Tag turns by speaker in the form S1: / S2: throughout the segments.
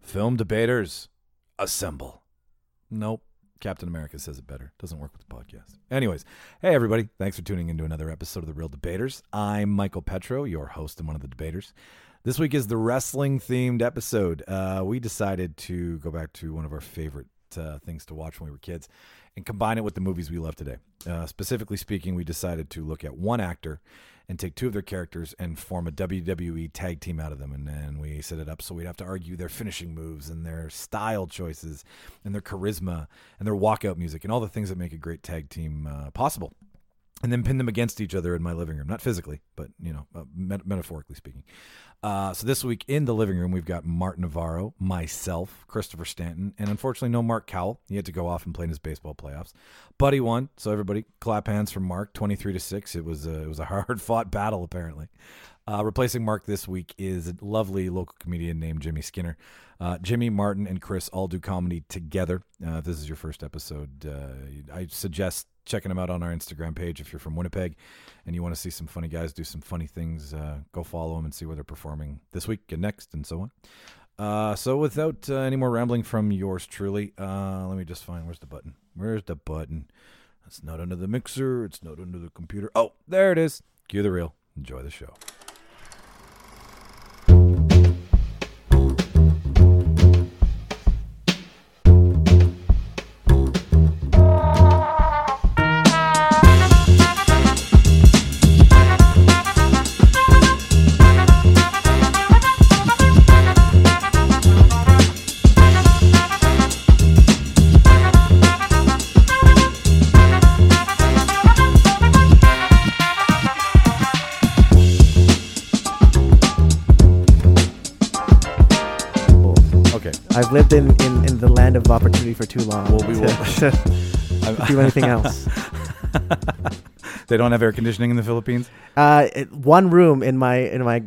S1: Film debaters, assemble. Nope. Captain America says it better. Doesn't work with the podcast. Anyways, hey everybody, thanks for tuning into another episode of The Real Debaters. I'm Michael Petro, your host and one of the debaters. This week is the wrestling themed episode. Uh, we decided to go back to one of our favorite uh, things to watch when we were kids and combine it with the movies we love today. Uh, specifically speaking, we decided to look at one actor and take two of their characters and form a WWE tag team out of them. And then we set it up so we'd have to argue their finishing moves and their style choices and their charisma and their walkout music and all the things that make a great tag team uh, possible. And then pin them against each other in my living room, not physically, but you know, uh, met- metaphorically speaking. Uh, so this week in the living room, we've got Mark Navarro, myself, Christopher Stanton, and unfortunately no Mark Cowell. He had to go off and play in his baseball playoffs, but he won. So everybody, clap hands for Mark, twenty-three to six. It was a, it was a hard-fought battle apparently. Uh, replacing Mark this week is a lovely local comedian named Jimmy Skinner. Uh, Jimmy Martin and Chris all do comedy together. Uh, if this is your first episode, uh, I suggest checking them out on our Instagram page if you're from Winnipeg and you want to see some funny guys do some funny things. Uh, go follow them and see where they're performing this week and next and so on. Uh, so without uh, any more rambling from yours truly, uh, let me just find where's the button. Where's the button? It's not under the mixer. It's not under the computer. Oh, there it is. Cue the reel. Enjoy the show. Okay.
S2: I've lived in, in, in the land of opportunity for too long.
S1: Well, we will-
S2: to, to do anything else.
S1: They don't have air conditioning in the Philippines.
S2: Uh, it, one room in my in my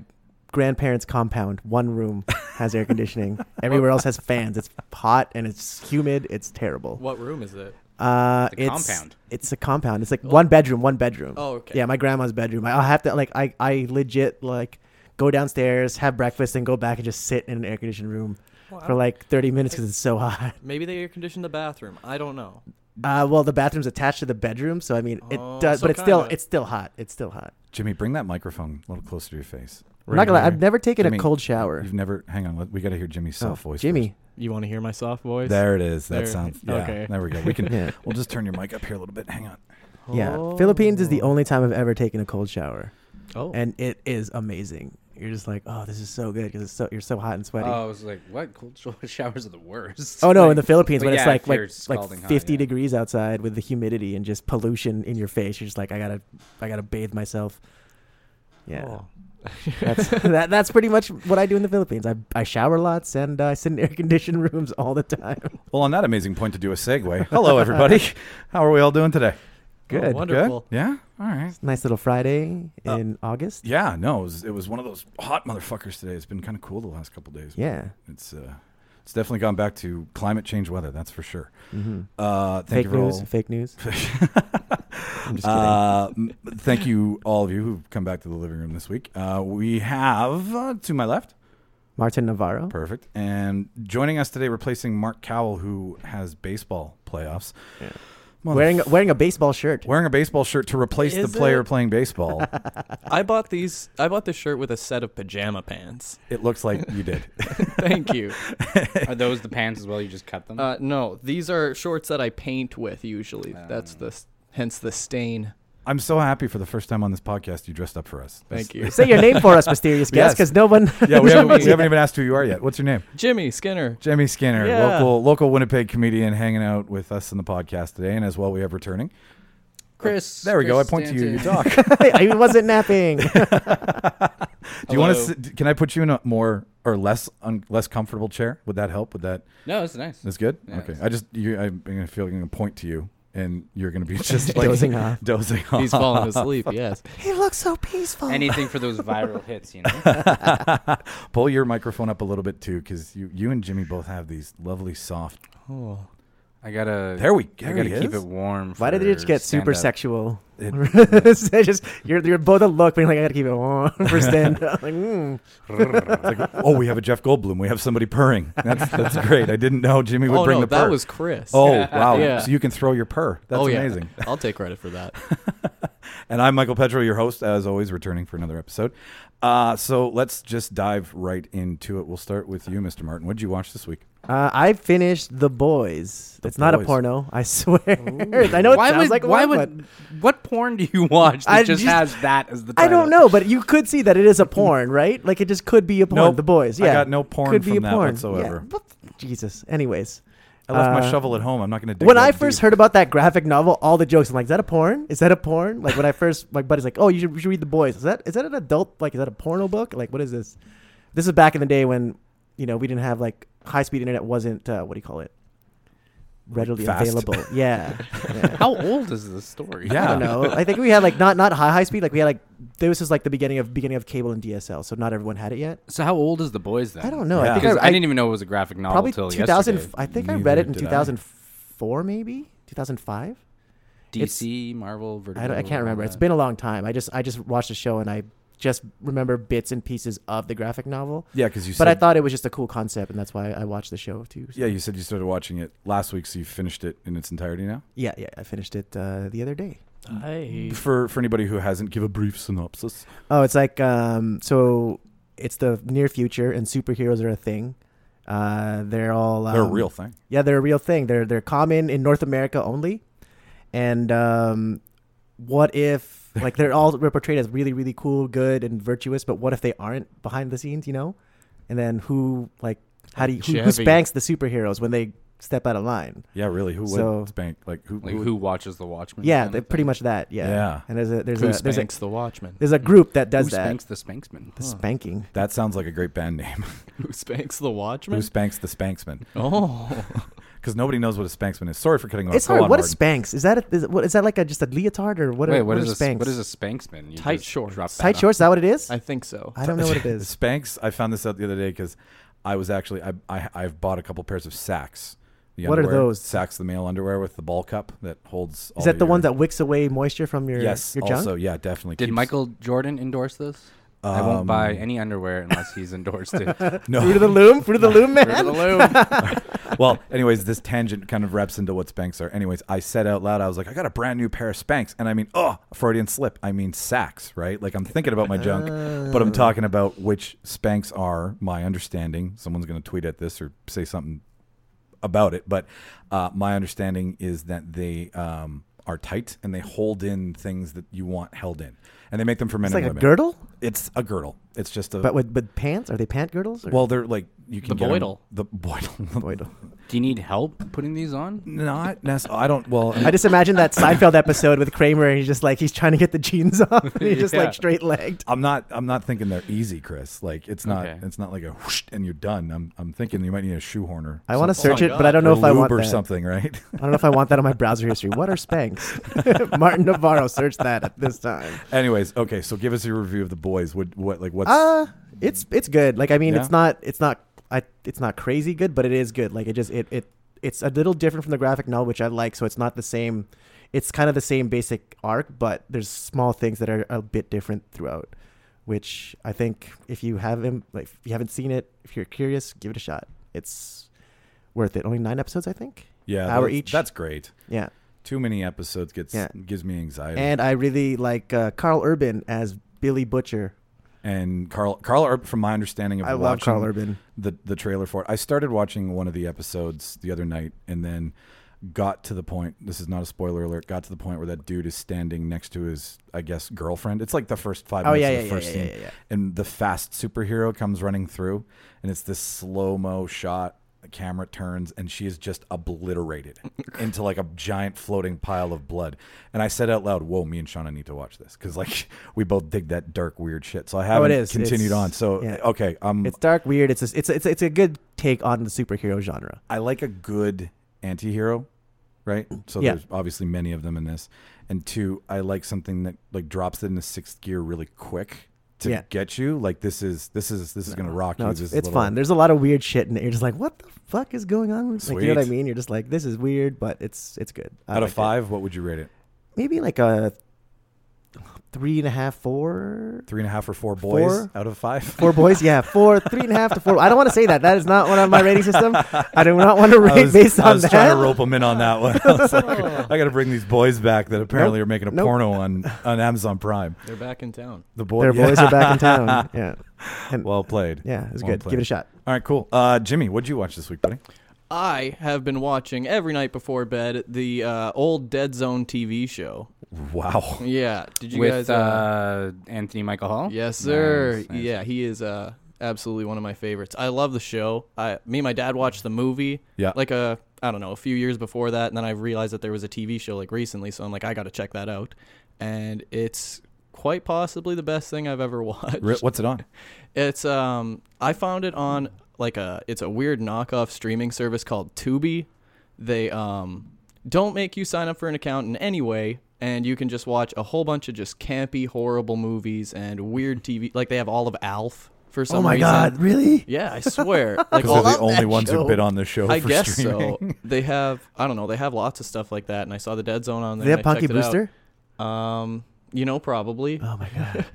S2: grandparents' compound. One room has air conditioning. Everywhere else has fans. It's hot and it's humid. It's terrible.
S3: What room is it?
S2: Uh,
S4: The
S2: it's,
S4: compound.
S2: It's a compound. It's like one bedroom, one bedroom.
S3: Oh, okay.
S2: Yeah, my grandma's bedroom. I- I'll have to like I I legit like go downstairs, have breakfast, and go back and just sit in an air conditioned room. For like 30 minutes because it's so hot.
S3: Maybe they air conditioned the bathroom. I don't know.
S2: Uh, well, the bathroom's attached to the bedroom, so I mean, it
S3: Oh,
S2: does,
S3: so
S2: but it's still
S3: kinda.
S2: it's still hot. It's still hot.
S1: Jimmy, bring that microphone a little closer to your face.
S2: I'm not gonna. lie, I've never taken
S1: Jimmy,
S2: a cold shower.
S1: You've never. Hang on. let- We got to hear Jimmy's soft voice.
S2: Oh, Jimmy,
S3: You want to hear my soft voice?
S1: first. There it is. That
S3: There.
S1: sounds. Yeah.
S3: Okay.
S1: There we go. We can.
S2: Yeah.
S1: We'll just turn your mic up here a little bit. Hang on.
S2: yeah,
S4: Oh.
S2: Philippines is the only time I've ever taken a cold shower,
S3: Oh.
S2: and it is amazing. You're just like, oh, this is so good because it's so you're so hot and sweaty.
S4: Oh, I was like, what? Cold sho- showers are the worst.
S2: oh no,
S4: Like-
S2: in the Philippines
S4: but
S2: when it's
S4: yeah,
S2: like
S4: if
S2: like
S4: you're
S2: like
S4: scalding hot,
S2: 50
S4: yeah.
S2: degrees outside with the humidity and just pollution in your face, you're just like, I gotta I gotta bathe myself. Yeah,
S4: Oh.
S2: that's that, that's pretty much what I do in the Philippines. I I shower lots and uh, I sit in air conditioned rooms all the time.
S1: Well, on that amazing point to do a segue. Hello, everybody. How are we all doing today?
S2: Good.
S3: Oh,
S2: Good.
S3: wonderful.
S1: Good. Yeah. All right.
S2: Nice little Friday
S1: Uh,
S2: in August.
S1: Yeah. No, it was, it was one of those hot motherfuckers today. It's been kind of cool the last couple days.
S2: Yeah.
S1: It's uh, it's definitely gone back to climate change weather. That's for sure.
S2: Mm-hmm.
S1: Uh, thank
S2: Fake
S1: you for
S2: news.
S1: all.
S2: Fake news. I'm just kidding.
S1: Uh, m- thank you, all of you who've come back to the living room this week. Uh, we have uh, to my left,
S2: Martin Navarro.
S1: perfect, and joining us today, replacing Mark Cowell, who has baseball playoffs.
S2: Yeah.
S1: Motherf-
S2: Wearing wearing a baseball shirt.
S1: wearing a baseball shirt to replace
S3: Is
S1: the player
S3: it?
S1: playing baseball.
S3: I bought these. I bought this shirt with a set of pajama pants.
S1: it looks like you did.
S3: Thank you.
S4: Are those the pants as well? You just cut them?
S3: Uh, no, these are shorts that I paint with usually. That's the s- hence the stain.
S1: I'm so happy for the first time on this podcast. You dressed up for us.
S3: Thank you,
S2: Say your name for us, mysterious guest,
S1: Yes.
S2: because no one.
S1: Yeah, we haven't, we
S3: Jimmy.
S1: haven't even asked who you are yet. What's your name?
S3: Jimmy Skinner.
S1: Jimmy Skinner,
S3: Yeah.
S1: local local Winnipeg comedian, hanging out with us in the podcast today, and as well we have returning.
S4: Chris.
S1: There we go. I
S4: Chris
S1: point to you. You
S4: Stanton.
S1: talk.
S2: I wasn't napping.
S1: Do you want
S4: Hello.
S1: to? Can I put you in a more or less un, less comfortable chair? Would that help? Would that?
S4: No, it's nice.
S1: That's good.
S4: Yeah,
S1: okay.
S4: it's-
S1: I just you. I'm gonna feel. I'm gonna point to you, and you're gonna be just like
S2: Dozing off.
S1: Dozing off.
S3: He's falling asleep. Yes.
S2: he looks so peaceful.
S4: Anything for those viral hits, you know?
S1: Pull your microphone up a little bit too, because you you and Jimmy both have these lovely soft.
S3: Oh.
S4: I gotta.
S1: There we- there
S4: I gotta
S1: he
S4: keep
S1: is.
S4: it warm.
S2: Why did it just
S4: for
S2: get super
S4: stand-up.
S2: sexual?
S1: It-
S2: It's just you're you're both a look being like I gotta keep it warm for stand up. Like, mm.
S1: oh, we have a Jeff Goldblum. We have somebody purring. That's that's great. I didn't know Jimmy would
S3: oh
S1: bring
S3: no,
S1: the purr.
S3: that was Chris.
S1: oh wow!
S3: Yeah.
S1: So you can throw your purr. That's
S3: oh, yeah.
S1: amazing.
S3: I'll take credit for that.
S1: And I'm Michael Petro, your host, as always, returning for another episode. Uh, so let's just dive right into it. We'll start with you, Mr. Martin. What did you watch this week?
S2: uh, I finished The Boys. it's not a
S1: Boys.
S2: porno, I swear. I know it
S4: Why
S2: sounds
S4: would?
S2: like
S4: why
S2: one,
S4: would? What porn do you watch that
S2: I
S4: just,
S2: just-
S4: has that as the?
S2: but I
S4: Title?
S2: don't know, but you could see that it is a porn, right? Like it just could be a porn.
S1: Nope.
S2: The Boys,
S1: I
S2: yeah,
S1: got no porn
S2: could be
S1: from
S2: a
S1: that
S2: porn.
S1: whatsoever.
S2: Yeah. What- Jesus. Anyways,
S1: I left my
S2: Uh,
S1: shovel at home. I'm not going to do
S2: when I first heard about that graphic novel, all the jokes, I'm like, is that a porn? Is that a porn? Like when I first, my buddy's like, oh, you should, you should read The Boys. Is that is that an adult? Like, is that a porno book? Like, what is this? This is back in the day when, you know, we didn't have like high speed internet wasn't uh, what do you call it? Readily
S1: fast?
S2: available. Yeah. yeah.
S4: How old is this story?
S1: Yeah.
S2: I don't know. I think we had like not not high high speed. Like we had like this was like the beginning of beginning of cable and DSL, so not everyone had it yet.
S4: So how old is the boys then?
S2: I don't know.
S1: Yeah.
S2: I
S4: Because
S2: think
S4: I,
S2: I, I
S4: didn't even know it was a graphic novel
S2: probably
S4: till
S2: 2000.
S4: yesterday.
S2: I think I
S1: Neither
S2: read it in
S1: did I.
S2: 2004, maybe 2005.
S4: DC, Marvel, Vertigo. uh,
S2: I, don't, I can't
S4: all
S2: remember. It's
S4: that.
S2: been a long time. I just I just watched the show and I just remember bits and pieces of the graphic novel.
S1: Yeah, because you.
S2: But
S1: said,
S2: I thought it was just a cool concept, and that's why I watched the show too. So-
S1: Yeah, you said you started watching it last week, so you finished it in its entirety now.
S2: yeah, yeah. I finished it uh, the other day.
S3: I
S1: For for anybody who hasn't, give a brief synopsis.
S2: Oh, it's like um, so. It's the near future, and superheroes are a thing. Uh, they're all um,
S1: They're a real thing.
S2: Yeah, they're a real thing. They're they're common in North America only. And um, what if like they're all they're portrayed as really really cool, good, and virtuous? But what if they aren't behind the scenes? You know, and then who like how do you who, who
S4: Chevy.
S2: spanks the superheroes when they step out of line?
S1: Yeah, really. Who would
S2: So-
S1: spank? Like who?
S4: Like
S1: who
S4: who watches the Watchmen?
S2: Yeah,
S4: kind
S2: they're
S4: of
S2: pretty
S4: thing?
S2: much that. Yeah.
S1: Yeah.
S2: And there's a there's
S3: Who
S2: a there's a
S3: spanks the Watchman?
S2: there's a group that does
S4: Who
S2: that.
S4: spanks the Spanksman?
S2: The
S4: Huh.
S2: spanking.
S1: That sounds like a great band name.
S3: Who spanks the Watchman?
S1: who spanks the Spanksman?
S3: oh,
S1: Because nobody knows what a Spanksman is. Sorry for cutting you off.
S2: It's
S1: Go
S2: hard.
S1: on,
S2: What is
S1: Martin.
S2: spanks? Is that a, is, what is that like a just a leotard or what? are,
S4: Wait, what
S2: what
S4: is
S2: are
S4: a
S2: spanks?
S4: What is a Spanksman? You
S3: Tight
S4: just
S3: shorts.
S4: drop that
S2: tight
S4: on-
S2: shorts? Is that what it is?
S3: I
S2: I,
S3: think so.
S2: don't know what it is.
S1: Spanx. I found this out the other day because I was actually I, I I've bought a couple pairs of Saks. The
S2: What are
S1: underwear.
S2: those?
S1: Saks the male underwear with the ball cup that holds. All
S2: Is that the
S1: your-
S2: one that wicks away moisture from your
S1: Yes.
S2: your junk?
S1: also, yeah, definitely.
S4: Did
S1: keeps-
S4: Michael Jordan endorse this? I won't buy
S1: Um,
S4: any underwear unless he's endorsed it. Fruit
S2: Fruit of
S1: No.
S2: the loom, fruit of the loom,
S4: of the
S2: man.
S4: loom.
S1: well, anyways, this tangent kind of wraps into what Spanx are. Anyways, I said out loud, I was like, I got a brand new pair of Spanx, and I mean, oh, Freudian slip. I mean Saks, right? Like I'm thinking about my junk, but I'm talking about which Spanx are. My understanding. Someone's gonna tweet at this or say something about it, but uh, my understanding is that they um, are tight and they hold in things that you want held in, and they make them for men
S2: It's
S1: and
S2: like a
S1: women.
S2: girdle,
S1: It's a girdle. It's just a
S2: but with but pants. Are they pant girdles? Or?
S1: well, they're like you can
S3: The
S1: get 'em-
S3: Boydle.
S1: the boidle,
S2: Boy, no.
S4: Do you need help putting these on?
S1: not necessarily. I don't. Well,
S2: I just imagine that Seinfeld episode with Kramer, and he's just like he's trying to get the jeans off, and he's just
S4: Yeah.
S2: like straight legged.
S1: I'm not. I'm not thinking they're easy, Chris. Like it's not.
S4: Okay.
S1: It's not like a whoosh and you're done. I'm. I'm thinking you might need a shoehorn or.
S2: I want to
S1: something.
S2: search
S3: my
S2: it, but I
S3: God.
S2: don't know
S1: Or
S2: if I
S1: lube
S2: want
S1: or
S2: that.
S1: something, right?
S2: I don't know if I want that on my browser history. What are spanks? Martin Navarro, search that at this time.
S1: Anyways, okay. So give us your review of the boys. What? What? Like what's?
S2: Uh it's it's good. Like I mean,
S1: Yeah?
S2: it's not it's not I it's not crazy good, but it is good. Like it just it it it's a little different from the graphic novel, which I like. So it's not the same. It's kind of the same basic arc, but there's small things that are a bit different throughout. Which I think if you haven't like if you haven't seen it, if you're curious, give it a shot. It's worth it. Only nine episodes, I think.
S1: yeah.
S2: hour
S1: that's,
S2: each.
S1: That's great.
S2: Yeah,
S1: Too many episodes gets
S2: Yeah.
S1: gives me anxiety.
S2: and I really like uh, Carl Urban as Billy Butcher.
S1: And Carl. Carl Urban, from my understanding of
S2: I love
S1: watching
S2: Carl Urban.
S1: the the trailer for it. I started watching one of the episodes the other night, and then got to the point. This is not a spoiler alert. Got to the point where that dude is standing next to his, I guess, girlfriend. It's like the first five
S2: Oh
S1: minutes
S2: yeah,
S1: of
S2: yeah,
S1: the
S2: yeah,
S1: first
S2: yeah,
S1: scene,
S2: yeah, yeah, yeah.
S1: and the fast superhero comes running through, and it's this slow mo shot. The camera turns, and she is just obliterated into like a giant floating pile of blood. And I said out loud, "Whoa, me and Shauna need to watch this because like we both dig that dark weird shit." So I haven't
S2: Oh, is.
S1: continued
S2: It's-
S1: on. So
S2: yeah.
S1: okay, I'm
S2: It's dark, weird. It's a, it's a, it's a, it's a good take on the superhero genre.
S1: I like a good anti-hero, right? So
S2: Yeah.
S1: there's obviously many of them in this. And two, I like something that like drops it in the sixth gear really quick to
S2: Yeah.
S1: get you. Like this is this is this is gonna rock
S2: No,
S1: you.
S2: it's,
S1: this is a
S2: it's
S1: little-
S2: fun. There's a lot of weird shit in it. You're just like, what the fuck is going on? Like, you know what I
S1: Sweet.
S2: mean? You're just like, this is weird, but it's it's good. I
S1: out
S2: liked
S1: of
S2: it.
S1: five, what would you rate it?
S2: maybe like a three and a half, four,
S1: Three and a half or four boys
S2: Four?
S1: out of five?
S2: four boys. Yeah, four, three and a half to four. I don't want to say that. That is not one of my rating system. I do not want to
S1: I
S2: rate
S1: was,
S2: based on
S1: I was
S2: that. Oh.
S1: trying to rope them in on that one. I was like, I got to bring these boys back that apparently
S2: Nope,
S1: are making a
S2: nope.
S1: porno on, on Amazon Prime.
S3: They're back in town.
S1: The
S2: Their
S1: boy, yeah.
S2: boys are back in town. Yeah, and
S1: well played.
S2: yeah, it's
S1: well
S2: good.
S1: played.
S2: Give it a shot.
S1: All right, cool. Uh, Jimmy, what'd you watch this week, buddy?
S3: I have been watching every night before bed the uh, old Dead Zone TV show.
S1: Wow.
S3: Yeah, did you
S4: with
S3: guys?
S4: uh, Anthony Michael Hall.
S3: yes, sir.
S4: Nice, nice.
S3: Yeah, he is uh, absolutely one of my favorites. I love the show. I, me and my dad watched the movie.
S1: Yeah.
S3: like a I don't know a few years before that, and then I realized that there was a TV show like recently, so I'm like I got to check that out, and it's quite possibly the best thing I've ever watched.
S1: Re- What's it on?
S3: It's um I found it on like a it's a weird knockoff streaming service called Tubi. They um don't make you sign up for an account in any way and you can just watch a whole bunch of just campy horrible movies and weird TV like they have all of Alf for some
S2: oh my
S3: reason.
S2: god, really?
S3: Yeah, I swear. like
S1: Because
S3: all
S1: they're
S2: love
S1: the only
S2: that
S1: ones who've
S2: show.
S1: been on the show
S3: I
S1: for
S3: guess
S1: streaming.
S3: so. They have I don't know, they have lots of stuff like that and I saw the Dead Zone on
S2: Is
S3: there.
S2: that
S3: and I
S2: Punky
S3: checked it out.
S2: Brewster?
S3: Um you know probably.
S2: Oh my god.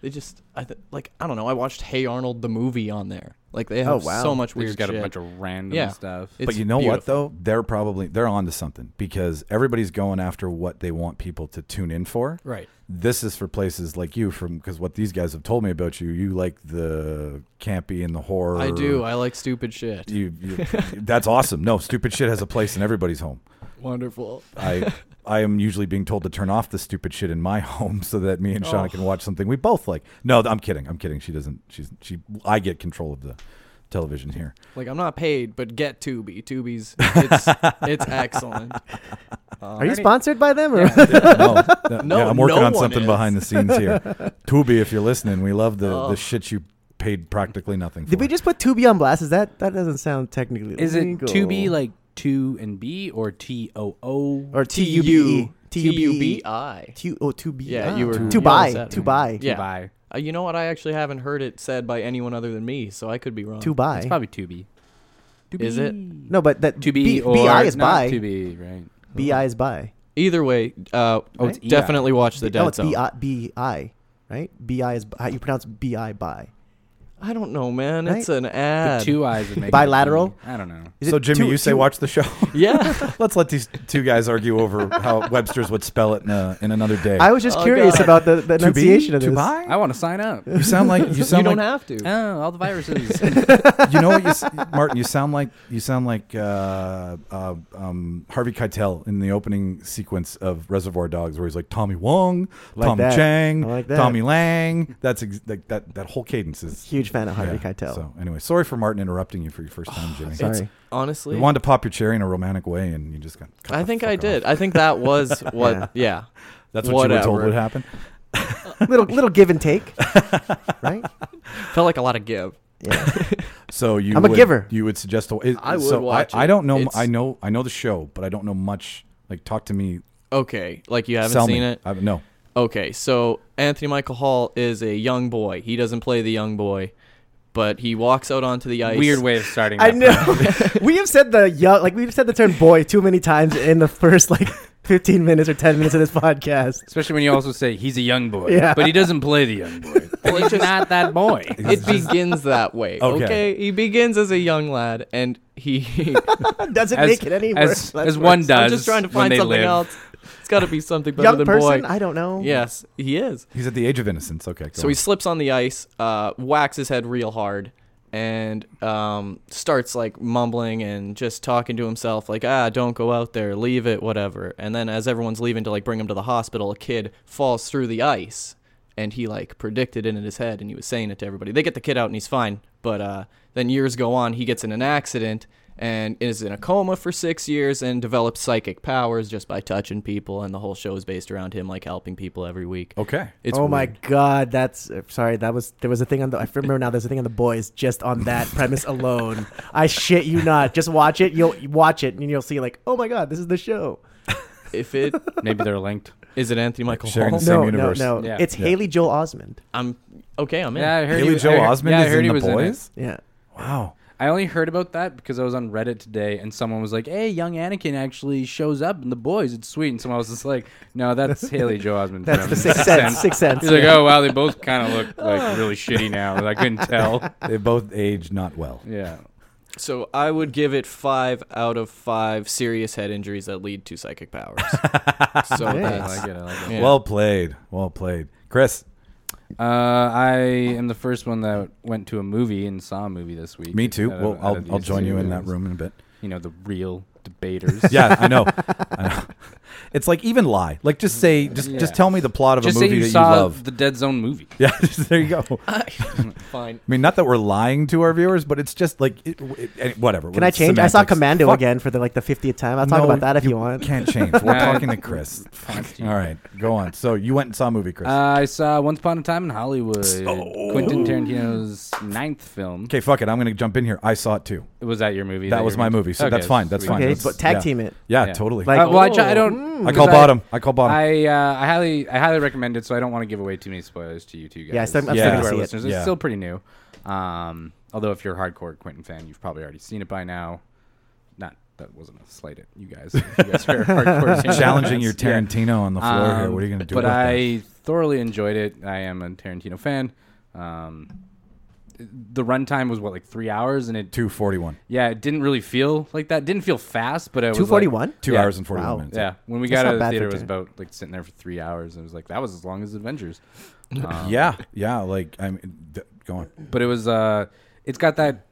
S3: They just I th- like I don't know, I watched Hey Arnold the movie on there. Like they have
S2: Oh, wow.
S3: so much
S4: We
S3: weird
S4: just got
S3: shit.
S4: a bunch of random
S3: Yeah.
S4: stuff.
S3: It's
S1: but you know what
S3: beautiful.
S1: though? They're probably they're onto something because everybody's going after what they want people to tune in for.
S3: Right.
S1: This is for places like you from because what these guys have told me about you, you like the campy and the horror.
S3: I do. I like stupid shit.
S1: You, you, that's awesome. No, stupid shit has a place in everybody's home.
S3: Wonderful.
S1: I I am usually being told to turn off the stupid shit in my home so that me and
S3: Oh.
S1: Shauna can watch something we both like. No, I'm kidding. I'm kidding. She doesn't. She's she. I get control of the television here.
S3: Like I'm not paid, but get Tubi. Tubi's it's it's excellent.
S2: Are you sponsored by them? Or?
S1: No, no,
S3: No,
S1: yeah, I'm working
S3: no
S1: on
S3: one
S1: something
S3: is.
S1: behind the scenes here. Tubi, if you're listening, we love the
S3: Oh.
S1: the shit you paid practically nothing for.
S2: Did we just put Tubi on blast? Is that that doesn't sound technically
S4: Is it
S2: legal.
S4: to be like two and B or T O O?
S2: or T U B E
S3: T U B I.
S2: Tu- oh, to be.
S3: Yeah, you were-
S2: to
S3: you
S2: buy,
S3: always had
S2: to
S3: it.
S2: buy,
S3: Yeah.
S4: Buy.
S3: Uh, you know what? I actually haven't heard it said by anyone other than me, so I could be wrong.
S2: to buy.
S4: It's probably to B.
S3: Is it?
S2: no, but that
S4: To
S2: B-
S4: be or
S2: bi is
S4: not
S2: buy.
S4: To be right.
S2: Bi
S3: Uh-huh.
S2: is buy.
S3: Either way, uh,
S4: Oh, it's EI.
S3: definitely watch the Dead
S2: no, oh, it's
S3: Zone.
S2: bi, bi, right? Bi is bi- how you pronounce bi buy.
S3: I don't know, man.
S2: Right?
S3: It's an
S4: The
S3: ad.
S4: two eyes would make it
S2: Bilateral?
S4: B. I don't know.
S2: Is
S1: so
S2: it
S1: Jimmy,
S2: tu-
S1: you say
S2: tu-
S1: watch the show.
S3: yeah.
S1: Let's let these two guys argue over how Webster's would spell it in, a, in another day.
S2: I was just
S3: Oh,
S2: curious
S3: God.
S2: about the, the
S1: to be,
S2: enunciation of
S1: to
S2: this.
S1: buy.
S4: I want to sign up.
S1: You sound like you
S3: you
S1: sound
S3: don't
S1: like
S3: have to.
S4: oh, all the viruses.
S1: you know what you, s- Martin? You sound like you sound like uh, uh, um, Harvey Keitel in the opening sequence of Reservoir Dogs, where he's like Tommy Wong,
S2: like
S1: Tommy
S2: that.
S1: Chang,
S2: I like that.
S1: Tommy Lang. That's ex- like that. That whole cadence is
S2: Huge fan of Harvey
S1: yeah.
S2: Keitel.
S1: So anyway, sorry for Martin interrupting you for your
S2: Oh,
S1: first time, Jimmy.
S2: Sorry.
S1: We
S3: Honestly,
S1: wanted to pop your cherry in a romantic way, and you just got. cut
S3: I
S1: the
S3: think
S1: fuck
S3: I
S1: off.
S3: did. I think that was what.
S2: Yeah.
S3: yeah.
S1: That's what you were told
S3: Whatever.
S1: would happen.
S2: little little give and take, right?
S3: Felt like a lot of give.
S2: Yeah.
S1: So you,
S2: I'm a
S1: would-
S2: giver.
S1: You would suggest to. It,
S3: I would
S1: so
S3: watch
S1: I, I
S3: it.
S1: don't know.
S3: It's-
S1: I know. I know the show, but I don't know much. Like, talk to me.
S3: Okay, like you haven't
S1: sell
S3: seen
S1: me.
S3: it.
S1: I, no.
S3: Okay, so Anthony Michael Hall is a young boy. He doesn't play the young boy, but he walks out onto the ice.
S4: Weird way of starting.
S2: I
S4: that
S2: know. we have said the young, like we've said the term "boy" too many times in the first like 15 minutes or 10 minutes of this podcast.
S4: Especially when you also say he's a young boy,
S2: Yeah.
S4: but he doesn't play the young boy.
S3: Well, it
S4: he's
S3: just-
S4: not that boy.
S3: It begins that way.
S1: Okay.
S3: Okay. He begins as a young lad, and he.
S2: Doesn't
S4: As-
S2: make it any
S4: as,
S2: worse. That's
S4: as one
S2: worse.
S4: does.
S3: I'm just trying to
S4: when
S3: find
S4: they
S3: something
S4: live.
S3: else. It's got to be something better
S2: young
S3: than
S2: person,
S3: boy.
S2: I don't know.
S3: yes, he is.
S1: He's at the age of innocence. Okay. Go
S3: So
S1: on.
S3: he slips on the ice, uh, whacks his head real hard, and um, starts like mumbling and just talking to himself, like, ah, don't go out there, leave it, whatever. And then as everyone's leaving to like bring him to the hospital, a kid falls through the ice and he like predicted it in his head and he was saying it to everybody. They get the kid out and he's fine. But uh, then years go on, he gets in an accident and is in a coma for six years and develops psychic powers just by touching people. And the whole show is based around him like helping people every week.
S1: Okay.
S3: It's
S2: oh my
S3: weird.
S2: god, that's uh, sorry. That was there was a thing on the. I remember now. There's a thing on the boys just on that premise alone. I shit you not. Just watch it. You'll you watch it and you'll see like, oh my god, this is the show.
S3: If it
S4: Maybe they're linked.
S3: Is it Anthony Michael
S1: Sharing
S3: Hall?
S1: the same
S2: no,
S1: universe.
S2: no, no.
S4: Yeah.
S2: It's
S1: Yeah.
S2: Haley Joel Osmond.
S3: I'm okay. I'm in.
S4: Yeah, I heard
S1: Haley
S4: he,
S1: Joel
S4: I heard-
S1: Osment
S4: yeah, I
S1: is
S4: heard
S1: in
S4: he
S1: the
S4: was
S1: boys.
S2: Yeah.
S1: Wow.
S4: I only heard about that because I was on Reddit today, and someone was like, "Hey, young Anakin actually shows up in the boys. It's sweet." And someone was just like, "No, that's Haley Joel Osment."
S2: That's
S4: from
S2: the sixth sense. Sixth sense. Oh.
S4: He's like, "Oh wow, they both kind of look like really shitty now. and I couldn't tell."
S1: They both age not well.
S4: Yeah,
S3: So I would give it five out of five serious head injuries that lead to psychic powers. so
S2: Nice.
S4: I
S3: that's
S4: like it. I like it.
S3: yeah.
S1: Well played. Well played. Chris,
S4: Uh, I am the first one that went to a movie and saw a movie this week.
S1: me too.
S4: Out of-
S1: Well,
S4: out
S1: I'll,
S4: of these
S1: I'll join
S4: two
S1: you in that
S4: movies.
S1: room in a bit.
S4: You know the real debaters.
S1: Yeah, I know. I know. It's like even lie. Like just say just
S4: Yeah.
S1: just tell me the plot of
S4: Just
S1: a
S4: say
S1: movie
S4: you
S1: that
S4: saw
S1: you love.
S4: the Dead Zone movie.
S1: yeah, just- there you go. I
S3: fine.
S1: mean, not that we're lying to our viewers, but it's just like it, it, it- whatever.
S2: Can I change? I saw
S1: Semantics.
S2: Commando
S1: Fuck.
S2: again for the like the 50th time. I'll talk
S1: No,
S2: about that if you, want.
S1: Can't change. We're
S4: Nah.
S1: talking to Chris. All right, go on. So you went and saw a movie, Chris.
S4: Uh, I saw Once Upon a Time in Hollywood, Quentin Tarantino's ninth film.
S1: okay, fuck it. I'm going to jump in here. I saw it too.
S4: Was that your movie?
S1: That was
S4: you
S1: my
S4: were-
S1: movie, so
S4: Okay,
S1: that's fine. That's
S4: sweet.
S1: fine.
S2: Okay,
S1: That's-
S2: but tag
S1: yeah.
S2: team it.
S1: Yeah,
S4: Yeah.
S1: totally.
S2: Like-
S4: Uh, well, I, tr- I
S2: Mm.
S4: don't.
S1: I
S4: because
S1: call bottom. I call bottom.
S4: I uh, I highly I highly recommend it, so I don't want to give away too many spoilers to you two guys.
S2: Yeah, so I'm-
S1: I'm still gonna
S4: To our
S2: see it.
S4: listeners.
S1: Yeah.
S4: It's still pretty new. Um, although if you're a hardcore Quentin fan, you've probably already seen it by now. Not that wasn't a slight at you guys. If you guys are hardcore Tarantino
S1: challenging your
S4: fans, yeah.
S1: Tarantino on the floor here.
S4: Um,
S1: What are you going to do?
S4: But
S1: about that?
S4: I thoroughly enjoyed it. I am a Tarantino fan. Um, the runtime was what like three hours, and it
S1: two forty one,
S4: yeah, it didn't really feel like that. didn't feel fast, but it was
S2: Two forty one.
S1: two
S4: Yeah.
S1: hours and forty one
S2: Wow.
S1: minutes.
S4: Like, yeah, when we
S2: That's
S4: got
S2: not
S4: out of the
S2: bad for
S4: theater, it was
S2: Tarantino.
S4: about like sitting there for three hours, and it was like that was as long as Avengers. Um,
S1: yeah, yeah. Like I'm d- go on.
S4: but it was uh, it's got that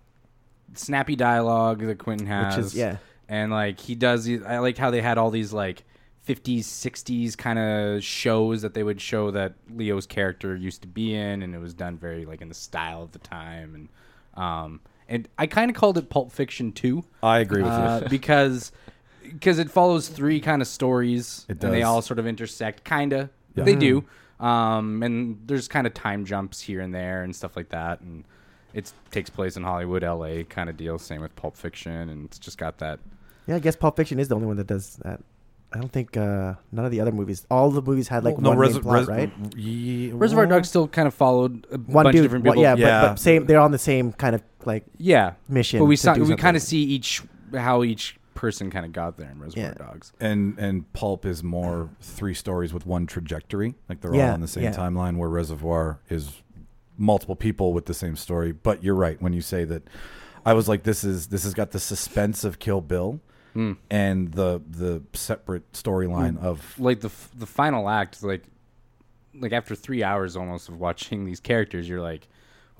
S4: snappy dialogue that Quentin has,
S2: is- yeah.
S4: and like he does. these- I like how they had all these like. 50s, 60s kind of shows that they would show that Leo's character used to be in, and it was done very like in the style of the time, and um, and I kind of called it Pulp Fiction too.
S1: I agree with
S4: Uh,
S1: you.
S4: because because it follows three kind of stories
S1: It
S4: and they
S1: does.
S4: all sort of intersect kinda
S1: Yeah.
S4: they do um, and there's kind of time jumps here and there and stuff like that and it takes place in Hollywood LA kind of deal same with Pulp Fiction and it's just got that
S2: Yeah, I guess Pulp Fiction is the only one that does that. I don't think uh, none of the other movies. All the movies had like one main plot, right?
S1: ye-
S4: Reservoir Dogs still kind of followed a
S2: One
S4: bunch
S2: dude,
S4: of different
S2: one-
S4: people
S2: yeah,
S1: Yeah.
S2: But, but same. They're on the same kind of like
S4: yeah
S2: mission.
S4: but we
S2: to
S4: saw
S2: do
S4: we
S2: something.
S4: kind of see each how each person kind of got there in Reservoir
S2: Yeah.
S4: Dogs
S1: And and pulp is more three stories with one trajectory. Like they're all
S2: Yeah,
S1: on the same
S2: yeah.
S1: timeline. Where Reservoir is multiple people with the same story. But you're right when you say that. I was like, this is this has got the suspense of Kill Bill. And the the separate storyline
S2: Hmm.
S1: of
S4: like the f- the final act like like after three hours almost of watching these characters you're like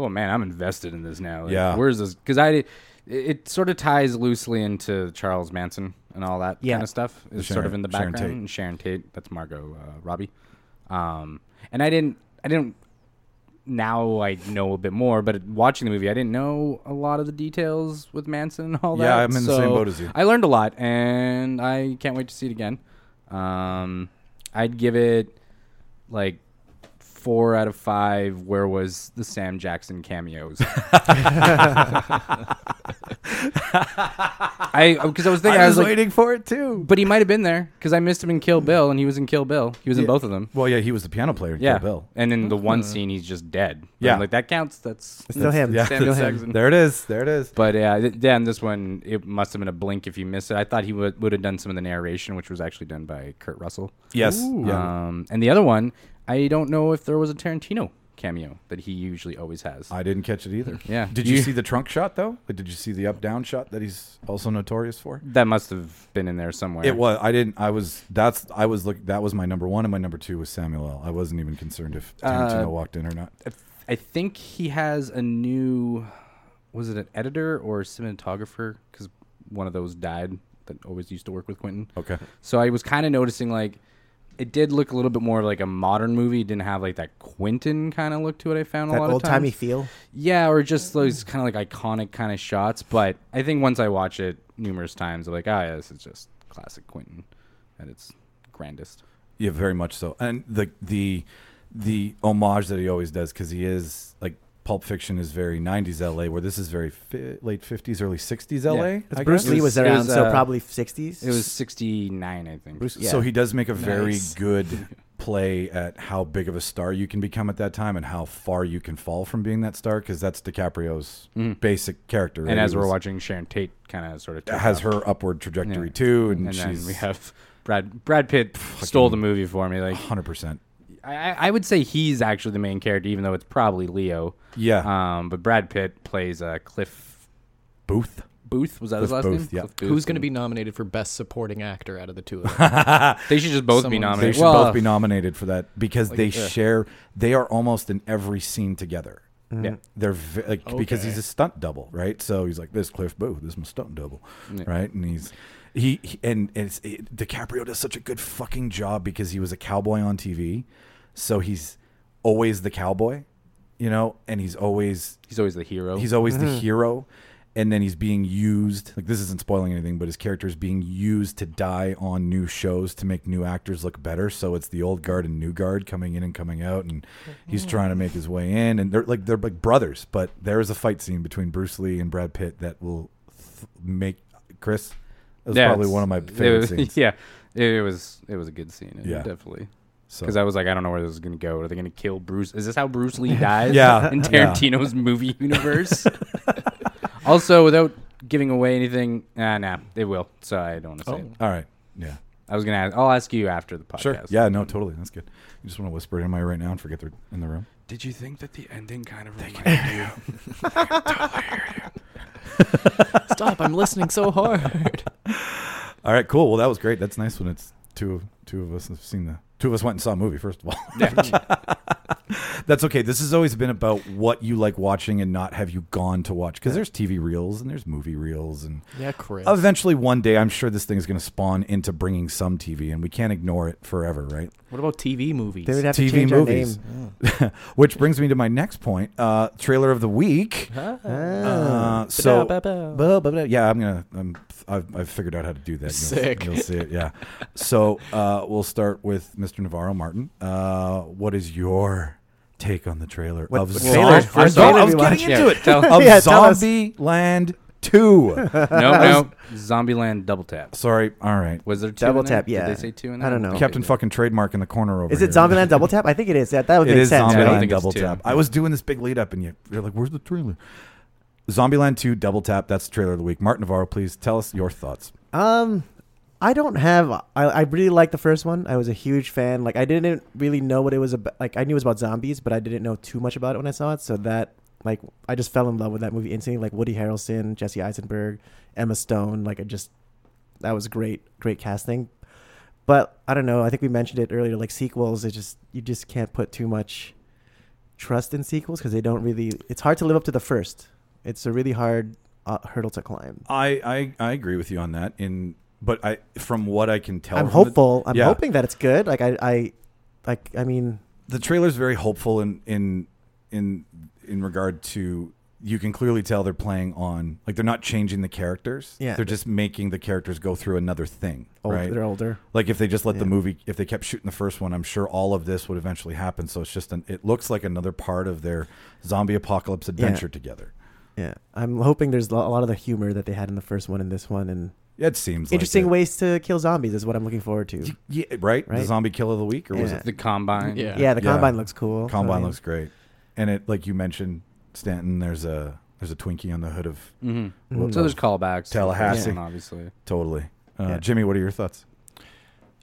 S4: oh man i'm invested in this now Like,
S1: Yeah.
S4: where's this because i it, it sort of ties loosely into charles manson and all that
S2: Yeah.
S4: kind of stuff is sort of
S1: Sharon-
S4: in the
S1: Sharon
S4: background
S1: Tate.
S4: and sharon tate that's margot uh, robbie um and i didn't i didn't now I know a bit more, but watching the movie, I didn't know a lot of the details with Manson and all that.
S1: Yeah, I'm in the same
S4: so
S1: boat as you.
S4: I learned a lot, and I can't wait to see it again. Um, I'd give it like four out of five. Where was the Sam Jackson cameos? I because I was thinking I was, like,
S1: for it too.
S4: but he might have been there because I missed him in Kill Bill, and he was in Kill Bill. He was in both of them.
S1: Well, yeah, he was the piano player in
S4: Yeah,
S1: Kill Bill.
S4: and in the one scene, he's just dead. But
S1: Yeah.
S4: I'm like that counts. That's
S2: It's still him.
S1: Yeah.
S2: Still
S4: Samuel
S2: him.
S4: Jackson.
S1: There it is. There it is.
S4: But yeah, th- yeah, and this one it must have been a blink if you missed it. I thought he would would have done some of the narration, which was actually done by Kurt Russell.
S1: Yes. Yeah.
S4: Um, and the other one, I don't know if there was a Tarantino cameo that he usually always has.
S1: I didn't catch it either.
S4: Yeah.
S1: Did you,
S4: You-
S1: see the trunk shot though? Like, did you see the up down shot that he's also notorious for?
S4: that must have been in there somewhere.
S1: It was. I didn't. I was. That's. I was look. That was my number one, and my number two was Samuel. L. I wasn't even concerned if Tarantino
S4: Uh,
S1: walked in or not.
S4: I th- I think he has a new. Was it an editor or cinematographer? Because one of those died that always used to work with Quentin.
S1: Okay.
S4: So I was kind of noticing like it did look a little bit more like a modern movie. It didn't have like that Quentin kind of look to it. I found a
S2: that
S4: lot
S2: old
S4: of times.
S2: timey feel.
S4: yeah, or just those kind of like iconic kind of shots. But I think once I watch it numerous times, I'm like, ah, yeah, this is just classic Quentin at its grandest.
S1: Yeah, very much so. And the the the homage that he always does because he is like Pulp Fiction is very 90s LA, where this is very fi- late 50s, early 60s LA.
S4: Yeah.
S1: I
S2: Bruce
S1: guess?
S2: Lee
S4: It
S2: was
S4: was- it
S2: around,
S4: was,
S2: so
S4: uh,
S2: probably 60s.
S4: It was 69, I think.
S1: Bruce-
S2: yeah.
S1: So he does make a very
S2: Nice.
S1: good play at how big of a star you can become at that time and how far you can fall from being that star because that's DiCaprio's basic character. right?
S4: Mm. and as
S1: He
S4: we're
S1: was-
S4: watching, Sharon Tate kind of sort of
S1: has her upward trajectory
S4: Yeah.
S1: too, and,
S4: and
S1: she's
S4: then we have Brad. Brad Pitt stole the movie for me. Like
S1: 100. percent
S4: I, I I would say he's actually the main character, even though it's probably Leo.
S1: Yeah,
S4: Um, but Brad Pitt plays uh, Cliff
S1: Booth.
S4: Booth. Was that his
S1: Cliff
S4: last
S1: Booth,
S4: name?
S1: yeah.
S4: Cliff Booth.
S3: Who's going to be nominated for best supporting actor out of the two of them?
S4: They should just both be
S3: Someone-
S1: They
S4: nominated.
S1: should
S4: Well,
S1: both be nominated for that because they
S4: yeah.
S1: share. They are almost in every scene together.
S4: yeah.
S1: They're v- like, because
S3: Okay.
S1: he's a stunt double, right? So he's like this Cliff Booth, this is my stunt double,
S4: Yeah.
S1: right? And he's he, he- and it's it, DiCaprio does such a good fucking job because he was a cowboy on TV, so he's always the cowboy, you know, and he's always
S4: He's always the hero.
S1: He's always the hero, and then he's being used. Like this isn't spoiling anything, but his character is being used to die on new shows to make new actors look better. So it's the old guard and new guard coming in and coming out, and he's trying to make his way in. And they're like they're like brothers, but there is a fight scene between Bruce Lee and Brad Pitt that will th- make Chris. It was
S4: Yeah,
S1: probably
S4: it's-
S1: one of my
S4: it
S1: favorite
S4: was-
S1: scenes.
S4: Yeah, it, it was. It was a good scene.
S1: Yeah.
S4: Yeah, definitely.
S1: So
S4: Because I was like, I don't know where this is gonna go. Are they gonna kill Bruce? Is this how Bruce Lee dies?
S1: Yeah,
S4: in
S1: yeah.
S4: Tarantino's movie universe. also, without giving away anything, uh, nah, they will. So I don't want to say.
S3: Oh.
S4: it.
S1: all right, yeah,
S4: I was gonna. Ask, I'll ask you after the podcast.
S1: sure, yeah, no, totally, that's good. You just want to whisper it in my ear right now and forget they're in the room.
S4: Did you think that the ending kind of
S3: Stop! I'm listening so hard.
S1: All right, cool. Well, that was great. That's nice when it's two of two of us have seen the two of us went and saw a movie first of all. That's okay. This has always been about what you like watching and not have you gone to watch because there's TV reels and there's movie reels and
S3: Yeah, Chris.
S1: eventually one day I'm sure this thing is going to spawn into bringing some TV and we can't ignore it forever, right?
S3: What about TV movies?
S2: they would have
S1: TV
S2: to change
S1: movies.
S2: our name.
S1: Which brings me to my next point. Uh, trailer of the week.
S4: Ah.
S1: Uh, so
S3: Ba-da-ba-ba.
S1: Blah, blah, blah. Yeah, I'm gonna. I'm, I've, I've figured out how to do that. You'll,
S3: Sick.
S1: You'll see it. Yeah. So uh, we'll start with Mr. Navarro Martin. Uh, what is your take on the trailer
S2: What-
S1: of
S2: what
S1: Zombie?
S2: trailer-
S1: I,
S2: what
S1: was
S2: trailer
S1: I was
S2: we
S1: getting
S2: watched?
S1: into
S4: Yeah,
S1: it.
S4: tell-
S1: of
S2: Yeah, tell us.
S1: Zombie Land Two.
S4: no, no. Zombieland double tap.
S1: Sorry. All right.
S4: Was there two
S2: Double
S4: in there?
S2: tap, yeah.
S4: Did they say two in
S2: I
S4: there?
S2: don't know.
S4: Okay,
S1: Captain
S4: good.
S1: fucking trademark in the corner over.
S2: Is it
S1: here.
S2: Zombieland Double Tap? I think it is. That, that would
S1: It
S2: make
S1: is
S2: sense,
S4: Zombieland.
S2: right?
S1: Zombieland
S4: think it's
S1: Double
S4: two.
S1: Tap. I was doing this big lead up, and you, you're like, "Where's the trailer?" Zombieland Two Double Tap. That's the trailer of the week. Martin Navarro, please tell us your thoughts.
S2: Um, I don't have. I, I really liked the first one. I was a huge fan. Like I didn't really know what it was about. Like I knew it was about zombies, but I didn't know too much about it when I saw it. So that like I just fell in love with that movie instantly. Like Woody Harrelson, Jesse Eisenberg, Emma Stone. Like I just that was great, great casting. But I don't know. I think we mentioned it earlier. Like sequels, it just you just can't put too much trust in sequels because they don't really. It's hard to live up to the first. It's a really hard uh, hurdle to climb.
S1: I, I I agree with you on that. In but I from what I can tell,
S2: I'm
S1: from the-
S2: hopeful. I'm
S1: Yeah.
S2: hoping that it's good. Like I, I, like I mean,
S1: The, trailer's very hopeful in in in in regard to you can clearly tell they're playing on like they're not changing the characters.
S2: Yeah.
S1: they're just making the characters go through another thing.
S2: old,
S1: right.
S2: they're older.
S1: Like if they just let the
S2: Yeah.
S1: movie, if they kept shooting the first one, I'm sure all of this would eventually happen. So it's just an, it looks like another part of their zombie apocalypse adventure together.
S2: Yeah, I'm hoping there's lo- a lot of the humor that they had in the first one in this one, and
S1: It seems
S2: interesting
S1: Like
S2: ways to kill zombies is what I'm looking forward to.
S1: it. yeah, right? The
S2: Right?
S1: zombie kill of the week, or was
S2: Yeah.
S1: it
S4: The combine.
S3: Yeah.
S2: Yeah, the
S1: Yeah.
S2: combine looks cool. So, I
S1: Combine
S2: mean,
S1: looks great, and it like you mentioned, Stanton. There's a there's a Twinkie on the hood of
S4: hmm
S2: Mhm.
S4: So there's callbacks. to the first
S1: Tallahassee.
S4: one, obviously.
S1: totally. Uh,
S2: Yeah.
S1: Jimmy, what are your thoughts?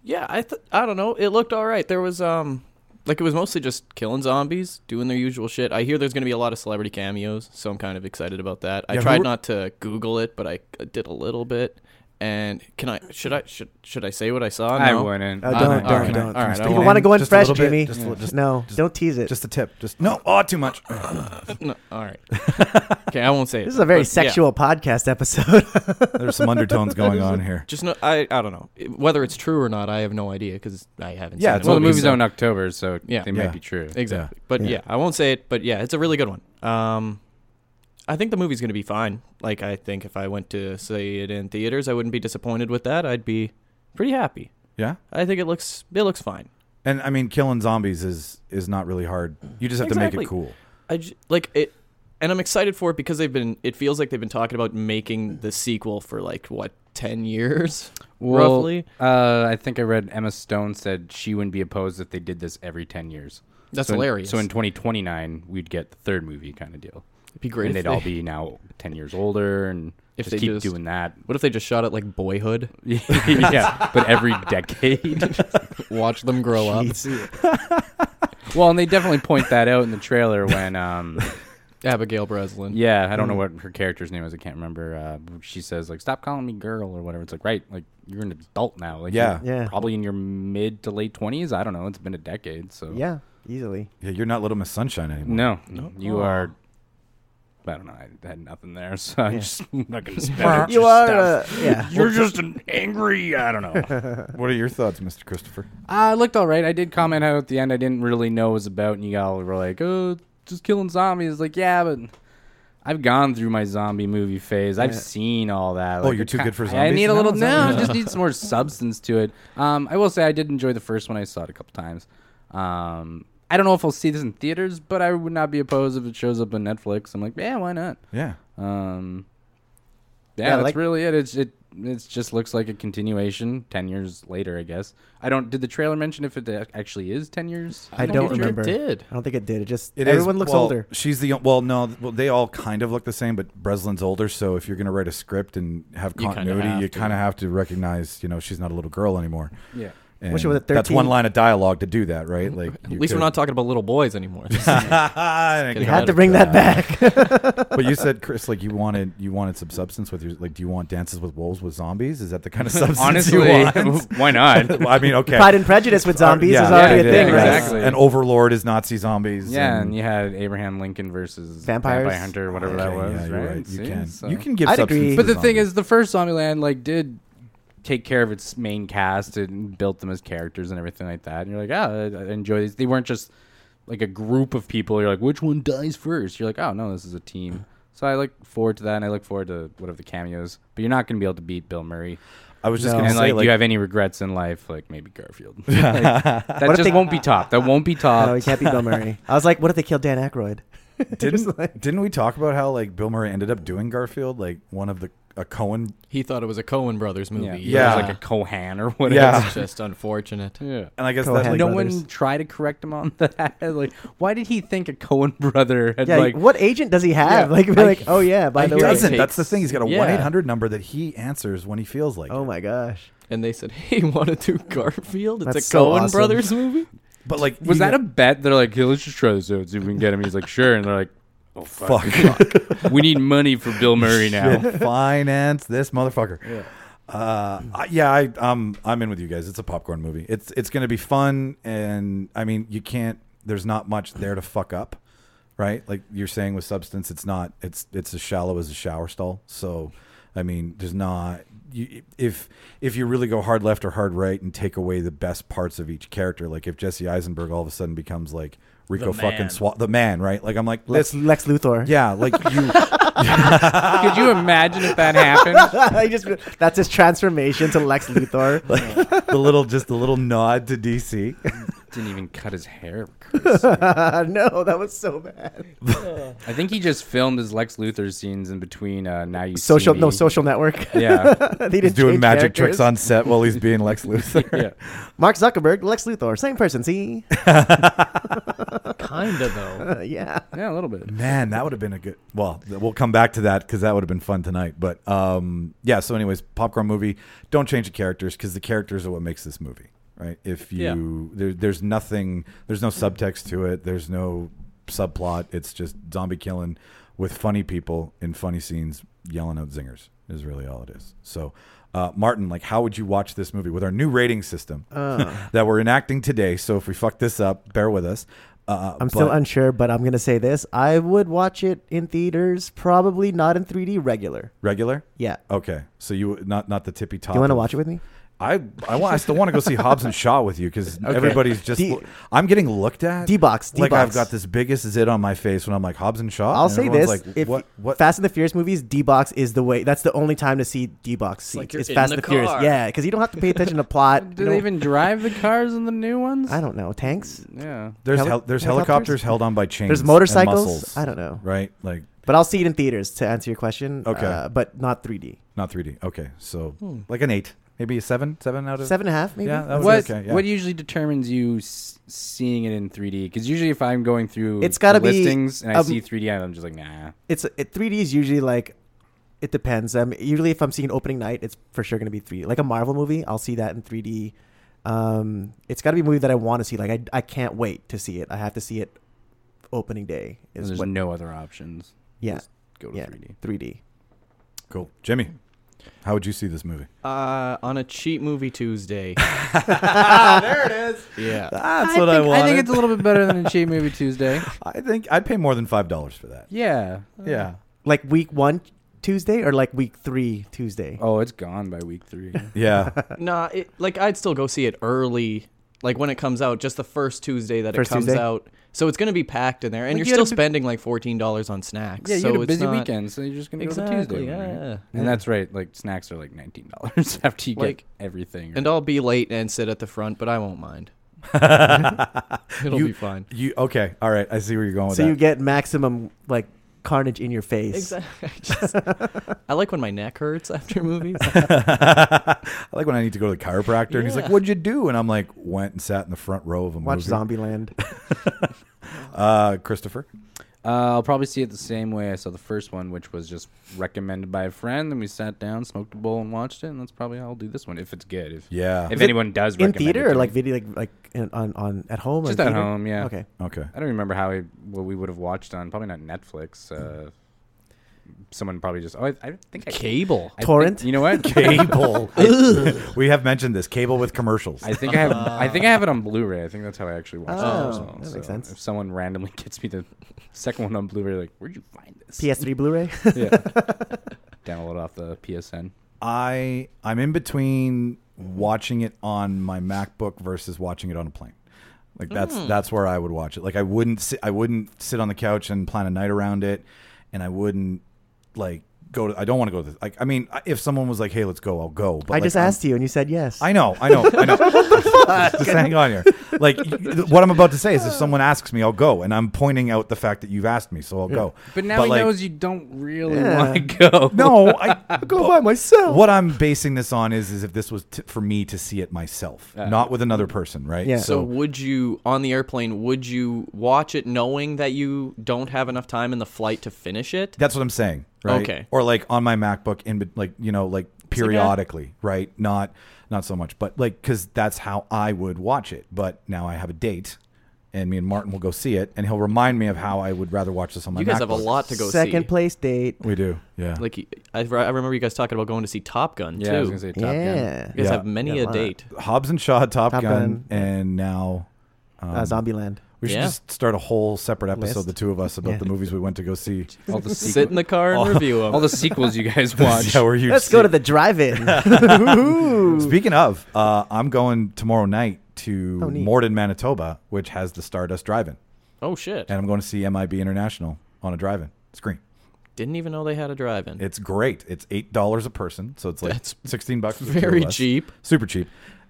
S3: Yeah, I th- I don't know. It looked all right. There was um like it was mostly just killing zombies, doing their usual shit. I hear there's going to be a lot of celebrity cameos, so I'm kind of excited about that.
S1: Yeah,
S3: I
S1: who
S3: tried
S1: were-
S3: not to google it, but I uh, did a little bit. And can I should I should should I say what I saw?
S4: I
S3: Oh, No.
S4: wouldn't.
S2: Uh,
S4: I
S2: don't- don't-
S4: wouldn't. All right.
S2: don't.
S4: All right, I
S1: Just
S2: You
S1: a
S4: won't.
S2: want
S1: little
S2: to go in
S1: bit,
S2: fresh,
S1: just a little
S2: Jimmy?
S1: bit, just a little- just-
S2: no,
S1: just-
S2: don't tease it.
S1: Just a tip. Just no. Oh, too much.
S3: No, all right. okay, I won't say it.
S2: this is a very
S3: but, yeah.
S2: sexual podcast episode.
S1: There's some undertones going on here.
S3: Just no, I I don't know It- whether it's true or not. I have no idea because I haven't.
S1: Yeah,
S3: seen
S1: it's
S3: it.
S4: Well, the
S1: Well,
S4: movie's
S1: so-
S4: out in October, so
S3: Yeah.
S4: they
S1: Yeah.
S4: might be true.
S3: Exactly. But
S2: Yeah.
S3: yeah. I won't say it, but yeah, it's a really good one. Um I think the movie's going to be fine. Like I think if I went to see it in theaters, I wouldn't be disappointed with that. I'd be pretty happy.
S1: Yeah,
S3: I think it looks it looks fine.
S1: and I mean, killing zombies is is not really hard. You just have to make
S3: Exactly.
S1: it cool.
S3: I j- like it, and I'm excited for it because they've been. It feels like they've been talking about making the sequel for like what ten years,
S4: Well,
S3: roughly.
S4: Uh, I think I read Emma Stone said she wouldn't be opposed if they did this every ten years.
S3: That's
S4: So in-
S3: hilarious.
S4: so in 2029, we'd get the third movie kind of deal,
S3: It'd be great.
S4: and
S3: if
S4: they'd
S3: they,
S4: all be now ten years older, and
S3: If
S4: just
S3: they
S4: keep
S3: just-
S4: doing that.
S3: What if they just shot it like Boyhood?
S4: yeah, but every decade.
S3: Watch them grow up.
S4: well, and they definitely point that out in the trailer when, um,
S3: Abigail Breslin.
S4: yeah, I don't know what her character's name is. I can't remember. Uh, she says like, "Stop calling me girl" or whatever. It's like, right, like you're an adult now. Like,
S1: Yeah.
S4: you're
S2: Yeah.
S4: probably in your mid to late twenties. I don't know. It's been a decade, so
S2: Yeah, easily.
S1: Yeah, you're not Little Miss Sunshine anymore.
S4: No, you are. I don't know. I had nothing there, so I'm
S2: Yeah.
S4: just not going to spend.
S2: You are, uh, yeah.
S4: You're just an angry. I don't know.
S1: What are your thoughts, Mr. Christopher?
S4: uh, it looked all right. I did comment out at the end. I didn't really know what it was about, and you all were like, "Oh, just killing zombies." Like, yeah, but I've gone through my zombie movie phase. I've
S2: Yeah.
S4: seen all that.
S1: Oh,
S4: Like,
S1: you're
S4: it
S1: too
S4: ki-
S1: good for
S4: I
S1: zombies
S4: need a
S1: now?
S4: little.
S1: Is
S4: No, it just need some more substance to it. Um, I will say I did enjoy the first one. I saw it a couple times. Um, I don't know if I'll see this in theaters, but I would not be opposed if it shows up on Netflix. I'm like, yeah, why not?
S1: Yeah.
S4: Um, yeah,
S2: Yeah,
S4: that's
S2: like-
S4: really it. It's it. It just looks like a continuation. Ten years later, I guess. I don't. Did the trailer mention if it ac- actually is ten years?
S2: I don't
S3: think it
S2: remember.
S3: did.
S2: I don't think it did. It just
S1: It is-
S2: everyone looks
S1: well,
S2: older.
S1: She's the well, no, th- well, they all kind of look the same, but Breslin's older. So if you're going to write a script and have
S3: You kinda
S1: continuity,
S3: have
S1: you
S3: to.
S1: kind of have to recognize, you know, she's not a little girl anymore.
S4: Yeah.
S1: And
S2: Wish it was at
S1: that's
S2: 13.
S1: one line of dialogue to do that, right? Like,
S3: Mm-hmm. At least we're not talking about little boys anymore.
S1: talking.
S2: You
S3: You
S2: had
S3: had
S2: to bring that back.
S1: but you said, Chris, like you wanted you wanted some substance with your like. Do you want Dances with Wolves with zombies? Is that the kind of substance
S4: Honestly,
S1: you want?
S4: why not?
S1: Well, I mean, okay.
S2: Pride and Prejudice with zombies
S1: Yeah,
S2: is already
S4: yeah,
S2: a
S4: yeah,
S2: thing,
S4: yeah,
S2: right?
S4: exactly.
S1: And Overlord is Nazi zombies.
S4: yeah, and you had Abraham Lincoln versus
S2: Vampires?
S4: Vampire Hunter, whatever that
S1: Okay,
S4: was,
S1: yeah, you're
S4: right?
S1: You
S4: See?
S1: can
S4: So-
S1: you can give
S2: I'd
S1: substance.
S2: agree.
S1: to
S4: But the thing
S1: zombies.
S4: is, the first Zombieland like did take care of its main cast and built them as characters and everything like that. And you're like, oh, I, I enjoy these. They weren't just like a group of people. You're like, which one dies first? You're like, oh no, this is a team. So I look forward to that, and I look forward to whatever the cameos. But you're not going to be able to beat Bill Murray.
S1: I was just
S2: No.
S1: going to
S4: And
S1: say,
S4: like,
S1: like,
S4: do you have any regrets in life? Like maybe Garfield. Like, that just won't be top. That won't be top.
S2: No, he can't be Bill Murray. I was like, what if they killed Dan Aykroyd?
S1: didn't didn't we talk about how like Bill Murray ended up doing Garfield, like one of the a Cohen?
S3: He thought it was a Cohen Brothers movie.
S1: Yeah.
S4: yeah, like a Cohan or whatever.
S1: Yeah.
S3: It's just unfortunate.
S4: yeah.
S1: And I guess
S2: Cohen
S1: that like,
S4: no
S2: brothers.
S4: one try to correct him on that. like, why did he think a Cohen brother had
S2: Yeah,
S4: like?
S2: what agent does he have?
S4: Yeah.
S2: like, be like, oh yeah, by
S3: I
S1: he
S2: the way.
S3: hear
S1: doesn't.
S3: takes-
S1: That's the thing. He's got a
S3: Yeah.
S1: one eight hundred number that he answers when he feels like.
S2: Oh
S1: it.
S2: my gosh.
S3: And they said, "Hey, want to do Garfield? It's
S2: That's
S3: a
S2: so
S3: Cohen
S2: awesome.
S3: Brothers movie."
S1: But like, you
S4: Was that a
S1: know-
S4: bet? They're like, hey, let's just try this out, see if we can get him. He's like, sure, and they're like, oh fuck,
S1: fuck?
S4: we need money for Bill Murray now.
S1: Shit, finance this motherfucker. Yeah. Uh, I- yeah, I, um, I'm in with you guys. It's a popcorn movie. It's it's going to be fun, and I mean, you can't. There's not much there to fuck up, right? Like you're saying with substance, it's not. It's it's as shallow as a shower stall. So, I mean, there's not. You, if if you really go hard left or hard right and take away the best parts of each character, like if Jesse Eisenberg all of a sudden becomes like Rico fucking
S4: man.
S1: Swat, the man, right? Like I'm like
S2: Lex,
S1: this.
S2: Lex Luthor.
S1: Yeah, like you.
S4: Could you imagine if that happened?
S2: he just that's his transformation to Lex Luthor.
S1: the little just a little nod to DC.
S4: Didn't even cut his hair.
S2: no, that was so bad.
S4: I think he just filmed his Lex Luthor scenes in between. Uh, now you See
S2: Social,
S4: Me.
S2: no social network.
S4: Yeah,
S2: they didn't
S1: He's doing
S2: change
S1: magic
S2: characters.
S1: tricks on set while he's being Lex Luthor.
S4: yeah.
S2: Mark Zuckerberg, Lex Luthor, same person. See,
S3: Kinda though.
S2: Uh, yeah.
S4: Yeah, a little bit.
S1: Man, that would have been a good. Well, th- we'll come back to that because that would have been fun tonight. But um, yeah. So, anyways, popcorn movie. Don't change the characters because the characters are what makes this movie, right? If you there, there's nothing, there's no subtext to it. There's no subplot. It's just zombie killing with funny people in funny scenes yelling out zingers is really all it is. So, uh, Martin, like, how would you watch this movie with our new rating system?
S2: Uh,
S1: that we're enacting today. So if we fuck this up, bear with us. Uh,
S2: I'm still
S1: but-
S2: unsure, but I'm gonna say this: I would watch it in theaters, probably not in 3D regular.
S1: regular.
S2: Yeah.
S1: Okay, so you not not the tippy top.
S2: Do you want to
S1: of-
S2: watch it with me?
S1: I I, want, I still want to go see Hobbs and Shaw with you because everybody's just.
S2: D-
S1: I'm getting looked at.
S2: D-box,
S1: Like
S2: D-box.
S1: I've got this biggest zit on my face when I'm like Hobbs and Shaw.
S2: I'll
S1: and
S2: say this:
S1: everyone's Like,
S2: if
S1: what? What?
S2: Fast and the Furious movies, D box is the way. That's the only time to see D box seats.
S3: like you're
S2: it's
S3: in
S2: Fast
S3: the
S2: and the Furious,
S3: car.
S2: yeah, because you don't have to pay attention to plot.
S4: Do
S2: you
S4: they
S2: don't-
S4: even drive the cars in the new ones?
S2: I don't know tanks.
S4: Yeah.
S1: there's
S2: heli-
S1: hel- there's helicopters
S2: helicopters?
S1: held on by chains.
S2: There's
S1: and
S2: motorcycles.
S1: muscles,
S2: I don't know,
S1: Right, like
S2: but I'll see it in theaters to answer your question.
S1: Okay.
S2: uh, but not 3D.
S1: not 3D. Okay, so
S3: Hmm.
S1: like an eight, maybe a seven, seven out of
S2: Seven and a half, maybe.
S1: Yeah, that was
S4: What
S1: okay. Yeah.
S4: what usually determines you s- seeing it in 3D? Because usually, if I'm going through
S2: It's gotta
S4: the
S2: be,
S4: listings and I
S2: um,
S4: see 3D, I'm just like, nah.
S2: it's it, 3D is usually like it depends. Um, usually if I'm seeing opening night, it's for sure gonna be 3D. Like a Marvel movie, I'll see that in 3D. Um, it's got to be a movie that I want to see. Like I, I can't wait to see it. I have to see it opening day.
S4: And
S2: Is
S4: there's
S2: what?
S4: no other options.
S2: Yeah,
S4: Just go to
S2: yeah,
S4: 3D.
S2: 3D.
S1: Cool, Jimmy. How would you see this movie?
S3: Uh, on a cheap movie Tuesday.
S1: Ah, there it is.
S3: Yeah.
S2: Ah,
S1: That's
S4: I
S1: what
S4: think,
S1: I wanted.
S4: think it's a little bit better than a cheap movie Tuesday.
S1: I think I'd pay more than five dollars for that.
S4: Yeah.
S1: Yeah.
S2: Like week one Tuesday or like week three Tuesday.
S4: Oh, it's gone by week three.
S1: Yeah.
S3: Nah, it, like I'd still go see it early, like when it comes out, just the first Tuesday that
S2: First
S3: it comes
S2: Tuesday?
S3: out. So it's gonna be packed in there, and
S4: Like,
S3: you're
S4: you had
S3: still
S4: a bu-
S3: spending like fourteen dollars on snacks.
S4: yeah, you
S3: so
S4: had a
S3: it's
S4: busy
S3: not-
S4: weekend, so you're just gonna
S3: Exactly.
S4: go to Tuesday. one, right?
S3: yeah.
S4: And that's right. Like snacks are like nineteen dollars after you
S3: Like-
S4: get everything.
S3: And I'll be late and sit at the front, but I won't mind. It'll
S1: You-
S3: be fine.
S1: you okay? All right. I see where you're going with
S2: so
S1: that.
S2: you get maximum like carnage in your face.
S3: Exactly. I, just- I like when my neck hurts after movies.
S1: I like when I need to go to the chiropractor and he's like,
S3: Yeah.
S1: "What'd you do?" And I'm like, "Went and sat in the front row of a
S2: Watch
S1: movie."
S2: Zombieland.
S1: Uh, Christopher.
S4: Uh, I'll probably see it the same way I saw the first one, which was just recommended by a friend. Then we sat down, smoked a bowl, and watched it. And that's probably how I'll do this one if it's good. If
S1: Yeah.
S4: if
S2: it
S4: anyone does
S2: in
S4: recommend it
S2: theater
S4: to
S2: or like
S4: me.
S2: video like like in, on on at home
S4: Just
S2: or
S4: at
S2: theater?
S4: home, yeah.
S2: Okay.
S1: Okay.
S4: I don't remember how we, what we would have watched on probably not Netflix. Uh, someone probably just oh I, I think I,
S3: Cable.
S4: I think-
S2: Torrent?
S4: you know what?
S1: Cable. we have mentioned this cable with commercials.
S4: I think I have. I think I have it on Blu-ray. I think that's how I actually watched
S2: Oh,
S4: the first one.
S2: that
S4: So
S2: makes sense.
S4: If someone randomly gets me the second one on Blu-ray, like where'd you find this?
S2: PS3 Blu-ray.
S4: yeah. Download off the PSN.
S1: I I'm in between watching it on my MacBook versus watching it on a plane. Like that's
S4: Hmm.
S1: that's where I would watch it. Like I wouldn't sit, I wouldn't sit on the couch and plan a night around it, and I wouldn't like go to. I don't want to go to. the- Like I mean, I- if someone was like, "Hey, let's go," I'll go. But
S2: I
S1: like,
S2: just
S1: I'm-
S2: asked you and you said yes.
S1: I know, I know, I know. Just hang on here. Like y- y- what I'm about to say is, if someone asks me, I'll go, and I'm pointing out the fact that you've asked me, so I'll go.
S4: But now he
S1: like,
S4: knows you don't really
S2: Yeah.
S4: want to go.
S1: No, I
S2: go by myself.
S1: what I'm basing this on is is if this was t- for me to see it myself, not with another person, right?
S2: Yeah.
S3: So would you on the airplane? Would you watch it knowing that you don't have enough time in the flight to finish it?
S1: that's what I'm saying, right?
S3: Okay.
S1: Or like on my MacBook, in bet- like you know, like
S3: like, eh.
S1: periodically, right? Not not so much, but like because that's how I would watch it. But now I have a date, and me and Martin will go see it, and he'll remind me of how I would rather watch this on my.
S3: You guys have a
S1: MacBook.
S3: lot to go
S2: Second
S3: see.
S2: place date.
S1: We do, yeah.
S3: Like I, I remember you guys talking about going to see Top Gun
S4: Yeah,
S3: too.
S4: I was gonna say Top Gun.
S2: yeah.
S3: You guys
S1: Yeah.
S3: have many
S2: Yeah, why
S3: a
S2: not?
S3: date.
S1: Hobbs and Shaw, Top,
S2: Top
S1: Gun,
S2: Gun.
S1: and now
S2: uh, Zombieland.
S1: we should
S3: Yeah.
S1: just start a whole separate episode,
S2: List.
S1: the two of us, about
S2: Yeah.
S1: the movies we went to go see.
S4: All the
S3: Sit in
S4: sequels,
S3: the car and review them.
S4: all the sequels you guys watch.
S1: yeah, we're huge.
S2: Let's go to the drive-in. Ooh.
S1: Speaking of, uh, I'm going tomorrow night to
S2: Oh, neat.
S1: Morden, Manitoba, which has the Stardust Drive-In,
S3: oh shit!
S1: and I'm going to see MIB International on a drive-in screen.
S3: Didn't even know they had a drive-in.
S1: It's great. It's eight dollars a person, so it's like
S3: That's
S1: sixteen bucks. for the two
S3: Very
S1: of us.
S3: cheap.
S1: super cheap.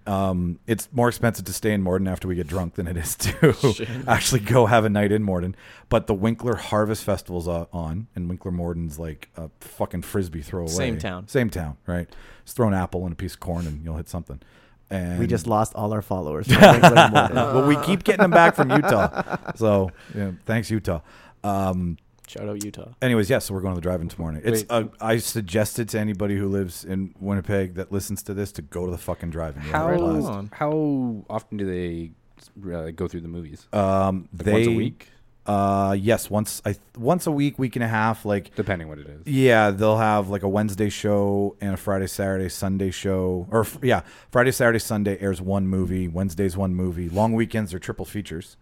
S1: Um, it's more expensive to stay in Morden after we get drunk than it is to actually go have a night in Morden. But the Winkler Harvest Festival's o- on, and Winkler Morden's like a fucking frisbee throw away.
S3: Same town.
S1: same town, right? Just throw an apple and a piece of corn, and you'll hit something. And
S2: We just lost all our followers. from Winkler and Morton.
S1: but we keep getting them back from Utah. So yeah, thanks, Utah. Um,
S3: Shout out Utah.
S1: anyways, yes, so we're going to the drive-in tomorrow night. It's
S4: Wait.
S1: uh, I suggested to anybody who lives in Winnipeg that listens to this to go to the fucking drive-in. You'll have a blast.
S4: How
S3: on.
S4: how often do they uh, go through the movies?
S1: Um, they
S4: once a week?
S1: Uh, yes, once I once a week, week and a half. Like,
S4: Depending what it is.
S1: yeah, they'll have like a Wednesday show and a Friday, Saturday, Sunday show. Or f- yeah, Friday, Saturday, Sunday airs one movie. Wednesday's one movie. Long weekends are triple features.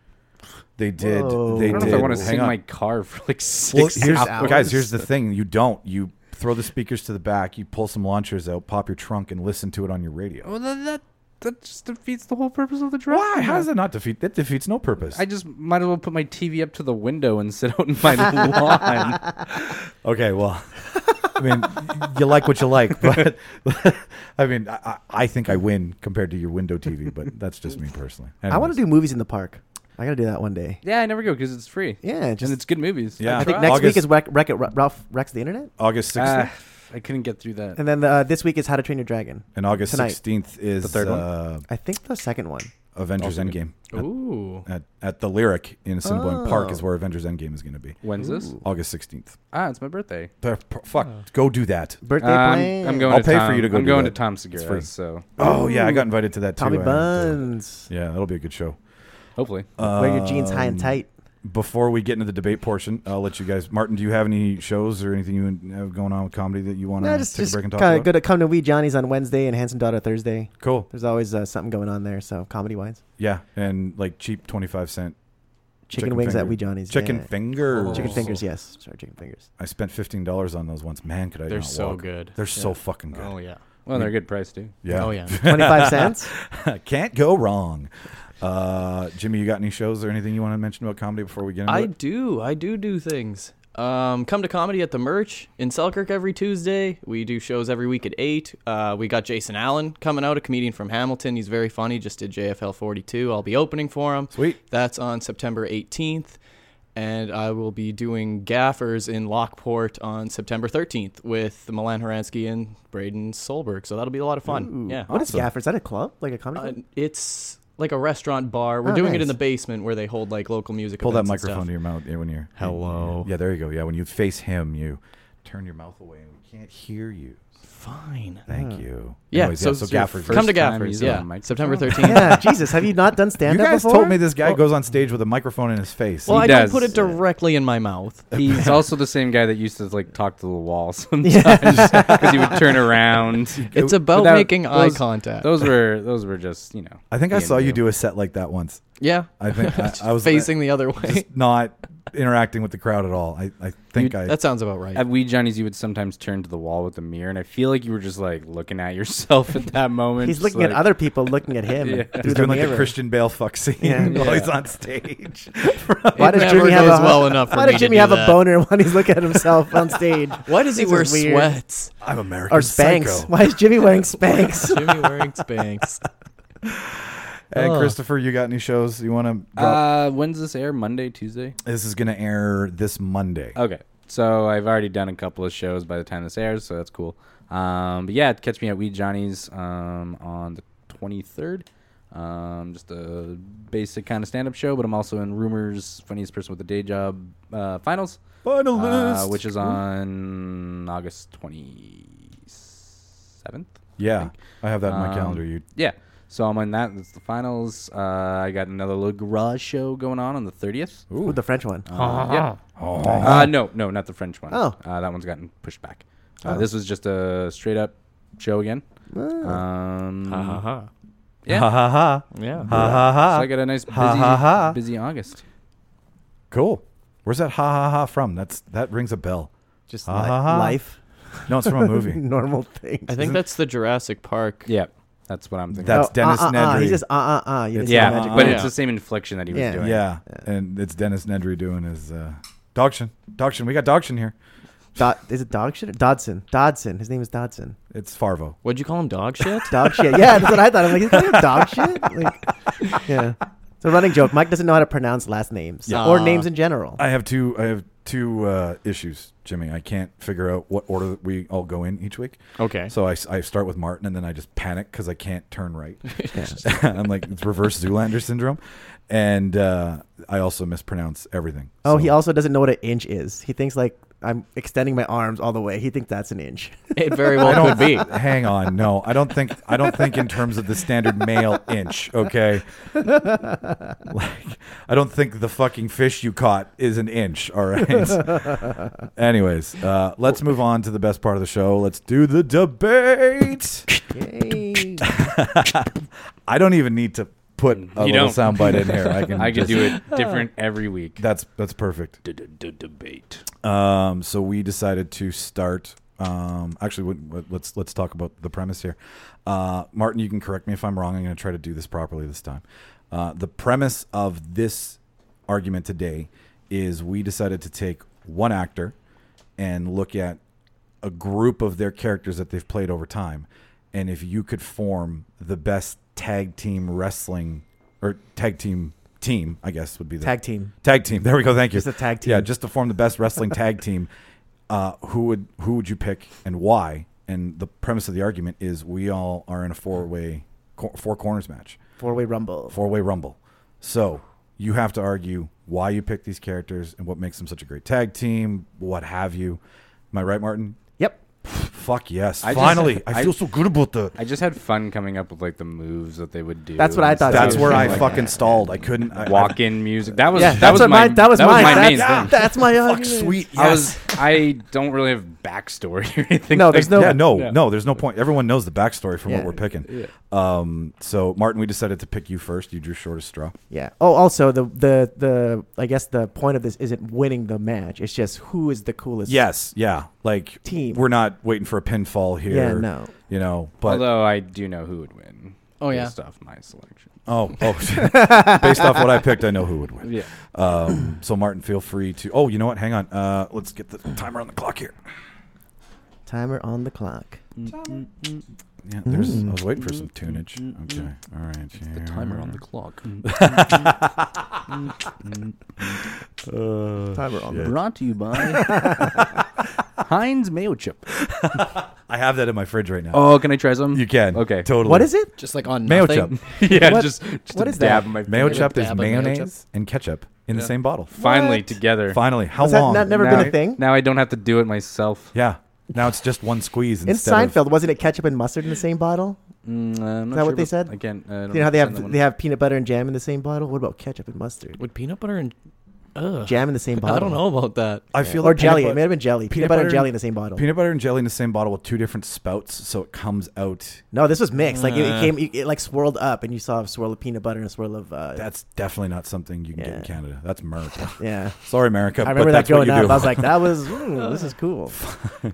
S1: They did.
S2: Whoa.
S1: They
S4: I don't know
S1: did.
S4: if I want to
S1: hang
S4: sit in
S1: on.
S4: my car for
S1: Well,
S4: like six
S1: here's,
S4: hours.
S1: guys, here's the thing: you don't. You throw the speakers to the back, you pull some launchers out, pop your trunk, and listen to it on your radio.
S4: Well, that, that that just defeats the whole purpose of the drive.
S1: Why? How does that not defeat? That defeats no purpose.
S4: I just might as well put my TV up to the window and sit out in my lawn.
S1: Okay, well, I mean, you like what you like, but I mean, I, I- I think I win compared to your window TV, but that's just me personally.
S2: I want
S1: Anyways.
S2: to do movies in the park. I gotta do that one day.
S4: Yeah, I never go because it's free.
S2: Yeah, just
S4: and it's good movies.
S1: Yeah.
S2: I think
S1: Try.
S2: next
S1: August-
S2: week is Wreck, Wreck It Ru- Ralph wrecks the internet,
S1: August
S4: Ah,
S1: 16th.
S4: I couldn't get through that.
S2: and then uh, this week is How to Train Your Dragon.
S1: and August
S2: tonight.
S1: 16th is
S4: The third one?
S1: uh,
S2: I think the second one.
S1: Avengers
S4: Also good.
S1: Endgame. At,
S3: Ooh.
S1: at, at the Lyric in Assiniboine Park
S2: Oh.
S1: is where Avengers Endgame is going to be.
S4: When's this?
S2: Ooh.
S1: August 16th.
S4: Ah, it's my birthday.
S1: Per- per- Fuck, go do that.
S2: Birthday
S4: Um,
S2: plan.
S4: I'm going.
S1: I'll
S4: to
S1: pay for
S4: Tom-
S1: you to go
S4: I'm
S1: do
S4: going
S1: that.
S4: to Tom
S1: free.
S4: Segura, so
S1: Oh, yeah, I got invited to that too.
S2: Tommy
S1: I-
S2: Buns.
S1: Yeah, that'll be a good show.
S4: hopefully.
S2: Wear your jeans high and
S1: Um,
S2: tight.
S1: Before we get into the debate portion, I'll let you guys. Martin, do you have any shows or anything you have going on with comedy that you want to
S2: No, just
S1: take a
S2: just
S1: break and
S2: kind
S1: talk about?
S2: of good to come to Wee Johnny's on Wednesday and Handsome Daughter Thursday.
S1: Cool.
S2: There's always uh, something going on there. So comedy wise,
S1: Yeah, and like cheap twenty five cent
S2: chicken, wings
S1: finger-
S2: at Wee Johnny's.
S1: Chicken
S2: yeah.
S1: fingers.
S2: Chicken
S3: Oh.
S2: fingers. Yes, sorry, chicken fingers.
S1: I spent fifteen dollars on those once. Man, could I?
S3: They're
S1: not
S3: so
S1: walk.
S3: good.
S1: They're so fucking good.
S3: Oh yeah.
S4: Well, they're a good price too.
S1: yeah.
S3: Oh yeah.
S2: Twenty five cents.
S1: Can't go wrong. Uh, Jimmy, you got any shows or anything you want to mention about comedy before we get into
S3: I
S1: it?
S3: do. I do do things. Um, come to comedy at the merch in Selkirk every Tuesday. We do shows every week at eight. Uh, we got Jason Allen coming out, a comedian from Hamilton. He's very funny. Just did JFL 42. I'll be opening for him.
S1: Sweet.
S3: That's on September 18th, and I will be doing Gaffers in Lockport on September 13th with Milan Horansky and Braden Solberg. So that'll be a lot of fun.
S2: Ooh.
S3: yeah.
S2: What is
S1: Awesome.
S2: Gaffer's? Is that a club? Like a comedy?
S3: Uh,
S2: club?
S3: it's like a restaurant bar. We're
S2: Oh,
S3: doing it
S2: nice.
S3: in the basement where they hold like local music.
S1: Pull that
S3: events and stuff.
S1: microphone to your mouth yeah, when you're.
S3: Hello.
S1: Yeah, there you go. Yeah, when you face him, you turn your mouth away and we can't hear you.
S3: Fine.
S1: Thank you.
S3: Yeah,
S1: Anyways,
S3: so
S1: so
S3: it's your
S1: Gaffer.
S4: first
S3: Come to
S4: time
S3: Gaffers,
S4: using a
S3: yeah. September
S4: microphone?
S3: 13th.
S2: yeah, Jesus, have you not done
S1: You
S2: stand up
S1: guys
S2: before?
S1: told me this guy goes on stage with a microphone in his face.
S3: Well,
S4: He
S3: I
S4: does.
S3: don't put it directly in my mouth.
S4: He's also the same guy that used to like talk to the wall sometimes because he would turn around.
S3: It's about
S4: that-
S3: making eye
S4: those-
S3: contact.
S4: Those were those were just you know.
S1: I think I
S4: being
S1: saw you
S4: real.
S1: do a set like that once.
S3: yeah.
S1: I think I, I was uh,
S3: facing the other way.
S1: just not interacting with the crowd at all. I, I think I
S3: that sounds about right.
S4: At Wee Johnny's, you would sometimes turn to the wall with a mirror, and I feel like you were just like looking at yourself at that moment.
S2: He's
S4: just
S2: looking at
S4: like-
S2: other people looking at him
S4: Yeah.
S2: through
S1: he's
S2: the
S1: doing like the
S2: mirror.
S1: Christian Bale fuck scene
S2: Yeah.
S1: while he's
S4: Yeah.
S1: on stage.
S2: Why
S3: It
S2: does
S3: never
S2: Jimmy have
S3: goes
S2: a,
S3: well enough for
S2: Why
S3: me
S2: does
S3: to
S2: Jimmy
S3: do
S2: have
S3: that.
S2: a boner when he's looking at himself on stage?
S3: Why does he
S2: This
S3: wear
S2: is weird.
S3: sweats?
S1: I'm American
S2: Or Spanx?
S1: Psycho.
S2: Why is Jimmy wearing Spanx?
S3: Jimmy wearing Spanx.
S1: And
S3: Ugh.
S1: Christopher, you got any shows you want to? drop?
S4: Uh, when's this air? Monday, Tuesday.
S1: this is gonna air this Monday.
S4: Okay, so I've already done a couple of shows by the time this airs, so that's cool. Um, but yeah, catch me at Weed Johnny's um, on the 23rd. Um, just a basic kind of stand-up show, but I'm also in Rumors Funniest Person with a Day Job uh, finals, uh,
S1: Finalist.
S4: which is on August 27th.
S1: yeah, I have that in my
S4: Um,
S1: calendar. You
S4: Yeah. So I'm in that. That's the finals. Uh, I got another little garage show going on on the 30th.
S2: Ooh, the French one.
S4: Uh, yeah.
S1: Oh.
S4: Uh, no, no, not the French one.
S2: Uh-huh. Oh.
S4: Uh, that one's gotten pushed back. Uh, This was just a straight up show again.
S2: Uh,
S3: uh-huh.
S4: Um,
S3: Ha ha ha.
S4: Yeah.
S1: ha ha ha
S3: Yeah.
S1: ha ha
S4: So I
S1: ha.
S4: got a nice busy,
S1: Ha, ha, ha.
S4: busy August.
S1: Cool. Where's that ha ha ha from? That's that rings a bell.
S2: Just
S1: Uh,
S2: li-
S1: ha, ha.
S2: life,
S1: No, it's from a movie.
S2: normal things.
S3: I think that's the Jurassic Park.
S4: Yeah, that's what I'm thinking.
S1: That's
S2: Oh,
S1: Dennis
S2: uh, uh, uh,
S1: Nedry.
S2: He says uh uh uh. You
S1: It's-
S2: didn't say
S4: yeah,
S2: the magic
S4: but
S2: word.
S4: it's
S3: Yeah.
S4: the same inflection that he was
S2: Yeah.
S4: doing.
S1: yeah, and it's Dennis Nedry doing his uh, Dogshin. Dogshin. We got Dogshin here.
S2: Dod- is it dog shit? Or Dodson. Dodson. His name is Dodson.
S1: It's Farvo.
S3: What'd you call him? Dog shit?
S2: Dog shit. Yeah, that's what I thought. I'm like, is that a dog shit? Like, yeah. It's a running joke. Mike doesn't know how to pronounce last names
S3: Yeah.
S2: or
S3: Aw.
S2: names in general.
S1: I have two. I have two uh, issues, Jimmy. I can't figure out what order that we all go in each week.
S3: okay.
S1: So I, s- I start with Martin, and then I just panic because I can't turn right.
S2: Yeah.
S1: I'm like it's reverse Zoolander syndrome, and uh, I also mispronounce everything.
S2: Oh,
S1: So-
S2: he also doesn't know what an inch is. He thinks like I'm extending my arms all the way. He thinks that's an inch.
S3: It very
S1: I
S3: well
S1: don't
S3: could be.
S1: Hang on, no, I don't think I don't think in terms of the standard male inch. Okay, like I don't think the fucking fish you caught is an inch. All right. Anyways, uh, let's move on to the best part of the show. Let's do the debate.
S2: Yay.
S1: I don't even need to put a
S4: You
S1: little
S4: don't.
S1: soundbite in here. I can.
S4: I could
S1: just-
S4: do it different every week.
S1: That's that's perfect.
S4: Debate.
S1: Um, so we decided to start Um, actually, what- what- let's let's talk about the premise here. Uh, Martin, you can correct me if I'm wrong. I'm going to try to do this properly this time. Uh, the premise of this argument today is we decided to take one actor and look at a group of their characters that they've played over time, and if you could form the best tag team wrestling or tag team team, I guess would be the
S2: Tag team.
S1: Tag team. There we go. Thank you.
S2: Just a tag
S1: Yeah,
S2: team.
S1: just to form the best wrestling tag team. Uh, who would who would you pick and why? And the premise of the argument is we all are in a four way four corners match,
S2: Four way rumble.
S1: four way rumble. So you have to argue why you pick these characters and what makes them such a great tag team, what have you. Am I right, Martin?
S2: Yep.
S1: Fuck yes.
S4: I just-
S1: Finally, I
S4: I-
S1: feel so good about that.
S4: I just had fun coming up with like the moves that they would do.
S2: That's what I
S4: and
S2: thought,
S4: stuff.
S1: That's where I
S4: Like,
S1: fucking stalled. I couldn't I,
S4: walk in music. That was
S2: yeah,
S4: that
S2: that's
S4: was
S2: what
S4: my
S2: my, that was mine.
S4: my
S2: that's,
S4: main
S1: yeah.
S4: thing.
S2: that's my
S1: Fuck
S2: argument.
S1: sweet. Yes.
S4: I was I don't really have backstory or anything.
S2: No,
S4: like
S2: there's no-
S4: that.
S1: yeah, no,
S4: Yeah.
S1: no, there's no point. Everyone knows the backstory from what
S2: Yeah.
S1: we're picking. Um, so Martin, we decided to pick you first. You drew shortest straw.
S2: Yeah. Oh, also the the the I guess the point of this isn't winning the match. It's just who is the coolest.
S1: Yes, yeah. Like
S2: Team.
S1: we're not waiting for a pinfall here.
S2: Yeah, no.
S1: You know, but
S4: Although I do know who would win.
S3: Oh, yeah.
S4: based off my selection.
S1: oh, oh, based off what I picked, I know who would win.
S4: Yeah,
S1: Um, so Martin, feel free to. Oh, you know what? Hang on. Uh, let's get the timer on the clock here.
S2: Timer on the clock.
S1: Yeah, there's. I was waiting for some tunage. Okay, all right.
S3: The timer on the clock.
S1: Uh,
S2: Timer on the
S1: shit.
S3: Brought to you by
S4: Heinz Mayo Chip.
S1: I have that in my fridge right now.
S4: Oh, can I try some?
S1: you can.
S4: Okay.
S1: Totally.
S2: What is it?
S3: just like on
S1: Mayo
S3: nothing.
S1: chub.
S4: yeah,
S2: What-
S4: just, just
S2: what
S4: a
S2: is
S4: dab
S2: that?
S4: in my
S1: Mayo
S4: finger.
S3: a
S1: chop. There's
S3: dab of mayo
S1: mayonnaise
S3: chip.
S1: and ketchup in the
S4: Yeah.
S1: same bottle.
S4: Finally
S2: What?
S4: together.
S1: Finally, how
S2: Has that
S1: long?
S2: not- never
S4: now,
S2: been a thing?
S4: Now I don't have to do it myself.
S1: yeah. Now it's just one squeeze
S2: In
S1: instead of-
S2: Seinfeld, wasn't it ketchup and mustard in the same bottle?
S4: Mm, uh, I'm not
S2: Is that what
S4: sure
S2: they
S4: about-
S2: said?
S4: I can't. I don't
S2: You know how they
S4: understand that one.
S2: have they have peanut butter and jam in the same bottle. What about ketchup and mustard?
S3: Would peanut butter and ugh,
S2: Jam in the same bottle.
S3: I don't know about that.
S1: I feel
S2: Or
S1: like peanut
S2: jelly. It
S1: butter-
S2: may have been jelly. Peanut, butter and jelly in the same bottle.
S1: Peanut butter and jelly in the same bottle with two different spouts, so it comes out.
S2: No, this was mixed. Like it, it
S3: Uh.
S2: came, it, it like swirled up, and you saw a swirl of peanut butter and a swirl of. Uh,
S1: That's definitely not something you can get in
S2: Yeah.
S1: Canada. That's America.
S2: yeah.
S1: Sorry, America.
S2: I
S1: but
S2: remember that
S1: that's what
S2: growing
S1: you
S2: up.
S1: do.
S2: I was like, that was ooh, this is cool.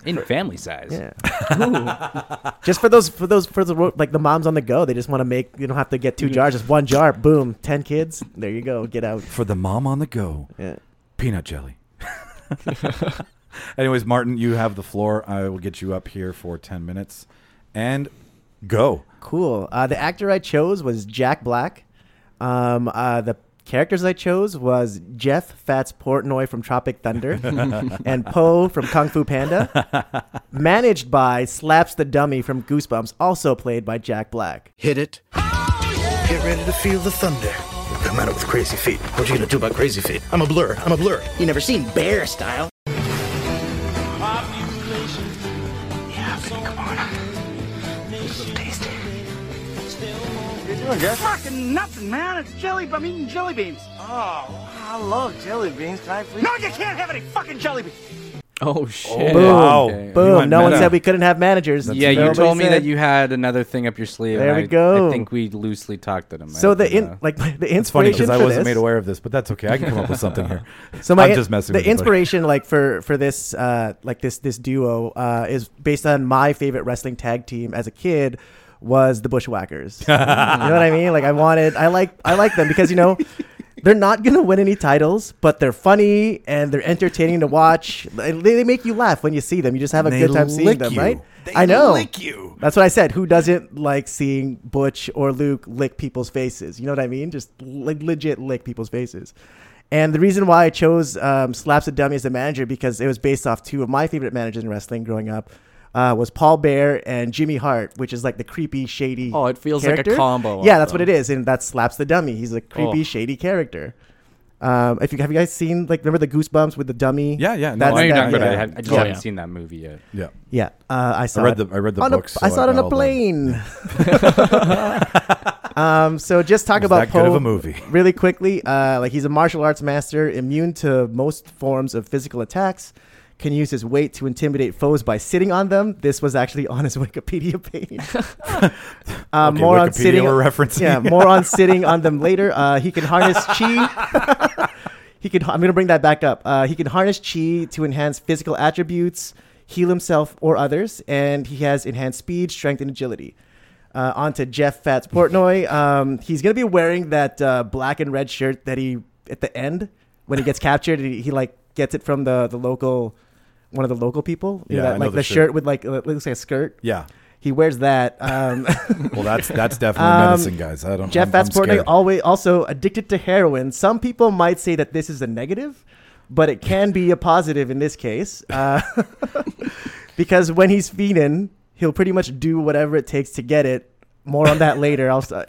S4: in family size.
S2: Yeah. just for those for those for the ro- like the moms on the go, they just want to make. You don't have to get two jars, just one jar. Boom, ten kids. There you go. Get out.
S1: for the mom on the go,
S2: Yeah.
S1: peanut jelly. Anyways, Martin, you have the floor. I will get you up here for ten minutes, and go.
S2: Cool. Uh, the actor I chose was Jack Black. Um, uh, the characters I chose was Jeff Fats Portnoy from Tropic Thunder and Poe from Kung Fu Panda, managed by Slaps the Dummy from Goosebumps, also played by Jack Black.
S5: Hit it. Get ready to feel the thunder. You come at it with crazy feet. What you gonna do about crazy feet? I'm a blur. I'm a blur. You never seen bear style. Yeah, baby, come on. Little tasty.
S6: Fucking nothing, man. It's jelly. I'm eating jelly beans. Oh, I love jelly beans. Can I please? No, you can't have any fucking jelly beans.
S3: Oh shit!
S1: Wow.
S4: Okay.
S1: You
S2: Boom.
S1: went
S2: No one
S1: meta.
S2: said we couldn't have managers.
S4: yeah, you
S2: Nobody
S4: told me
S2: said.
S4: that you had another thing up your sleeve.
S2: There
S4: and
S2: we
S4: I-
S2: go.
S4: I think we loosely talked to them.
S2: So the in, like the
S1: It's funny
S2: inspiration
S1: because I
S2: for
S1: wasn't
S2: this-
S1: made aware of this, but that's okay. I can come up with something here.
S2: So my
S1: I'm just messing
S2: the
S1: with you, buddy.
S2: inspiration like for for this uh like this this duo uh is based on my favorite wrestling tag team as a kid was the Bushwhackers. you know what I mean? Like I wanted I like I like them because you know they're not going to win any titles, but they're funny and they're entertaining to watch. They, they make you laugh when you see them. You just have a
S1: They
S2: good time seeing
S1: lick
S2: them,
S1: you.
S2: right?
S1: They
S2: I know.
S1: lick you.
S2: That's what I said. Who doesn't like seeing Butch or Luke lick people's faces? You know what I mean? Just like legit lick people's faces. And the reason why I chose um, Slaps a Dummy as the manager because it was based off two of my favorite managers in wrestling growing up. Uh, was Paul Bear and Jimmy Hart, which is like the creepy, shady.
S3: Oh, it feels like a
S2: character.
S3: combo
S2: Yeah,
S3: of
S2: that's what
S3: them.
S2: it is, and that slaps the dummy. He's a creepy,
S3: Oh.
S2: shady character. Um, if you have you guys seen like remember the Goosebumps with the dummy?
S1: Yeah, yeah, no,
S4: I
S1: I
S4: know you're
S1: that-
S4: not, but
S1: yeah.
S4: I, had, I just
S3: Yeah.
S4: haven't
S3: Yeah.
S4: seen that movie yet.
S1: Yeah.
S2: Yeah, uh, I saw.
S1: I read
S2: it.
S1: the I read the
S2: on
S1: books.
S2: A, I saw it on a plane. um, so just talk
S1: Was
S2: about
S1: that good of
S2: Poe
S1: a movie?
S2: really quickly. Uh, like he's a martial arts master, immune to most forms of physical attacks. Can use his weight to intimidate foes by sitting on them. This was actually on his Wikipedia page. uh,
S1: Okay,
S2: more on
S1: Wikipedia
S2: sitting.
S1: we're referencing.
S2: Yeah, more on sitting on them later. Uh, he can harness chi. he can. I'm gonna bring that back up. Uh, he can harness chi to enhance physical attributes. heal himself or others, and he has enhanced speed, strength, and agility. Uh, on to Jeff Fats Portnoy. Um, he's going to be wearing that uh, black and red shirt that he, at the end, when he gets captured, he, he like gets it from the, the local, one of the local people.
S1: Yeah,
S2: You know, that,
S1: I know
S2: like
S1: the
S2: the,
S1: shirt.
S2: shirt. with like, uh, looks like a skirt.
S1: Yeah.
S2: He wears that. Um,
S1: Well, that's that's definitely
S2: Um,
S1: medicine, guys. I don't.
S2: Jeff
S1: I'm,
S2: Fats
S1: I'm
S2: Portnoy
S1: scared.
S2: always also addicted to heroin. Some people might say that this is a negative, but it can be a positive in this case, uh, because when he's fiending, he'll pretty much do whatever it takes to get it. More on that later. I'll. s- uh,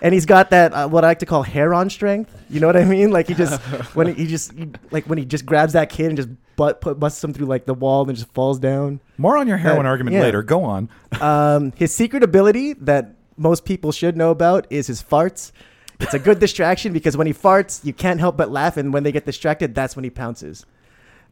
S2: And he's got that uh, what I like to call hair on strength. You know what I mean? Like he just when he just like when he just grabs that kid and just butt put, busts him through like the wall and just falls down.
S1: More on your heroin
S2: Uh,
S1: argument
S2: yeah.
S1: later. Go on.
S2: Um, his secret ability that most people should know about is his farts. It's a good distraction because when he farts, you can't help but laugh, and when they get distracted, that's when he pounces.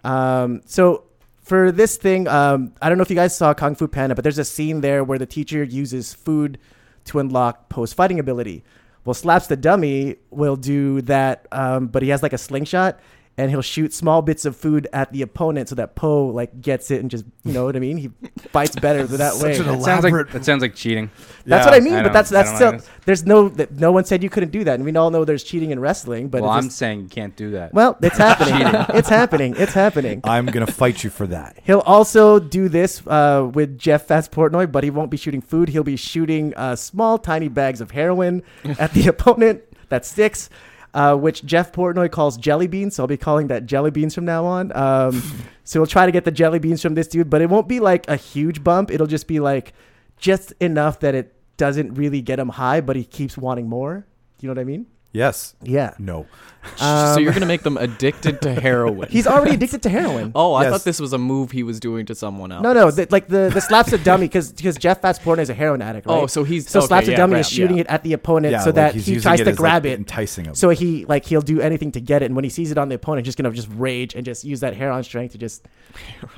S2: Um, so for this thing, um, I don't know if you guys saw Kung Fu Panda, but there's a scene there where the teacher uses food to unlock post fighting ability. Well, slaps the dummy will do that, um, but he has like a slingshot, and he'll shoot small bits of food at the opponent so that Poe like gets it and just you know what I mean. He bites better that way.
S1: an
S4: That sounds like
S1: Elaborate-
S4: that sounds like cheating.
S2: That's
S1: Yeah,
S2: what I mean,
S4: I
S2: but
S4: don't-
S2: that's
S4: I
S2: that's
S4: don't
S2: still
S4: like this.
S2: there's no that no one said you couldn't do that, and we all know there's cheating in wrestling, but
S4: well,
S2: it's
S4: I'm
S2: just-
S4: saying you can't do that.
S2: well, it's happening, it's happening, it's happening.
S1: I'm gonna fight you for that.
S2: He'll also do this uh, with Jeff Fats Portnoy, but he won't be shooting food. He'll be shooting uh, small, tiny bags of heroin at the opponent that sticks, uh, which Jeff Portnoy calls jelly beans. So I'll be calling that jelly beans from now on. Um, so he'll try to get the jelly beans from this dude, but it won't be like a huge bump. It'll just be like just enough that it doesn't really get him high, but he keeps wanting more. You know what I mean?
S1: Yes.
S2: Yeah.
S1: No.
S3: so you're gonna make them addicted to heroin.
S2: Um, He's already addicted to heroin.
S3: oh, I
S1: Yes.
S3: thought this was a move he was doing to someone else.
S2: No, no, th- like the the slaps a dummy because because Jeff Fats Portnoy is a heroin addict. Right?
S3: Oh, so he's-
S2: so
S3: okay,
S2: slaps
S3: yeah,
S2: a dummy
S3: right,
S2: is shooting
S3: yeah.
S2: it at the opponent
S1: Yeah,
S2: so
S1: like
S2: that
S1: he's
S2: he
S1: using
S2: tries
S1: it
S2: to
S1: as, like,
S2: grab it,
S1: enticing him.
S2: So he like he'll do anything to get it, and when he sees it on the opponent, he's just gonna just rage and just use that heroin strength to just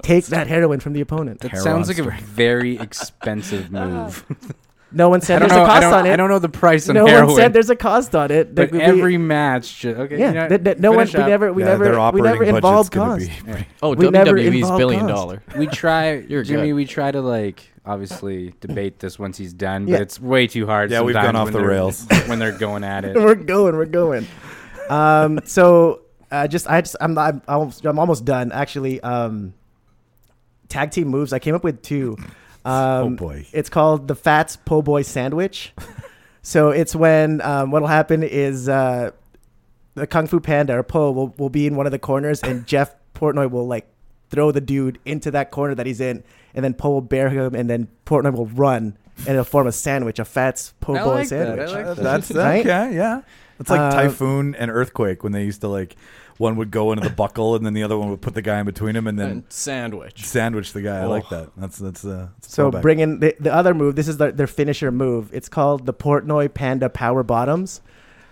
S2: take that heroin from the opponent.
S1: Heroin
S4: sounds like
S1: strength.
S4: a very expensive move.
S2: No one said
S4: I don't
S2: there's
S4: know.
S2: a
S4: I
S2: cost
S4: don't,
S2: on it.
S4: I don't know the price on
S2: No
S4: heroin.
S2: one said there's a cost on it.
S4: but
S2: We- we-
S4: every match, ju- okay.
S2: yeah,
S4: you know,
S2: that- that no one.
S4: finish
S2: We
S4: up.
S2: never, we
S1: Yeah, their
S2: never, we
S1: operating
S2: never
S1: budget's
S2: involved
S1: gonna
S2: cost.
S1: be-
S3: Oh,
S2: We never
S3: WWE's
S2: involve
S3: billion
S2: cost.
S3: dollar.
S4: We try,
S3: You're
S4: Jimmy.
S3: good.
S4: We try to like obviously debate this once he's done,
S2: Yeah.
S4: but it's way too hard.
S1: Yeah, we've gone
S4: sometimes
S1: off
S4: when
S1: the
S4: they're-
S1: rails.
S4: when they're going at it.
S2: we're going. We're going. Um, so uh, just I just I'm I'm almost, I'm almost done actually. Um, tag team moves. I came up with two. Um,
S1: boy.
S2: It's called the Fats Po' Boy Sandwich. so it's when um, what'll happen is uh, the Kung Fu Panda or Po will will be in one of the corners, and Jeff Portnoy will like throw the dude into that corner that he's in, and then Po will bear him, and then Portnoy will run, and it'll form a sandwich, a Fats Po'
S4: I
S2: Boy
S4: like that. I
S2: sandwich.
S4: like
S1: Uh,
S4: that.
S1: That's
S2: Right?
S1: okay, yeah. It's like
S2: Uh,
S1: typhoon and earthquake when they used to like one would go into the buckle and then the other one would put the guy in between him and
S3: And
S1: then
S3: sandwich.
S1: sandwich the guy. I like
S3: Oh.
S1: that. That's that's uh. that's a
S2: So
S1: throwback.
S2: bring in the, the other move. This is their, their finisher move. It's called the Portnoy Panda Power Bottoms.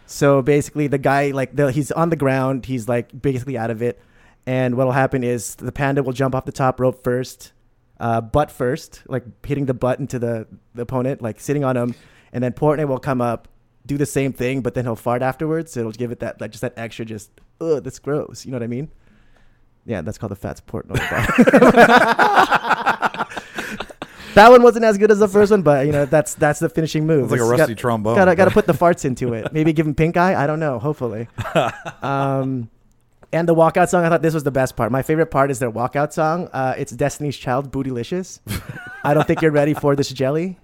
S2: So basically, the guy like the, he's on the ground. He's like basically out of it. And what'll happen is the panda will jump off the top rope first, uh, butt first, like hitting the butt into the, the opponent, like sitting on him. And then Portnoy will come up, do the same thing, but then he'll fart afterwards. So it'll give it that like just that extra just ugh, that's gross. You know what I mean? Yeah, that's called the Fats Portnoy. that one wasn't as good as the first one, but you know that's that's the finishing move.
S1: It's like a
S2: It's
S1: rusty
S2: got-
S1: trombone.
S2: Gotta gotta put the farts into it. Maybe give him pink eye. I don't know. Hopefully. Um, and the walkout song. I thought this was the best part. My favorite part is their walkout song. Uh, it's Destiny's Child, "Bootylicious." I don't think you're ready for this jelly.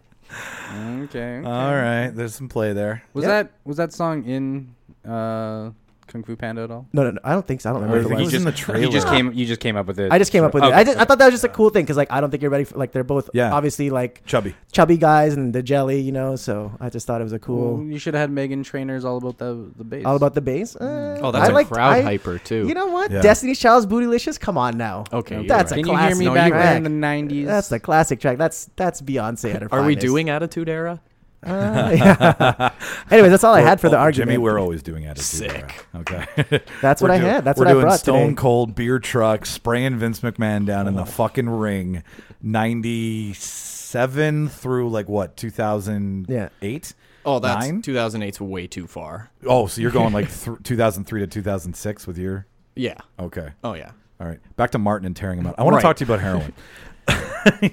S4: Okay.
S1: All right, there's some play there.
S4: Was
S2: Uh, Yeah.
S4: that was that song in uh, Kung Fu Panda at all?
S2: No, no, no. I don't think so. I don't
S1: Or
S2: remember.
S1: is
S2: the
S1: it
S2: one.
S1: was in the
S4: You just
S1: trailer.
S4: came. You just came up with it.
S2: I just came up with it.
S4: Okay.
S2: I, just, I thought that was just a cool thing because like I don't think you're ready for like they're both
S1: Yeah.
S2: obviously like
S1: Chubby.
S2: chubby guys and the jelly, you know. So I just thought it was a cool.
S4: Well, Oh, you should have had Megan Trainers all about the the bass.
S2: All about the bass. Uh,
S3: Oh, that's
S2: a
S3: a crowd hyper too.
S2: You know what?
S1: Yeah.
S2: Destiny's Child's "Bootylicious." Come on now.
S3: Okay, you're
S2: that's
S3: right.
S2: a
S4: Can you hear
S2: classic
S4: me
S3: No,
S4: back
S3: you're
S4: then in
S2: track.
S4: the nineties?
S2: That's the classic track. That's that's Beyonce at her.
S3: Are we
S2: finest.
S3: doing Attitude Era?
S2: Uh, yeah. Anyway, that's all I had for the
S1: Oh,
S2: argument.
S1: Jimmy, we're always doing attitude.
S3: Sick.
S1: era. Okay.
S2: that's
S1: We're
S2: what I
S1: doing-
S2: had. That's
S1: we're
S2: what I
S1: doing
S2: brought
S1: Stone
S2: today. Oh.
S1: Cold beer truck spraying Vince McMahon down in the fucking ring, ninety seven through like what two thousand eight.
S3: Oh, that's
S1: Nine?
S3: 2008's way too far.
S1: Oh, so you're going like th- 2003 to 2006 with your
S3: Yeah.
S1: okay.
S3: Oh yeah.
S1: All right, back to Martin and tearing him out. I want to talk to you about heroin.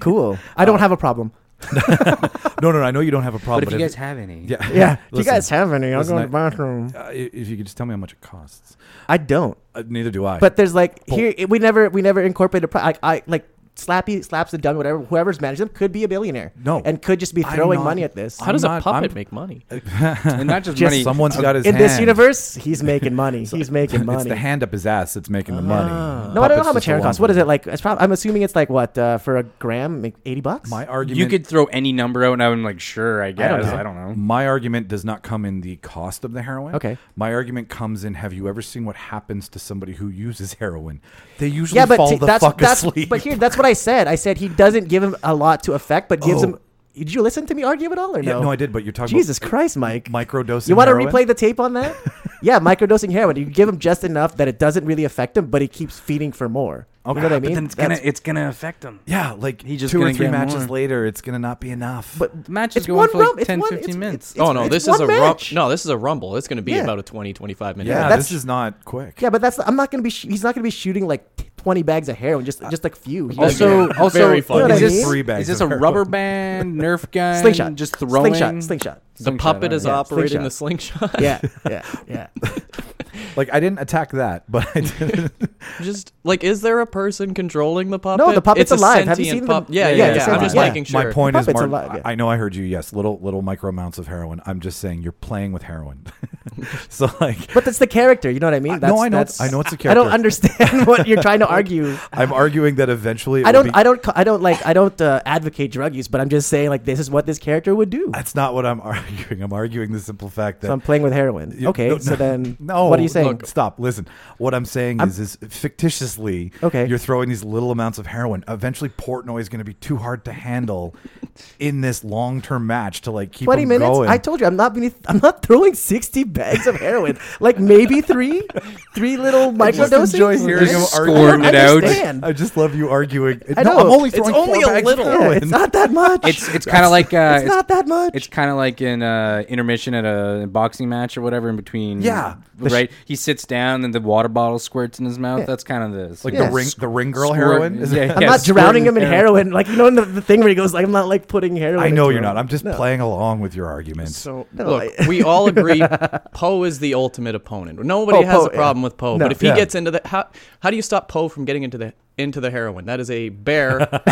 S2: Cool. I
S1: Um,
S2: don't have a problem.
S1: no, no, no, I know you don't have a problem.
S4: But if you guys have any,
S1: yeah,
S2: Yeah. if you
S1: listen,
S2: guys have any, I'll
S1: listen,
S2: go in the
S1: I-
S2: bathroom.
S1: uh, i- if you could just tell me how much it costs.
S2: I don't.
S1: Uh, neither do I.
S2: But there's like here we never we never incorporated pro- like I like Slappy slaps the dummy whatever whoever's managed them could be a billionaire.
S1: No.
S2: and could just be
S1: I'm
S2: throwing
S1: not-
S2: money at this.
S1: I'm
S3: How does
S1: not-
S3: a puppet
S1: I'm-
S3: make money?
S4: and not just,
S2: Just
S4: money.
S1: someone's got his
S2: in this
S1: hand.
S2: universe, he's making money. he's making money.
S1: uh, It's the hand up his ass that's making the money.
S2: no, I don't know
S1: Puppet's
S2: how much
S1: just a
S2: heroin costs.
S1: lump.
S2: What is it like? It's probably, I'm assuming it's like what uh, for a gram, like eighty bucks.
S1: My argument.
S4: You could throw any number out, and I'm like, sure, I guess. I
S2: don't
S4: don't
S2: know.
S4: know.
S1: My argument does not come in the cost of the heroin.
S2: Okay.
S1: My argument comes in: Have you ever seen what happens to somebody who uses heroin? They usually
S2: yeah, but
S1: fall
S2: t-
S1: the
S2: that's
S1: fuck
S2: that's
S1: asleep.
S2: but here that's what I said. I said he doesn't give him a lot to affect, but gives
S1: Oh.
S2: him. Did you listen to me argue at all or
S1: Yeah,
S2: no?
S1: no, I did, but you're talking about-
S2: Jesus Christ, Mike.
S1: Microdosing
S2: You want to
S1: heroin?
S2: replay the tape on that? yeah, microdosing heroin. You give him just enough that it doesn't really affect him, but he keeps feeding for more. You know what I mean?
S4: But then it's
S2: That's-
S4: gonna it's gonna affect them.
S1: yeah, like
S4: He just
S1: two or
S4: gonna
S1: three
S4: get
S1: matches
S4: more.
S1: later, it's gonna not be enough.
S2: but
S4: The match
S2: it's
S4: is going
S2: one
S4: for like
S2: rum- it's
S4: 10,
S2: one-
S4: 15
S2: it's-
S4: minutes.
S2: it's-
S3: Oh no,
S2: it's
S3: this
S2: one
S3: is a
S2: match.
S3: no, this is a rumble. It's going to be
S2: Yeah.
S3: about a 20 25 minute.
S1: yeah,
S3: match.
S2: that's-
S1: this is not quick.
S2: Yeah, but that's I'm not gonna be. sh- He's not gonna be shooting like 20 bags of heroin, just just like few. He's
S4: Also,
S3: Very
S4: also,
S2: You know
S3: funny.
S4: is
S2: what I
S4: this,
S1: mean? Three bags
S4: is this a
S1: of
S4: rubber
S1: heroin.
S4: band, Nerf gun,
S2: slingshot,
S4: just throwing?
S2: slingshot, slingshot.
S3: The puppet is
S4: alright.
S2: Yeah,
S3: operating the slingshot.
S2: Yeah, yeah, yeah.
S1: Like I didn't attack that, but I did.
S3: Just like, is there a person controlling the puppet?
S2: No, the puppet's
S3: it's a
S2: alive. Have you
S3: sentient
S2: seen the-
S3: pup-
S2: yeah,
S3: Yeah, yeah,
S2: yeah,
S3: yeah.
S2: it's
S3: I'm just
S2: alive.
S3: making
S1: my
S3: sure.
S1: point is,
S2: Puppets
S1: Martin,
S2: alive, yeah.
S1: I I know I heard you. Yes, little little micro amounts of heroin. I'm just saying you're playing with heroin. so like,
S2: But that's the character. You know what I mean?
S1: I- no, I know- I know it's a
S2: I don't
S1: character.
S2: understand what you're trying to argue.
S1: I'm arguing that eventually it
S2: I
S1: will
S2: don't,
S1: Be,
S2: I don't, ca- I don't like, I don't uh, advocate drug use, but I'm just saying like this is what this character would do.
S1: that's not what I'm arguing. I'm arguing the simple fact that
S2: So I'm playing with heroin.
S1: You-
S2: okay,
S1: no,
S2: so
S1: no,
S2: then
S1: no,
S2: what are you saying?
S1: look, stop. Listen. What I'm saying is, is fictitiously,
S2: Okay.
S1: you're throwing these little amounts of heroin. Eventually, Portnoy is going to be too hard to handle in this long-term match to like keep
S2: 20
S1: him
S2: minutes?
S1: going.
S2: I told you I'm not beneath, I'm not throwing 60 bags of heroin. like maybe three, three little
S1: just
S2: microdoses.
S1: enjoy hearing
S2: I
S1: him
S2: don't
S4: squirm it out.
S2: understand.
S1: I just love you arguing.
S2: I
S1: no,
S2: know.
S1: I'm only
S2: It's
S1: throwing
S3: only
S1: four
S3: a
S1: bags of
S3: little.
S2: Yeah,
S1: heroin.
S2: it's not that much.
S4: It's it's kind of like uh,
S2: it's, not that much.
S4: It's kind of like in uh, intermission at a boxing match or whatever in between.
S1: Yeah. The sh-
S4: right. he sits down and the water bottle squirts in his mouth.
S2: Yeah.
S4: That's kind of this,
S1: like
S2: Yeah.
S1: the ring, the ring girl
S4: Squirt-
S1: heroin. Is it-
S4: yeah,
S2: I'm
S4: yeah,
S2: not drowning
S4: squirting
S2: him in heroin. Like you know in the, the thing where he goes like I'm not like putting heroin.
S1: I know
S2: into
S1: you're
S2: him.
S1: not. I'm just
S2: No.
S1: playing along with your arguments.
S2: So
S3: Look, we all agree Poe is the ultimate opponent. Nobody
S2: Oh,
S3: has
S2: Poe,
S3: a problem
S2: yeah.
S3: with Poe,
S2: No.
S3: but if he
S1: Yeah.
S3: gets into the how how do you stop Poe from getting into the into the heroin? That is a bear.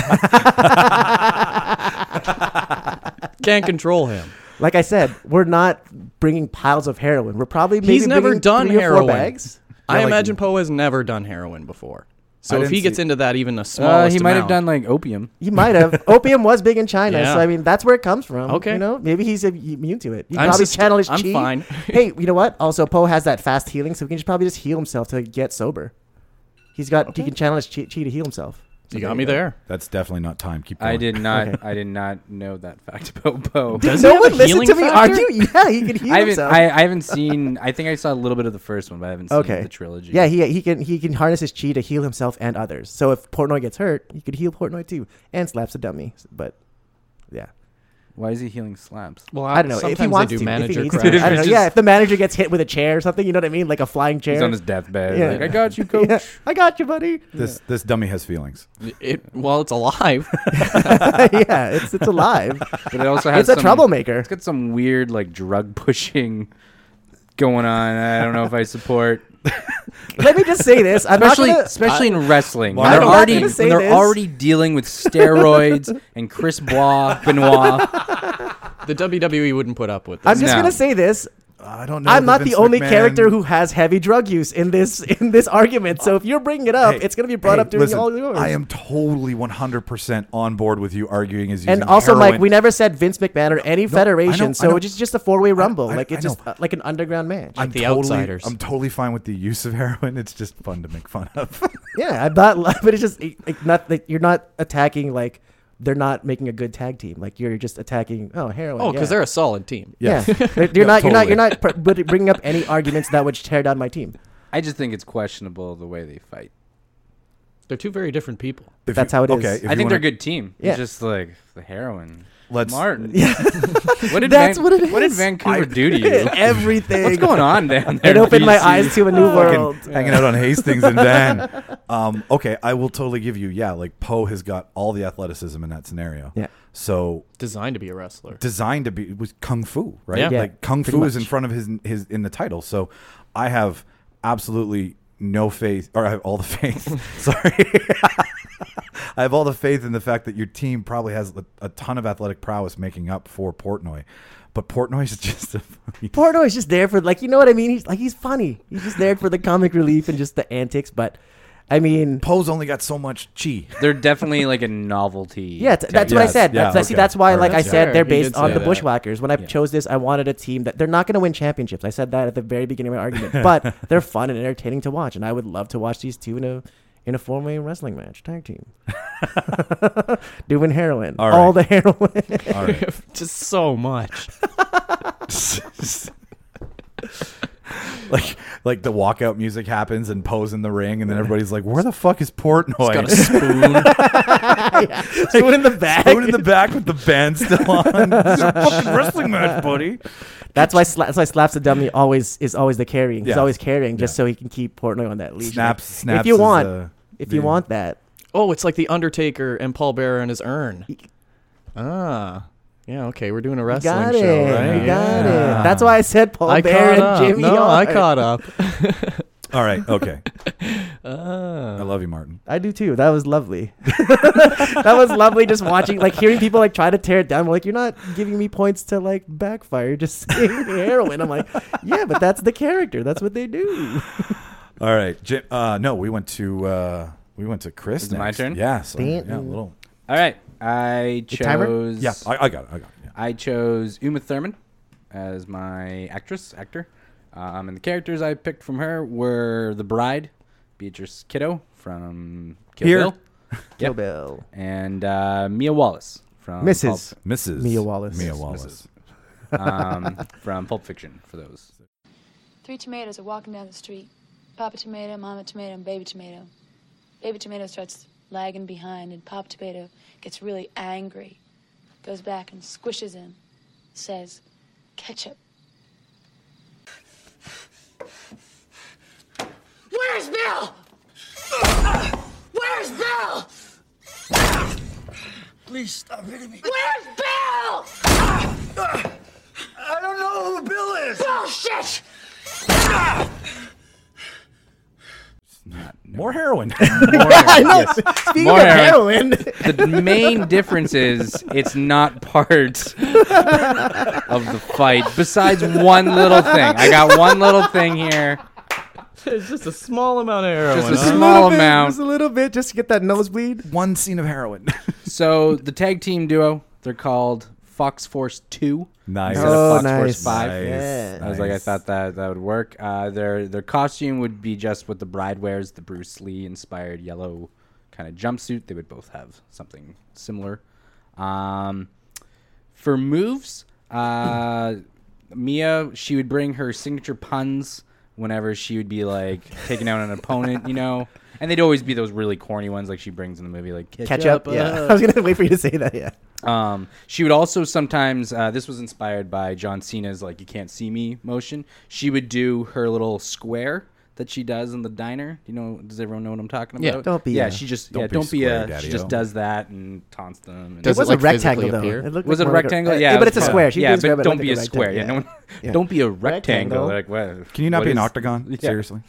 S3: Can't control him.
S2: like I said, we're not bringing piles of heroin. We're probably maybe
S3: He's never
S2: bringing
S3: done
S2: three or
S3: heroin.
S2: Four bags.
S3: I
S1: like-
S3: imagine Poe has never done heroin before. So if
S1: didn't
S3: he gets
S1: see-
S3: into that even the smallest
S4: Uh, he might have
S3: amount-
S4: done like opium.
S2: You might have. Opium was big in China,
S3: Yeah.
S2: so I mean that's where it comes from.
S3: Okay.
S2: you know maybe he's immune to it. You
S3: I'm
S2: probably
S3: sus-
S2: channel his
S3: I'm
S2: chi.
S3: fine.
S2: hey, you know what? Also, Poe has that fast healing, so he can just probably just heal himself to get sober. He's got he can channel his chi, chi to heal himself.
S3: You got me there.
S1: That's definitely not time. Keep going.
S4: I did not. I did not know that fact about Poe.
S3: Does he
S2: no
S3: have
S2: one
S3: a
S2: listened
S3: healing
S2: to me
S3: factor?
S2: argue. Yeah, he can heal
S4: I haven't.
S2: himself.
S4: I, I haven't seen. I think I saw a little bit of the first one, but I haven't seen
S2: okay.
S4: the trilogy.
S2: Yeah, he he can he can harness his chi to heal himself and others. So if Portnoy gets hurt, he could heal Portnoy too and slaps a dummy. But yeah.
S4: Why is he healing slaps?
S3: Well,
S2: I don't know.
S3: Sometimes
S2: if he wants
S3: they do
S2: to, if he
S3: manager
S2: needs
S3: crash.
S2: to. I don't know.
S4: Just-
S2: Yeah, if the manager gets hit with a chair or something, you know what I mean, like a flying chair.
S4: He's on his deathbed.
S2: Yeah.
S4: Like, I got you, coach.
S2: Yeah, I got you, buddy.
S1: This this dummy has feelings.
S3: It, well, it's alive.
S2: yeah, it's it's alive.
S4: But it also has
S2: It's a
S4: some-
S2: troublemaker.
S4: It's got some weird like drug pushing going on. I don't know if I support,
S2: Let me just say this. I'm
S4: especially
S2: not gonna,
S4: especially in wrestling.
S1: I'm
S4: they're
S1: not
S4: already
S2: gonna say
S4: they're
S2: this.
S4: already dealing with steroids and Chris Bois Benoit.
S3: the WWE wouldn't put up with
S2: I'm
S3: this.
S2: just
S4: No.
S2: gonna say this.
S1: I don't know.
S2: I'm not the only character who has heavy drug use in this in this argument. So if you're bringing it up,
S1: Hey,
S2: it's gonna be brought
S1: hey,
S2: up during
S1: listen,
S2: all yours.
S1: I am totally 100% on board with you arguing as
S2: and
S1: using
S2: also, Mike,
S1: heroin.
S2: we never said Vince McMahon or any
S1: I know, I
S2: federation, so
S1: know.
S2: it's just just a four way rumble.
S1: I-
S2: like it's
S1: I know.
S2: just uh, like an underground match.
S1: I'm
S3: the
S1: totally,
S3: outsiders.
S1: I'm totally fine with the use of heroin. It's just fun to make fun of.
S2: yeah, I'm not. li- But it's just like not like you're not attacking like they're not making a good tag team. Like you're just attacking oh heroin.
S3: Oh, because
S2: yeah.
S3: they're a solid team.
S2: Yeah,
S1: Yes.
S2: You're- you're,
S1: No,
S2: not, you're not.
S1: totally.
S2: You're not. pr- br- bringing up any arguments that would tear down my team.
S4: I just think it's questionable the way they fight.
S3: They're two very different people.
S1: If
S2: That's
S1: you-
S2: how it is.
S1: Okay, if
S4: I
S1: you
S4: think
S1: wanna-
S4: they're a good team.
S2: Yeah.
S4: It's just like the heroin.
S1: Let's
S4: Martin. Yeah. what did
S2: That's
S4: Van-
S2: what it
S4: What did
S2: is.
S4: Vancouver do to you?
S2: Everything.
S4: What's going on down there?
S2: It opened my
S4: BC?
S2: eyes to a new
S1: fucking
S2: world.
S1: hanging out on Hastings and Dan. Um, okay, I will totally give you. Yeah, like Poe has got all the athleticism in that scenario.
S2: Yeah.
S1: So
S3: Designed to be a wrestler.
S1: designed to be it was kung fu, right?
S3: Yeah. Yeah,
S1: like kung
S2: pretty
S1: fu is in
S2: much.
S1: front of his his in the title. So I have absolutely no faith, or I have all the faith. sorry, I have all the faith in the fact that your team probably has a, a ton of athletic prowess making up for Portnoy, but Portnoy's just a fucking-
S2: Portnoy's just there for like you know what I mean. He's like he's funny. He's just there for the comic relief and just the antics. But I mean,
S1: Poe's only got so much chi.
S4: They're definitely like a novelty.
S2: yeah, t- that's what I
S1: Yes,
S2: said. That's,
S1: yeah,
S2: see,
S1: okay.
S2: that's why
S1: All
S2: like
S1: right,
S2: I
S1: yeah.
S2: said,
S3: Fair,
S2: they're
S3: he did
S2: based on
S3: say
S2: the
S3: that.
S2: Bushwhackers. When I chose this, I wanted a team that they're not going to win championships. I said that at the very beginning of my argument. but they're fun and entertaining to watch, and I would love to watch these two in a in a four way wrestling match, tag team, doing heroin,
S1: All
S2: all the
S1: right.
S2: heroin.
S1: All right.
S3: Just so much.
S1: like like the walkout music happens and Poe's in the ring and then everybody's like, Where the fuck is Portnoy?
S3: Got a spoon.
S2: Doing in the back.
S1: Spoon in the back with the band still on. This is a fucking wrestling match, buddy.
S2: That's why Sla- that's why slaps the dummy always is always the carrying. He's
S1: Yeah.
S2: always carrying just
S1: Yeah.
S2: so he can keep Portnoy on that leash.
S1: Snaps
S2: Like,
S1: snaps
S2: If you
S1: is,
S2: want,
S1: uh,
S2: if
S1: the-
S2: you want that,
S3: oh, it's like the Undertaker and Paul Bearer and his urn. Ah, yeah. Okay, we're doing a
S2: you
S3: wrestling
S2: got it.
S3: show,
S2: You
S3: right?
S2: got
S1: Yeah.
S2: it. That's why I said Paul
S3: I
S2: Bear
S3: caught
S2: and
S3: up.
S2: Jimmy.
S3: no, I
S2: Hart.
S3: caught up.
S1: All right, okay. I
S3: Ah.
S1: love you, Martin.
S2: I do too. That was lovely. that was lovely. Just watching, like hearing people like try to tear it down. We're like, you're not giving me points to like backfire. You're just saying heroin. I'm like, yeah, but that's the character. That's what they do.
S1: All right. Jim, uh no, we went to uh we went to Chris.
S4: Is it my
S1: next.
S4: turn?
S1: Yeah, so yeah,
S2: Dun-
S1: a little
S4: All right. I
S2: timer?
S4: chose.
S1: Yeah, I, I got it. I got it. Yeah.
S4: I chose Uma Thurman as my actress, actor. Um, and the characters I picked from her were the bride, Beatrice Kiddo from Kill
S1: Here.
S4: Bill,
S2: Kill Bill.
S4: and uh, Mia Wallace from
S2: Mrs.
S1: Mrs.
S2: Mia Wallace.
S1: Mia
S2: Mrs.
S1: Wallace.
S4: Pulp, um, from Pulp Fiction. For those,
S7: Three tomatoes are walking down the street. Papa tomato, mama tomato, and baby tomato. Baby tomato starts lagging behind, and Papa tomato gets really angry. Goes back and squishes him. Says, Ketchup.
S8: Where's Bill? Where's Bill?
S5: Please stop hitting me.
S8: Where's Bill?
S5: I don't know who Bill is.
S8: Bullshit!
S1: More heroin.
S2: I know. Speaking
S4: More
S2: of
S4: heroin.
S2: heroin,
S4: the main difference is it's not part of the fight. Besides one little thing, I got one little thing here.
S3: It's just a small amount of
S4: Just
S3: heroin.
S4: a
S2: Just a
S4: small
S2: little bit,
S4: amount.
S2: just a little bit, just to get that nosebleed.
S1: One scene of heroin.
S4: So the tag team duo, they're called Fox Force Two.
S1: nice.
S4: Instead
S2: Oh,
S4: of Fox
S2: nice.
S4: Force Five.
S1: Nice.
S2: Yeah.
S4: I was like, I
S1: Nice.
S4: thought that that would work. Uh, their their costume would be just what the bride wears, the Bruce Lee inspired yellow kind of jumpsuit. They would both have something similar. Um, for moves, uh, Mia she would bring her signature puns whenever she would be like taking out an opponent, you know. And they'd always be those really corny ones, like she brings in the movie, like
S2: Catch up. Yeah. I was gonna wait for you to say that. Yeah.
S4: um, she would also sometimes. Uh, this was inspired by John Cena's like "You can't see me" motion. She would do her little square that she does in the diner. You know, does everyone know what I'm talking
S3: Yeah.
S4: about?
S2: Don't be
S4: Yeah,
S2: a-
S4: she just
S1: Don't
S4: yeah,
S1: be
S4: don't be
S1: square,
S4: a.
S1: daddy-o.
S4: She just does that and taunts them. And
S3: Does
S2: it
S3: it,
S2: was
S3: like,
S2: a rectangle
S3: physically
S2: though.
S3: appear?
S2: It looked
S4: was
S2: like
S4: it
S2: more like
S4: rectangle? Yeah, it
S2: but it's
S4: was
S2: a
S4: kinda-
S2: square. She
S4: yeah,
S2: did
S4: but
S2: describe it
S4: don't
S2: like
S4: be a square. Yeah,
S2: rectangle.
S4: no one,
S2: Yeah.
S4: don't be a
S2: Rectangle.
S4: rectangle. Like, what,
S1: Can you not
S4: what
S1: be an
S4: is-
S1: octagon?
S4: Yeah.
S1: Seriously.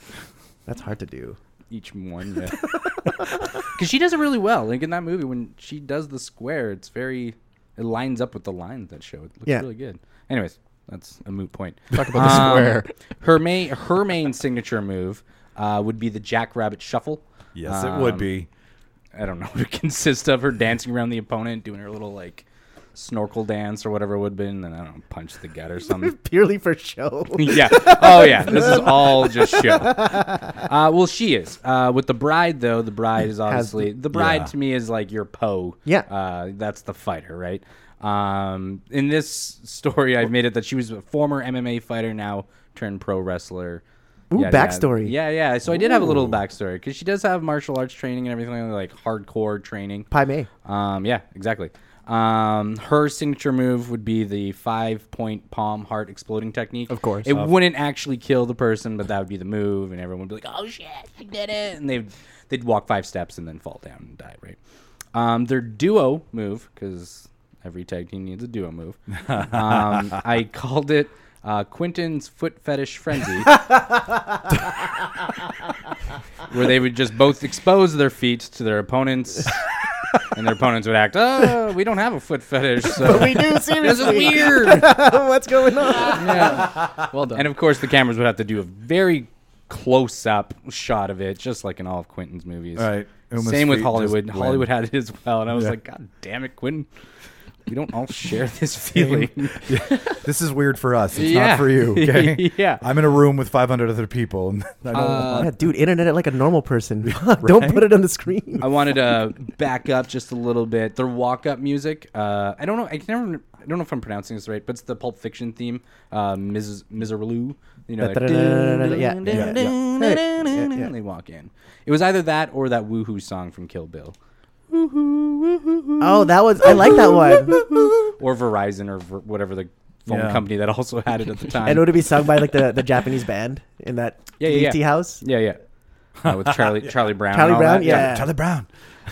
S2: That's hard to do.
S4: Each one, yeah. Because she does it really well. Like in that movie, when she does the square, it's very. It lines up with the lines that show. It looks
S2: Yeah.
S4: really good. Anyways, that's a moot point. Um,
S3: Talk about the square.
S4: Her main her main signature move uh, would be the Jackrabbit Shuffle.
S1: Yes, it would
S4: Um,
S1: be.
S4: I don't know what it consists of. Her dancing around the opponent, doing her little like snorkel dance or whatever it would have been, and then I don't know, punch the gut or something.
S2: Purely for show.
S4: yeah. Oh yeah. This is all just show. Uh, well, she is. Uh, with the bride though, the bride is obviously the bride
S1: yeah.
S4: to me is like your Poe.
S2: Yeah.
S4: Uh, that's the fighter, right? Um, in this story, I've made it that she was a former MMA fighter, now turned pro wrestler.
S2: Ooh, backstory.
S4: Yeah, yeah. So I did have a little backstory because she does have martial arts training and everything like hardcore training.
S2: Pai Mei.
S4: Um, yeah, exactly. Um, her signature move would be the five point palm heart exploding technique. Of
S3: course.
S4: It wouldn't actually kill the person, but that would be the move, and everyone would be like, oh shit, she did it. And they'd, they'd walk five steps and then fall down and die, right? Um, their duo move, because every tag team needs a duo move, um, I called it uh, Quentin's Foot Fetish Frenzy. where they would just both expose their feet to their opponents, and their opponents would act, "Oh, we don't have a foot fetish, so
S2: We do
S4: this is
S2: seriously.
S4: weird."
S2: What's
S4: Uh,
S2: going on?
S3: Well done.
S4: and of course, the cameras would have to do a very close-up shot of it, just like in all of Quentin's movies.
S1: Right. Uma's
S4: Same with
S1: feet just
S4: Hollywood.
S1: blend.
S4: Hollywood had it as well, and I was
S1: Yeah.
S4: like, "God damn it, Quentin." We don't all share this feeling.
S1: This is weird for us. It's
S4: Yeah.
S1: not for you. Okay.
S4: Yeah.
S1: I'm in a room with 500 other people. And I don't
S2: Oh, yeah, dude, internet it like a normal person. Don't put it on the screen.
S4: I wanted to back up just a little bit. Their walk-up music. Uh, I don't know. I can never. I don't know if I'm pronouncing this right, but it's the Pulp Fiction theme. Uh, Ms. Miserlou. You know, like,
S2: Da-da-da-da-da-da. Yeah, yeah, yeah.
S4: "Dun-dun-dun-dun-dun-dun," and They walk in. It was either that or that woohoo song from Kill Bill,
S2: Oh, that was I like that one.
S4: or Verizon, or ver- whatever the phone
S1: Yeah.
S4: company that also had it at the time.
S2: And would it be sung by like the, the Japanese band in that
S4: Yeah, yeah, yeah.
S2: tea house?
S4: yeah, yeah. Uh, with Charlie Charlie Brown. and
S2: Charlie
S4: all
S2: Brown,
S4: that.
S2: yeah.
S1: Charlie Brown.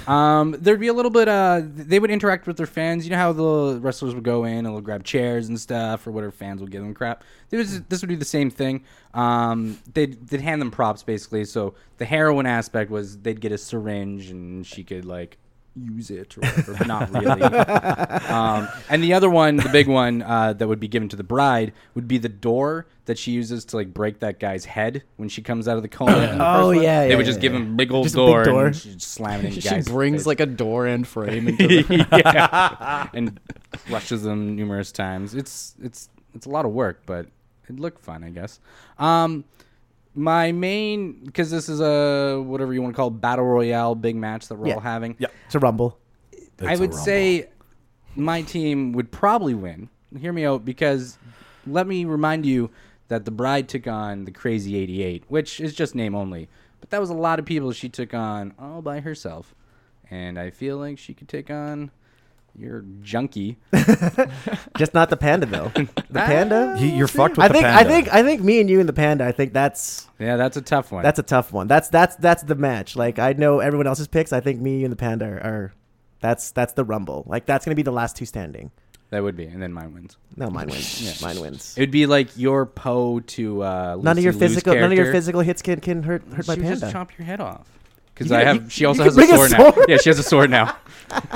S4: Um, there'd be a little bit. Uh, they would interact with their fans. You know how the wrestlers would go in and they'll grab chairs and stuff, or whatever fans would give them crap. There was, this would be the same thing. Um, they'd they'd hand them props basically. So the heroin aspect was they'd get a syringe and she could like use it or whatever, but not really. um, and the other one, the big one uh, that would be given to the bride would be the door that she uses to like break that guy's head when she comes out of the coma. in the
S2: Oh,
S4: first one.
S2: yeah,
S4: they
S2: yeah,
S4: would just
S2: yeah,
S4: give
S2: yeah.
S4: him big old
S2: Just a big
S4: door,
S2: door.
S4: and she'd slam it in
S3: she
S4: guys'
S3: brings
S4: face.
S3: like a door and frame into the
S4: yeah, and crushes them numerous times. It's it's it's a lot of work, but it looked fun, I guess. Um, my main because this is a whatever you want to call it, battle royale big match that we're all
S2: Yeah.
S4: having.
S1: Yep.
S2: It's a rumble.
S1: It's
S4: I
S1: a
S4: would
S1: rumble.
S4: say my team would probably win. Hear me out because let me remind you that the bride took on the crazy 88, which is just name only. But that was a lot of people she took on all by herself. And I feel like she could take on your junkie.
S2: Just not the panda though. The panda?
S1: He, you're fucked with
S2: I
S1: the
S2: think I
S1: panda.
S2: think I think me and you and the panda, I think that's
S4: Yeah, that's a tough one.
S2: that's a tough one. That's that's that's the match. Like I know everyone else's picks. I think me, you and the panda are, are that's that's the rumble. Like that's gonna be the last two standing.
S4: that would be. And then mine wins.
S2: No, mine wins. Mine wins.
S4: It would be like your Poe to uh,
S2: None of your
S4: Lucy Liu's
S2: physical none of your
S4: character.
S2: physical hits can, can hurt hurt
S4: She
S2: my
S4: would
S2: panda.
S4: just chop your head off. Because
S2: You
S4: I
S2: could-
S4: have,
S2: you-
S4: she also
S2: you
S4: has a
S2: could bring a
S4: sword, now.
S2: sword.
S4: Yeah, she has a sword now. that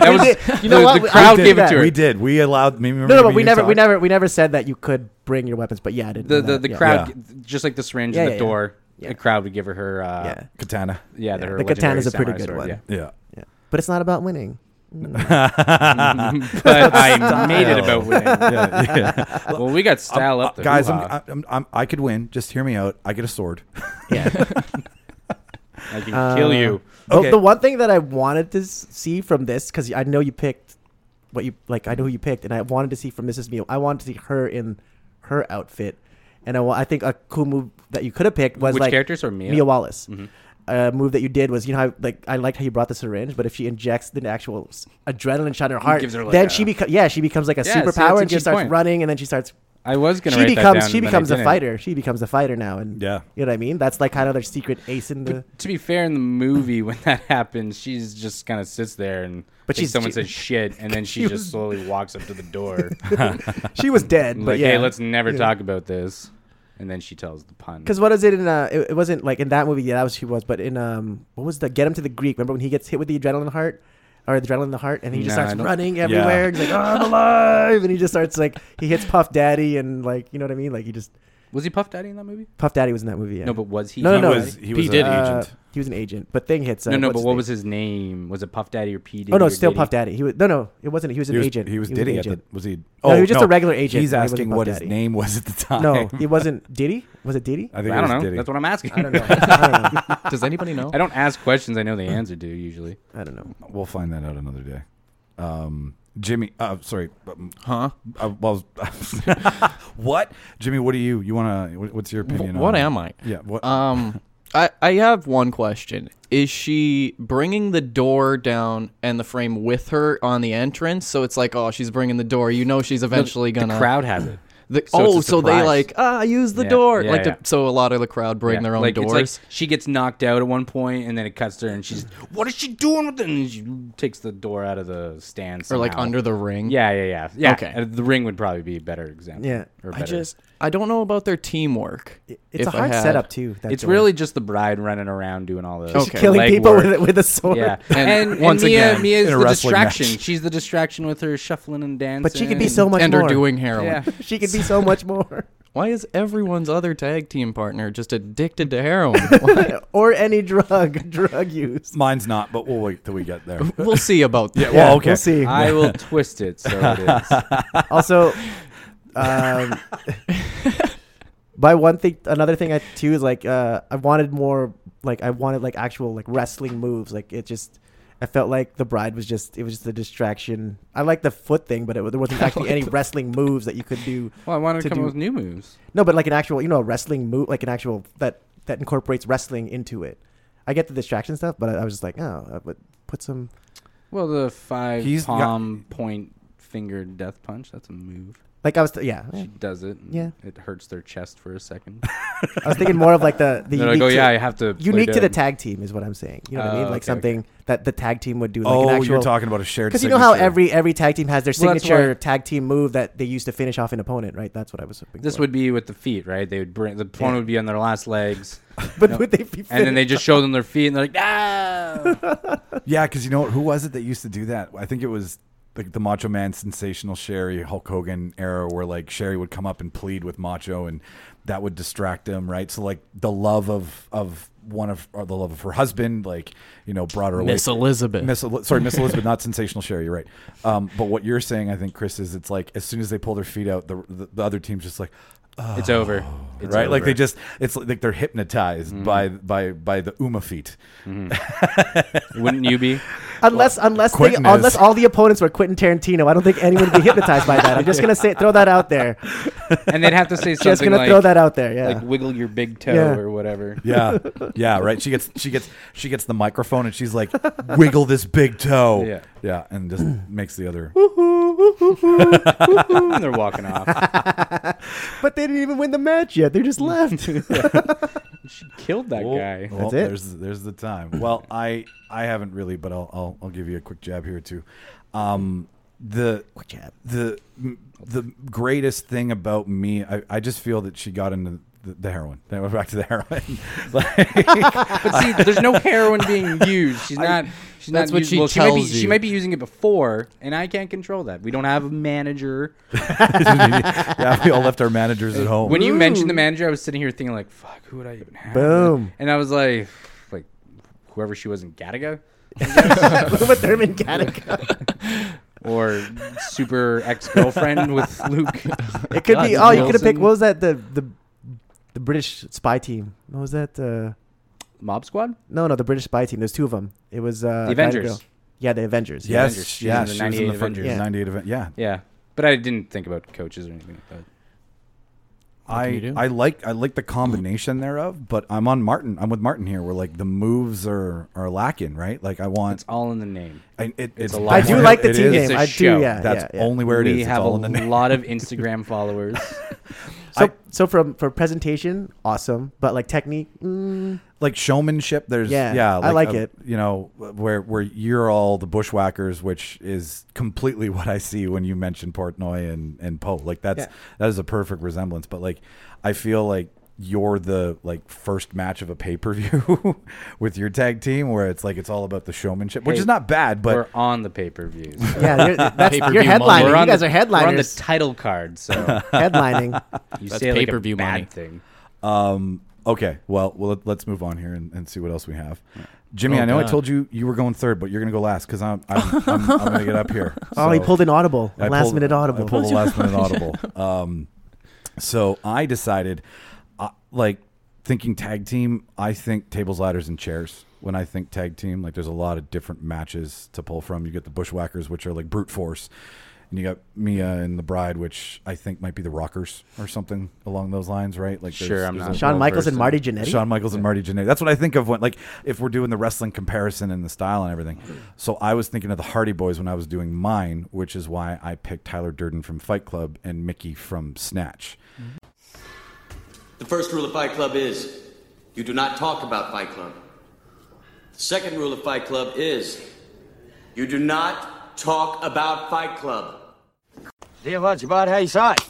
S4: was,
S2: did-
S4: you
S2: you
S4: know
S2: know
S4: the,
S2: what?
S4: The
S2: I
S4: crowd
S2: did
S4: gave it
S2: that.
S4: to her.
S1: we did. We allowed. Me, remember
S2: No, no, but
S1: me
S2: we
S1: and you
S2: never, we
S1: talked?
S2: never, we never said that you could bring your weapons. But yeah, I didn't.
S4: the
S2: know
S4: the,
S2: that.
S4: the
S2: Yeah.
S4: crowd
S1: Yeah.
S4: g- just like the syringe
S2: Yeah,
S4: in the
S2: yeah, yeah.
S4: door
S2: Yeah.
S4: the crowd would give her her uh,
S2: Yeah.
S4: yeah
S1: Katana.
S4: yeah, that
S2: Yeah,
S4: her
S2: the katana's
S4: legendary
S2: a pretty
S4: samurai
S2: good
S4: sword,
S2: one.
S4: yeah.
S1: Yeah.
S2: Yeah. But it's not about winning.
S4: but I made it about winning.
S1: yeah, yeah.
S4: Well, we
S2: um,
S4: got style
S2: uh,
S4: up there,
S1: Guys,
S4: Hoo-ha.
S1: I'm, I'm, I'm, I could win. Just hear me out. I get a sword.
S2: Yeah.
S4: I can
S2: uh,
S4: kill you.
S2: The-
S1: Okay.
S2: Oh, The one thing that I wanted to s- see from this, because I know you picked what you like, I know who you picked, and I wanted to see from Mrs. Mio. I wanted to see her in her outfit, and I, wa- I think a cool move that you could have picked was
S4: Which
S2: like
S4: characters are Mia? Mm-hmm.
S2: Wallace. A move that you did was you know how, like I liked how you brought the syringe, but if she injects the actual s- adrenaline shot in her heart,
S4: gives her, like,
S2: then
S4: a-
S2: she becomes yeah she becomes like a
S4: Yeah, see, that's
S2: superpower
S4: a
S2: and she
S4: good
S2: starts
S4: point.
S2: running and then she starts
S4: I was gonna.
S2: she
S4: write that
S2: becomes
S4: down,
S2: she
S4: but I
S2: becomes a
S4: didn't.
S2: fighter she becomes a fighter now and
S1: Yeah.
S2: you know what I mean that's like kind of their secret ace in the
S4: To be fair, in the movie when that happens, she's just kind of sits there and.
S2: But
S4: But
S2: she's-
S4: someone
S2: she-
S4: says shit, and then
S2: she
S4: she, just
S2: was-
S4: slowly walks up to the door,
S2: she was dead but
S4: like,
S2: yeah
S4: "Hey, let's never talk about this." And then she tells the pun.
S2: Because what is it in? Uh, it, it wasn't like in that movie. Yeah, that was who was. But in um, what was the Get Him to the Greek? Remember when he gets hit with the adrenaline heart, or the adrenaline in the heart, and he just
S4: No, I
S2: starts
S4: don't-
S2: running everywhere. And he's like, "I'm alive!" And he just starts like he hits Puff Daddy, and like you know what I mean. Like he just
S4: was he Puff Daddy in that movie?
S2: Puff Daddy was in that movie. Yeah.
S4: No, but was he?
S2: No, no,
S1: He
S2: no.
S1: was, he was
S3: P.
S1: an
S3: Diddy.
S2: Uh,
S1: agent.
S2: he was an agent, but thing hits. Uh,
S4: No, no, but
S2: what's
S4: what
S2: his
S4: was
S2: name?
S4: his name? Was it Puff Daddy or P Diddy?
S2: Oh no,
S4: or
S2: it's still
S4: Diddy?
S2: Puff Daddy. He was no, no. It wasn't. He was an
S1: He was,
S2: agent.
S1: he was
S2: an
S1: Diddy at the.
S2: agent.
S1: Was he?
S2: No, he was just a regular agent,
S1: He's
S2: and he wasn't
S1: asking
S2: Puff
S1: what
S2: Daddy.
S1: his name was at the time.
S2: No, it wasn't Diddy. Was it Diddy?
S1: I think
S4: I
S1: it was
S4: don't know.
S1: Diddy.
S4: That's what I'm asking.
S2: I don't know. I don't know.
S3: Does anybody know?
S4: I don't ask questions I know the answer to usually.
S2: I don't know.
S1: We'll find that out another day. Um, Jimmy, uh, sorry, huh? Uh, well, what, Jimmy? What do you you want to? What's your opinion?
S3: What
S1: on-
S3: am I?
S1: Yeah. What?
S3: Um, I, I have one question. Is she bringing the door down and the frame with her on the entrance? So it's like, oh, she's bringing the door. You know, she's eventually gonna
S4: The crowd has it.
S3: The,
S4: So it's
S3: oh,
S4: a
S3: so they
S4: surprise.
S3: like ah use the
S4: Yeah,
S3: door.
S4: yeah,
S3: like
S4: yeah.
S3: To, so a lot of the crowd bring
S4: Yeah,
S3: their own
S4: like, it's
S3: doors.
S4: like she gets knocked out at one point, and then it cuts to her, and she's, "What is she doing with it?" And she takes the door out of the stand,
S3: or like
S4: somehow.
S3: under the ring.
S4: Yeah, yeah, yeah, yeah.
S3: Okay.
S4: uh, the ring would probably be a better example.
S2: Yeah.
S4: or
S3: I
S4: better.
S3: just I don't know about their teamwork.
S2: It's
S3: If
S2: a
S3: I
S2: hard
S3: had-
S2: setup too. that
S4: it's
S2: door.
S4: really just the bride running around doing all the
S3: Okay.
S2: killing
S4: leg
S2: people
S4: work.
S2: with, with a sword.
S4: Yeah,
S3: And
S4: and, and,
S3: once
S4: Mia,
S3: again,
S4: Mia's
S1: in a
S4: the
S1: wrestling match.
S4: distraction. She's the distraction with her shuffling and dancing.
S2: But she could be so much
S3: and
S2: more.
S3: are doing heroin.
S4: Yeah.
S2: She could be so much more.
S3: Why is everyone's other tag team partner just addicted to heroin?
S2: or any drug, drug use.
S1: Mine's not, but we'll wait till we get there.
S3: we'll see about that.
S1: well, okay.
S2: We'll see.
S4: I will twist it so it is.
S2: also, um, by one thing, another thing I too is like uh, I wanted more. Like I wanted like actual like wrestling moves. Like it just. I felt like the bride was just it was just a distraction. I like the foot thing, but it, there wasn't actually any wrestling moves that you could do.
S4: Well, I
S2: To
S4: wanted to come
S2: do-
S4: up with new moves.
S2: No, but like an actual, you know, a wrestling move, like an actual that that incorporates wrestling into it. I get the distraction stuff, but I, I was just like, oh, uh, but put some.
S4: Well, the five
S1: He's got-
S4: palm point finger death punch. That's a move.
S2: Like I was, th- Oh, yeah, yeah.
S4: She does it. and
S2: Yeah.
S4: it hurts their chest for a second.
S2: I was thinking more of like the the
S4: They're
S2: unique,
S4: like, oh
S2: to,
S4: yeah, I have to. play
S2: unique to the
S4: dead."
S2: tag team is what I'm saying. You know what I
S4: Oh,
S2: mean? Like
S4: okay,
S2: something that the tag team would do. Like
S1: oh,
S2: an actual,
S1: you're talking about a shared
S2: because you know how
S1: signature.
S2: every every tag team has their
S4: Well, that's
S2: signature
S4: why-
S2: tag team move that they use to finish off an opponent, right? That's what I was hoping.
S4: This
S2: for.
S4: would be with the feet, right? They would bring the opponent would be on their last legs,
S2: but would they be?
S4: and then
S2: finished?
S4: they just show them their feet, and they're like, ah.
S1: Yeah, because you know what? Who was it that used to do that? I think it was like the Macho Man sensational Sherry Hulk Hogan era where like Sherry would come up and plead with Macho and that would distract him, right? So like the love of of one of or the love of her husband, like, you know, brought her away.
S3: Miss Elizabeth.
S1: Miss Eli- sorry, Miss Elizabeth, not sensational Sherry, you're right. Um, but what you're saying, I think, Chris, is it's like as soon as they pull their feet out, the the, the other team's just like
S4: It's over. It's
S1: right, like
S4: over. Mm-hmm.
S1: they just it's like they're hypnotized by by by the Uma feet.
S4: wouldn't you be?
S2: unless unless they,
S1: Quentin is-
S2: unless all the opponents were Quentin Tarantino, I don't think anyone would be hypnotized by that. I'm just gonna say throw that out there.
S4: And they'd have to say
S2: Just
S4: something
S2: gonna
S4: like,
S2: throw that out there. Yeah.
S4: like wiggle your big toe
S2: Yeah.
S4: or whatever.
S1: Yeah, yeah, right. She gets she gets she gets the microphone and she's like, wiggle this big toe.
S4: Yeah.
S1: yeah, and just makes the other.
S4: and they're walking off.
S2: But they didn't even win the match yet. They just left.
S4: She killed that guy.
S1: Well,
S2: That's it.
S1: There's there's the time. Well, I I haven't really, but I'll I'll, I'll give you a quick jab here too. Um, the
S2: jab?
S1: the the greatest thing about me, I, I just feel that she got into the, the heroin. Then we're back to the heroin. like,
S4: But see, there's no heroin being used. She's not. She's
S3: That's
S4: not
S3: what
S4: used-
S3: she
S4: well, might be-
S3: tells
S4: She
S3: you.
S4: might be using it before, and I can't control that. We don't have a manager.
S1: yeah, we all left our managers at home.
S4: When you mentioned the manager, I was sitting here thinking like, "Fuck, who would I even have?"
S2: Boom.
S4: And I was like, like whoever she was in Gattaca
S2: Uma Thurman Gattaca.
S4: or super ex girlfriend with Luke.
S2: It could be.
S4: God,
S2: Oh, you could have picked.
S4: Wilson.
S2: What was that? The the the British spy team. What was that? Uh,
S4: Mob Squad.
S2: no, no, the British spy team. There's two of them. It was uh,
S4: The Avengers.
S2: Batgirl. Yeah, the Avengers.
S1: yes,
S4: Avengers. She's
S1: yeah,
S4: in the
S1: she was in the
S4: 98
S1: front-
S4: Avengers.
S2: Yeah.
S1: 98 event. Yeah,
S4: Yeah, but I didn't think about coaches or anything like that.
S1: I,
S3: you do?
S1: I like I like the combination thereof, but I'm on Martin. I'm with Martin here. Where like the moves are are lacking, right? Like I want.
S4: It's all in the name.
S1: I, it, it's,
S4: a
S1: it's
S4: lot
S2: I
S4: of
S2: do
S4: fun.
S2: like the
S1: It
S2: team
S1: is.
S4: It's
S2: game.
S4: a
S2: I do.
S4: show.
S2: Yeah,
S1: That's
S2: yeah, yeah.
S1: only where it is.
S4: we
S1: It's
S4: have
S1: all
S4: a
S1: in the name.
S4: lot of Instagram followers.
S2: So,
S1: I-
S2: so from for presentation, awesome. But like technique, mm,
S1: like showmanship. There's yeah,
S2: Yeah, I like
S1: a-
S2: it.
S1: You know where where you're all the bushwhackers, which is completely what I see when you mention Portnoy and and Poe. Like that's that is a perfect resemblance. But like I feel like you're the like first match of a pay per view with your tag team, where it's like it's all about the showmanship, which
S4: Hey,
S1: is not bad, but
S4: we're on the pay per views.
S2: yeah, you're, that's you're
S3: Pay-per-view
S2: headlining.
S3: moment.
S2: You
S4: on
S2: guys
S4: the,
S2: are
S4: We're on the
S2: headliners.
S4: title card, so
S2: headlining.
S4: you
S3: That's
S4: say like a
S3: pay-per-view
S4: bad
S3: money.
S4: thing.
S1: Um. Okay. Well, well let, us move on here and, and see what else we have. Jimmy,
S2: Oh,
S1: I know I
S3: God.
S1: told you you were going third, but you're going to go last because I'm I'm, I'm, I'm going to get up here.
S2: Oh, he
S1: So-
S2: pulled an audible, a
S1: I
S2: last
S1: pulled-
S2: minute audible.
S1: I pulled a last minute audible. Um, so I decided, uh, like thinking tag team, I think tables, ladders, and chairs. When I think tag team, like there's a lot of different matches to pull from. You get the bushwhackers, which are like brute force. And you got Mia and the Bride, which I think might be the Rockers or something along those lines, right? Like, there's-
S4: Sure, I'm
S1: there's
S4: not
S1: a-
S2: Shawn
S4: well
S2: Michaels
S4: versed
S2: and
S4: in-
S2: Marty Jannetty.
S1: Shawn Michaels and Marty Jannetty. That's what I think of when, like, if we're doing the wrestling comparison and the style and everything. So I was thinking of the Hardy Boys when I was doing mine, which is why I picked Tyler Durden from Fight Club and Mickey from Snatch.
S9: The first rule of Fight Club is you do not talk about Fight Club. The second rule of Fight Club is you do not talk about Fight Club.
S10: Tell you what, you bought how you saw it.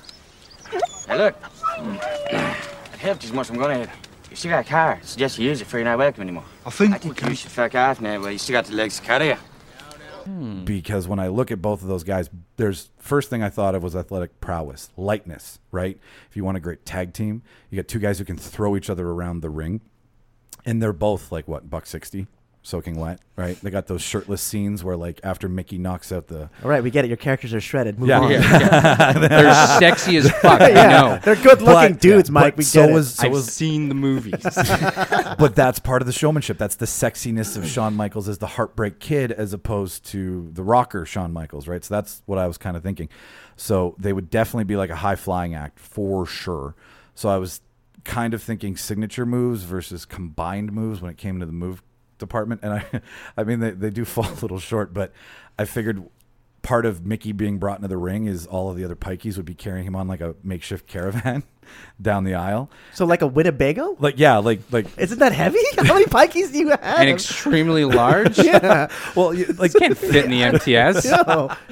S10: Hey, look. I've helped you as much as I'm gonna help you. You still got a car. I suggest you use it before you're not welcome anymore. I think, I think you should fuck off now, well, you still got the legs to carry you.
S1: because when I look at both of those guys, there's first thing I thought of was athletic prowess, lightness, right? If you want a great tag team, you got two guys who can throw each other around the ring, and they're both like what buck sixty, soaking wet, right? They got those shirtless scenes where like after Mickey knocks out the
S2: All right, we get it. Your characters are shredded. Move
S1: Yeah.
S2: on.
S1: Yeah.
S4: They're sexy as fuck. I know.
S2: They're good-looking dudes, Mike.
S1: but
S2: we
S1: so
S2: get
S1: was
S2: it.
S1: so
S4: I've
S1: was
S4: seen the movies.
S1: but that's part of the showmanship. That's the sexiness of Shawn Michaels as the heartbreak kid as opposed to the rocker Shawn Michaels, right? So that's what I was kind of thinking. So they would definitely be like a high flying act for sure. So I was kind of thinking signature moves versus combined moves when it came to the move department. And I I mean they, they do fall a little short, but I figured part of Mickey being brought into the ring is all of the other pikeys would be carrying him on like a makeshift caravan down the aisle.
S2: So like a Winnebago?
S1: Like yeah, like like
S2: Isn't that heavy? How many pikeys do you have?
S4: and extremely large.
S1: well you- like
S4: Can't fit in the MTS.
S2: Yo,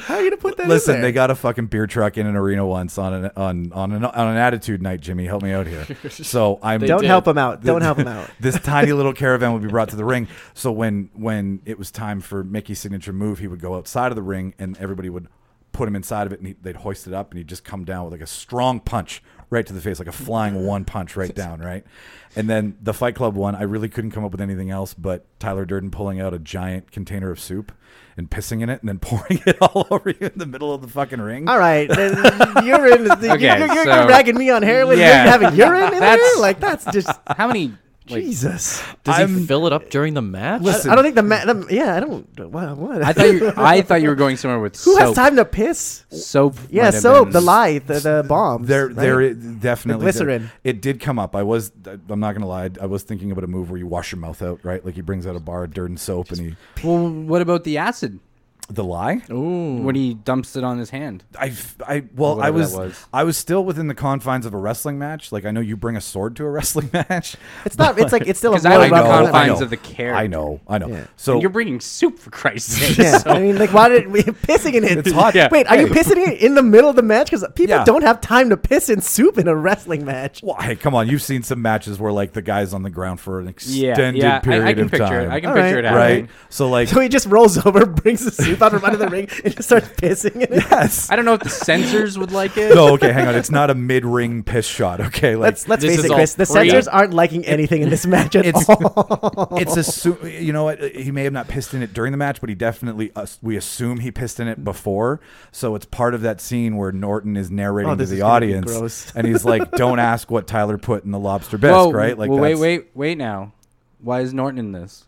S2: how are you gonna put that?
S1: Listen,
S2: in
S1: they
S2: there?
S1: got a fucking beer truck in an arena once on an on on an, on an attitude night. Jimmy, help me out here. So I'm
S2: don't help him out. Don't help him out.
S1: this tiny little caravan would be brought to the ring. So when when it was time for Mickey's signature move, he would go outside of the ring, and everybody would put him inside of it, and he, they'd hoist it up, and he'd just come down with like a strong punch right to the face, like a flying one punch right down, right. And then the Fight Club one, I really couldn't come up with anything else but Tyler Durden pulling out a giant container of soup and pissing in it, and then pouring it all over you in the middle of the fucking ring.
S2: All right, then you're in. The,
S4: Okay,
S2: you're, you're,
S4: so-
S2: you're ragging me on heroin.
S4: Yeah.
S2: You're having urine in
S4: That's-
S2: there. Like that's just
S4: How many? Like,
S2: Jesus.
S3: Does
S1: I'm-
S3: he fill it up during the match?
S2: I, I don't think the ma- the- yeah. I don't. What? what?
S4: I thought you. I thought you were going somewhere with
S2: Who
S4: soap.
S2: has time to piss?
S4: Soap. might
S2: Yeah,
S4: have
S2: soap,
S4: been-
S2: the lie, the, the bombs.
S1: There,
S2: right?
S1: there is definitely
S2: The
S1: did.
S2: glycerin.
S1: It did come up. I was, I'm not gonna lie. I was thinking about a move where you wash your mouth out, right? Like he brings out a bar of dirt and soap, and he
S4: Well, what about the acid?
S1: the lie. Hmm.
S4: When he dumps it on his hand.
S1: I, I, well, I
S4: Whatever that
S1: was,
S4: was.
S1: I was still within the confines of a wrestling match. Like I know you bring a sword to a wrestling match.
S2: It's not. It's like it's still a
S4: 'Cause I
S2: blow
S4: like
S2: rubber.
S4: the
S1: I
S4: confines
S1: know,
S4: of the character.
S1: I know, I know.
S2: Yeah.
S1: So
S4: You're bringing soup for Christ's sake.
S2: Yeah, I mean, like, why did we pissing in it?
S1: It's hot. Yeah.
S2: Wait, are you pissing it in the middle of the match? Because people
S1: Yeah.
S2: don't have time to piss in soup in a wrestling match.
S1: Well, hey, come on! You've seen some matches where like the guy's on the ground for an
S4: Yeah,
S1: extended
S4: yeah, I-
S1: period
S4: I, can
S1: of
S4: picture
S1: time,
S4: it. I can
S2: All
S4: picture
S2: right,
S4: it
S2: all
S4: happening.
S1: right? So like,
S2: So he just rolls over, brings the soup out from under the ring, and just starts pissing in it.
S1: yes.
S4: I don't know if the censors would like it.
S1: no, okay, hang on. It's not a mid-ring piss shot, okay? Like,
S2: Let's let's
S3: This
S2: face
S3: is
S2: it,
S3: all
S2: Chris. The
S3: free.
S2: censors aren't liking anything in this match at
S1: It's-
S2: all.
S1: it's assume you know what he may have not pissed in it during the match, but he definitely us we assume he pissed in it before. So it's part of that scene where Norton is narrating
S2: Oh,
S1: to
S2: this
S1: the
S2: is gonna be
S1: audience,
S2: gross.
S1: and he's like, "Don't ask what Tyler put in the lobster bisque,
S4: Whoa,
S1: right?" Like,
S4: well, wait,
S1: that's-
S4: wait, wait now. Why is Norton in this?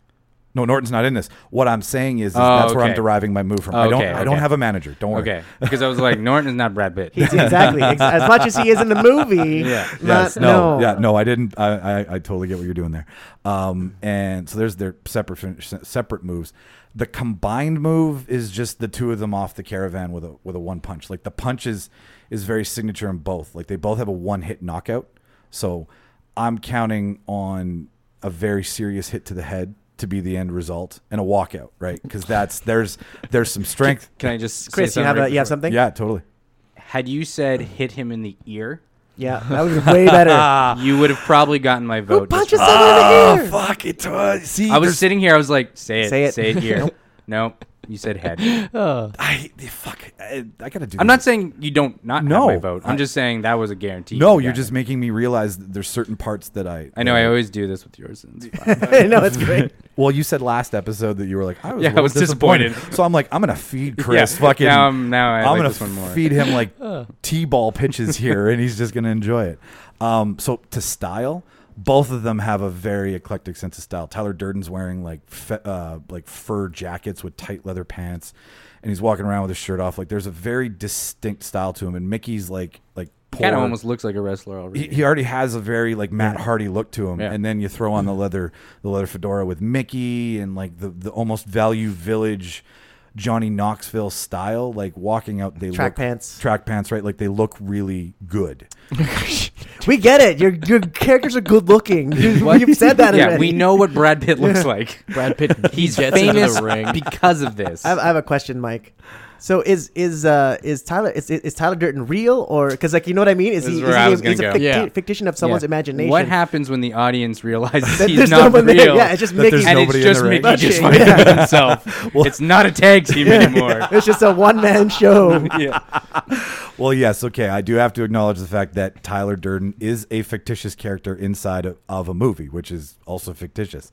S1: No, Norton's not in this. What I'm saying is, is
S4: Oh,
S1: that's where I'm
S4: okay.
S1: deriving my move from.
S4: Oh,
S1: I don't,
S4: okay,
S1: I don't
S4: okay.
S1: have a manager. Don't worry.
S4: Okay, because I was like, Norton is not Brad Pitt.
S2: He's- exactly. Ex- as much as he is in the movie.
S4: Yeah.
S2: not-
S1: Yes. No. Yeah. No. I didn't. I, I. I totally get what you're doing there. Um. And so there's their separate finish, separate moves. The combined move is just the two of them off the caravan with a with a one punch. Like the punch is is very signature in both. Like they both have a one hit knockout. So I'm counting on a very serious hit to the head to be the end result and a walkout, right? Because that's there's there's some strength.
S4: Can I just
S2: Chris,
S4: say
S2: you
S4: something
S2: have a,
S4: right
S2: you have
S4: before-
S2: something?
S1: Yeah. Totally.
S4: Had you said hit him in the ear,
S2: Yeah, that was way better.
S1: Ah.
S4: you would have probably gotten my
S2: Who
S4: vote. just
S2: punches
S4: from-
S2: someone in the ear?
S1: Oh, Fuck it. uh, See,
S4: I was
S1: there's-
S4: sitting here. I was like, say it,
S2: Say
S4: say
S2: it.
S4: it, here. nope, you said head.
S1: I fuck. I, I gotta do.
S4: I'm
S1: this.
S4: not saying you don't not
S1: No,
S4: have my vote. I'm
S1: I-
S4: just saying that was a guarantee.
S1: No,
S4: you
S1: you're
S4: got
S1: just
S4: it.
S1: making me realize that there's certain parts that I.
S4: I know. I always do this with yours. and it's fine.
S2: no, it's great.
S1: Well, you said last episode that you were like, I was,
S4: Yeah,
S1: a
S4: I
S1: little
S4: was
S1: disappointed.
S4: disappointed.
S1: So I'm like, I'm gonna feed Chris
S4: Yeah,
S1: fucking.
S4: now I'm- now I
S1: am
S4: like
S1: gonna
S4: this one more. Uh.
S1: feed him like t-ball pitches here, and he's just gonna enjoy it. Um, so to style, both of them have a very eclectic sense of style. Tyler Durden's wearing like fe- uh, like fur jackets with tight leather pants. and he's walking around with his shirt off. Like there's a very distinct style to him, and Mickey's like like
S4: Kind
S1: poor-
S4: of almost looks like a wrestler
S1: he,
S4: already.
S1: he already has a very like Matt Hardy look to him,
S4: Yeah.
S1: and then you throw on the leather the leather fedora with Mickey and like the the almost Value Village Johnny Knoxville style, like walking out. They
S2: Track
S1: look,
S2: pants.
S1: track pants, right? Like they look really good.
S2: We get it. Your your characters are good looking. You, have said that
S4: yeah,
S2: already.
S4: we know what Brad Pitt looks like.
S3: Brad Pitt
S4: He's
S3: gets into
S4: famous
S3: the ring.
S4: because of this.
S2: I have, I have a question, Mike. So is is uh is Tyler is is Tyler Durden real or because like you know what I mean? Is
S4: This
S2: he
S4: is
S2: is
S4: where I
S2: he
S4: was
S2: he's a
S4: gonna
S2: ficti-
S4: go.
S3: Yeah.
S2: fictation of someone's
S4: Yeah.
S2: imagination?
S4: What happens when the audience realizes
S2: That
S4: he's
S2: there's
S4: not
S2: no
S4: real?
S2: one there. Yeah, it's just
S1: That
S2: Mickey.
S1: there's
S4: and
S1: nobody
S4: it's
S1: in the
S4: just
S1: ring.
S4: Mickey just
S2: Rushing.
S4: fighting himself. it's not a tag team anymore.
S2: It's just a one man show.
S4: yeah.
S1: Well, yes, okay. I do have to acknowledge the fact that Tyler Durden is a fictitious character inside of, of a movie, which is also fictitious.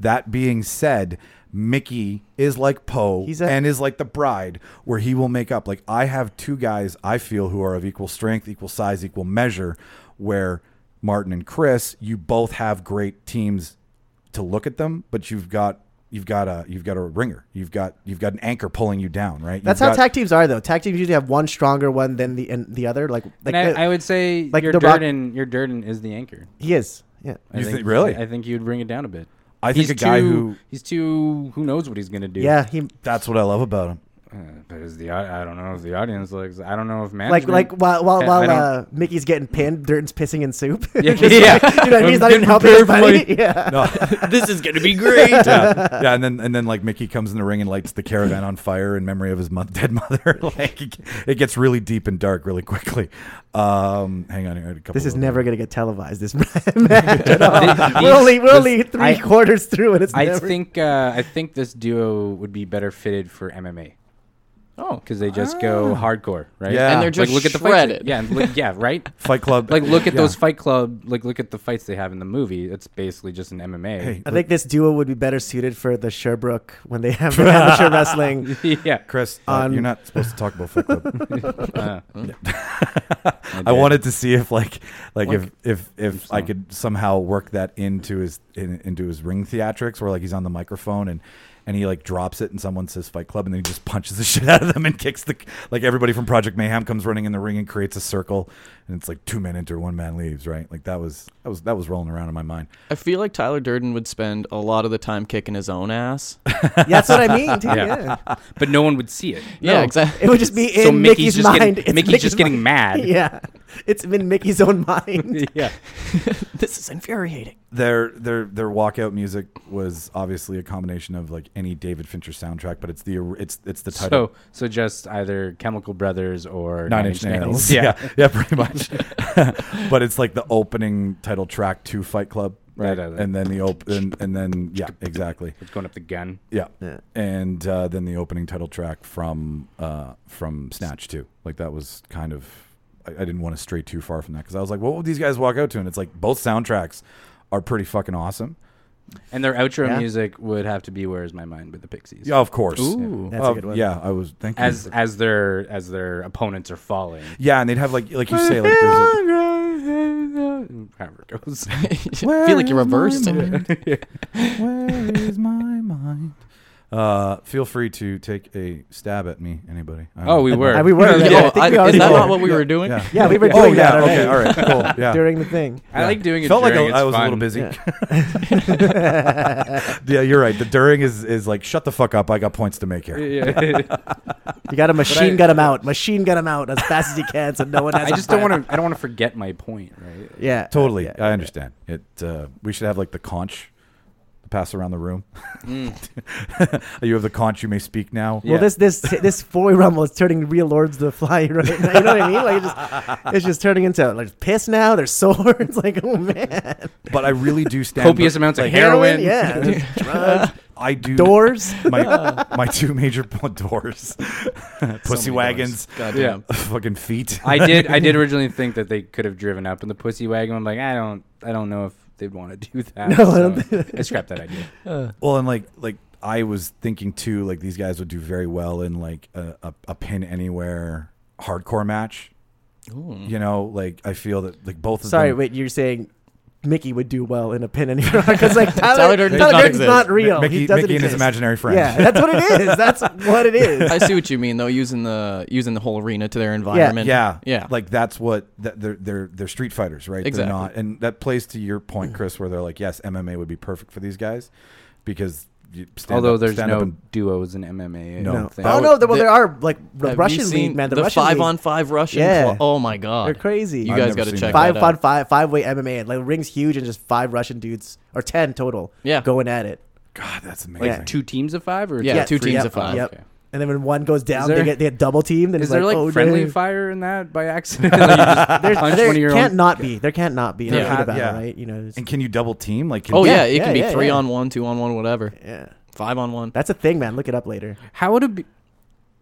S1: That being said, Mickey is like Poe
S2: He's a-
S1: and is like the bride, where he will make up. Like, I have two guys I feel who are of equal strength, equal size, equal measure, where Martin and Chris, you both have great teams to look at them, but you've got. You've got a you've got a ringer. You've got you've got an anchor pulling you down, right?
S2: That's
S1: You've
S2: how
S1: got-
S2: tag teams are though. Tag teams usually have one stronger one than the and the other. Like like
S4: And I,
S2: the-
S4: I would say
S2: like
S4: your
S2: The Rock-
S4: Durden, your Durden is the anchor.
S2: he is. Yeah.
S4: I
S1: You think- really?
S4: I think you would bring it down a bit.
S1: I think
S4: he's
S1: a guy
S4: too-
S1: who-
S4: he's too who knows what he's gonna do.
S2: Yeah, he
S1: That's what I love about him.
S4: Uh, but is the au- I don't know if the audience likes. I don't know if
S2: like
S4: management
S2: like while
S4: I-
S2: while,
S4: I
S2: while
S4: don't-
S2: uh, Mickey's getting pinned, Durden's pissing in soup.
S4: Yeah,
S2: Just
S4: yeah.
S2: like- you know what I mean? He's not even helping his
S4: Prepared for
S2: buddy.
S4: it.
S2: Yeah.
S1: No,
S2: uh,
S3: this is gonna be great.
S1: yeah, yeah, and then and then like Mickey comes in the ring and lights the caravan on fire in memory of his mo- dead mother. like it, it gets really deep and dark really quickly. Um, hang on, here, I had a couple.
S2: This is
S1: of-
S2: never gonna get televised. This match at all. we're only we're
S4: this-
S2: only three
S4: I-
S2: quarters through, and it's
S4: I
S2: never.
S4: think uh, I think this duo would be better fitted for MMA. Oh, because they just go hardcore, right?
S1: Yeah.
S4: And
S1: And they're
S4: like,
S3: just
S4: look at the fights.
S3: shredded.
S4: Yeah, and look, yeah, right.
S1: Fight Club.
S4: Like look at
S1: Yeah.
S4: those Fight Club. Like look at the fights they have in the movie. It's basically just an MMA.
S1: Hey,
S2: I think this duo would be better suited for the Sherbrooke when they have amateur wrestling.
S4: yeah.
S1: Chris, uh,
S2: on-
S1: you're not supposed to talk about Fight Club.
S4: Uh,
S1: Mm. I wanted to see if like like if
S4: Like-
S1: if if I could somehow work that into his in, into his ring theatrics where like he's on the microphone and and he like drops it and someone says Fight Club and then he just punches the shit out of them and kicks the like everybody from Project Mayhem comes running in the ring and creates a circle and it's like two men enter one man leaves right like that was that was that was rolling around in my mind
S3: I feel like Tyler Durden would spend a lot of the time kicking his own ass.
S2: That's what I mean. Too, yeah.
S4: Yeah. but no one would see it.
S3: Yeah,
S2: No.
S3: exactly.
S2: It would just be in
S4: So
S2: Mickey's
S4: Mickey's just
S2: mind.
S4: getting-
S2: It's
S4: Mickey's just getting mad.
S2: Yeah, it's in Mickey's own mind.
S4: yeah.
S3: this is infuriating.
S1: their their their walkout music was obviously a combination of like any David Fincher soundtrack but it's the it's it's the title
S4: So so just either Chemical Brothers or
S1: Nine Inch Nails.
S4: Yeah.
S1: yeah, yeah, pretty much. but it's like the opening title track to Fight Club, right?
S4: Right, right, right.
S1: And then the op- and, and then yeah, exactly,
S4: It's going up the gun.
S1: yeah.
S2: Yeah.
S1: And uh, then the opening title track from uh, from Snatch too. Like that was kind of I, I didn't want to stray too far from that because I was like, what would these guys walk out to? And it's like both soundtracks are pretty fucking awesome.
S4: And their outro
S2: Yeah.
S4: music would have to be "Where Is My Mind" with the Pixies.
S1: Yeah, of course.
S4: Ooh.
S2: That's a
S1: Uh,
S2: good one.
S1: Yeah, I was. Thank you.
S4: As as their as their opponents are falling.
S1: yeah, and they'd have like like you say like there's a,
S4: However it goes.
S3: I feel like you reversed it.
S1: Where is my mind? Uh, feel free to take a stab at me, anybody. I don't
S4: Oh,
S1: know.
S4: we were.
S2: Uh, we were.
S3: No,
S2: Yeah, I think
S3: I-
S2: we already
S3: is that
S2: did.
S3: not what we were doing?
S1: Yeah.
S2: Yeah, we were doing
S1: Oh, yeah.
S2: that already
S1: Okay, all right, cool. Yeah.
S2: during the thing.
S4: I like doing it.
S1: Felt like
S4: during,
S1: I
S4: it's
S1: I was a
S4: fun.
S1: little busy. Yeah. you're right. The during is is like shut the fuck up. I got points to make here.
S4: Yeah.
S2: You got to machine
S4: I-
S2: gun him out. Machine gun him out as fast as you can, so no one has.
S4: I just don't want to. I don't want to forget my point, right?
S2: to. Yeah,
S1: Totally,
S2: Yeah.
S1: I understand. It. Uh, we should have like the conch, pass around the room.
S4: Mm.
S1: you have the conch. You may speak now.
S2: Well, this this this foy rumble is turning real lords to the fly right now. You know what I mean? Like it's just, it's just turning into like piss now. There's swords. Like oh man,
S1: But I really do stand.
S4: Copious amounts of
S2: heroin.
S4: heroin.
S2: Yeah, there's drugs,
S1: I do.
S2: doors.
S1: my my two major po- doors, pussy wagons,
S3: Goddamn.
S1: fucking feet.
S4: I did. I did originally think that they could have driven up in the pussy wagon. I'm like, I don't. I don't know if they'd want to do that.
S2: No, I don't
S4: so I scrapped that idea.
S1: well, and like like I was thinking too, like these guys would do very well in like a, a, a pin anywhere hardcore match. You know, like I feel that like both of
S2: Sorry,
S1: them.
S2: wait. You're saying Mickey would do well in a pin and because like Tyler,
S3: Tyler
S2: Tyler
S3: Durden
S2: Durden's
S3: does not exist.
S2: not real.
S1: Mickey-
S2: he doesn't
S1: Mickey and his
S2: exist.
S1: imaginary friend.
S2: Yeah, that's what it is. That's what it is.
S3: I see what you mean though. Using the using the whole arena to their environment.
S1: Yeah,
S3: yeah.
S1: Like that's what th- they're they're they're street fighters, right?
S3: Exactly.
S1: They're not, and that plays to your point, Chris, where they're like, yes, MMA would be perfect for these guys because you stand
S4: Although
S1: up-
S4: there's
S1: stand
S4: no
S1: up and-
S4: duos in MMA. I
S1: No.
S4: don't think.
S2: Oh no, there, well, there are like the
S3: Have you
S2: Russian league,
S3: seen
S2: man. The,
S3: the
S2: Russian
S3: five
S2: league.
S3: on five Russian.
S2: Yeah.
S3: cla- oh my god,
S2: They're crazy.
S3: You
S1: I've
S3: guys
S1: never
S3: got to
S1: seen
S3: check
S1: that.
S2: five
S3: that
S2: on
S3: out.
S2: five five way MMA. Like rings huge and just five Russian dudes or ten total.
S3: Yeah.
S2: going at it.
S1: God, that's amazing.
S4: like two teams of five or
S3: Yeah,
S4: just
S3: two
S4: three?
S3: teams
S2: Yep,
S3: of five.
S2: Yep.
S4: Okay.
S2: And then when one goes down,
S4: there-
S2: they get they get double teamed. And
S4: Is
S2: it's
S4: there like,
S2: oh,
S4: friendly
S2: no.
S4: fire in that by accident? like you just
S2: There's-
S4: punch
S2: there
S4: one of your
S2: can't
S4: own.
S2: not be. There can't not be.
S3: Yeah.
S2: Yeah, about
S1: Yeah.
S2: it, right? You know. it's-
S1: And can you double team? Like, can
S3: Oh
S1: you-
S3: yeah, it
S2: yeah,
S3: can be
S2: yeah,
S3: three
S2: yeah.
S3: on one, two on one, whatever.
S2: yeah,
S3: Five on one.
S2: that's a thing, man. Look it up later.
S4: How would it be?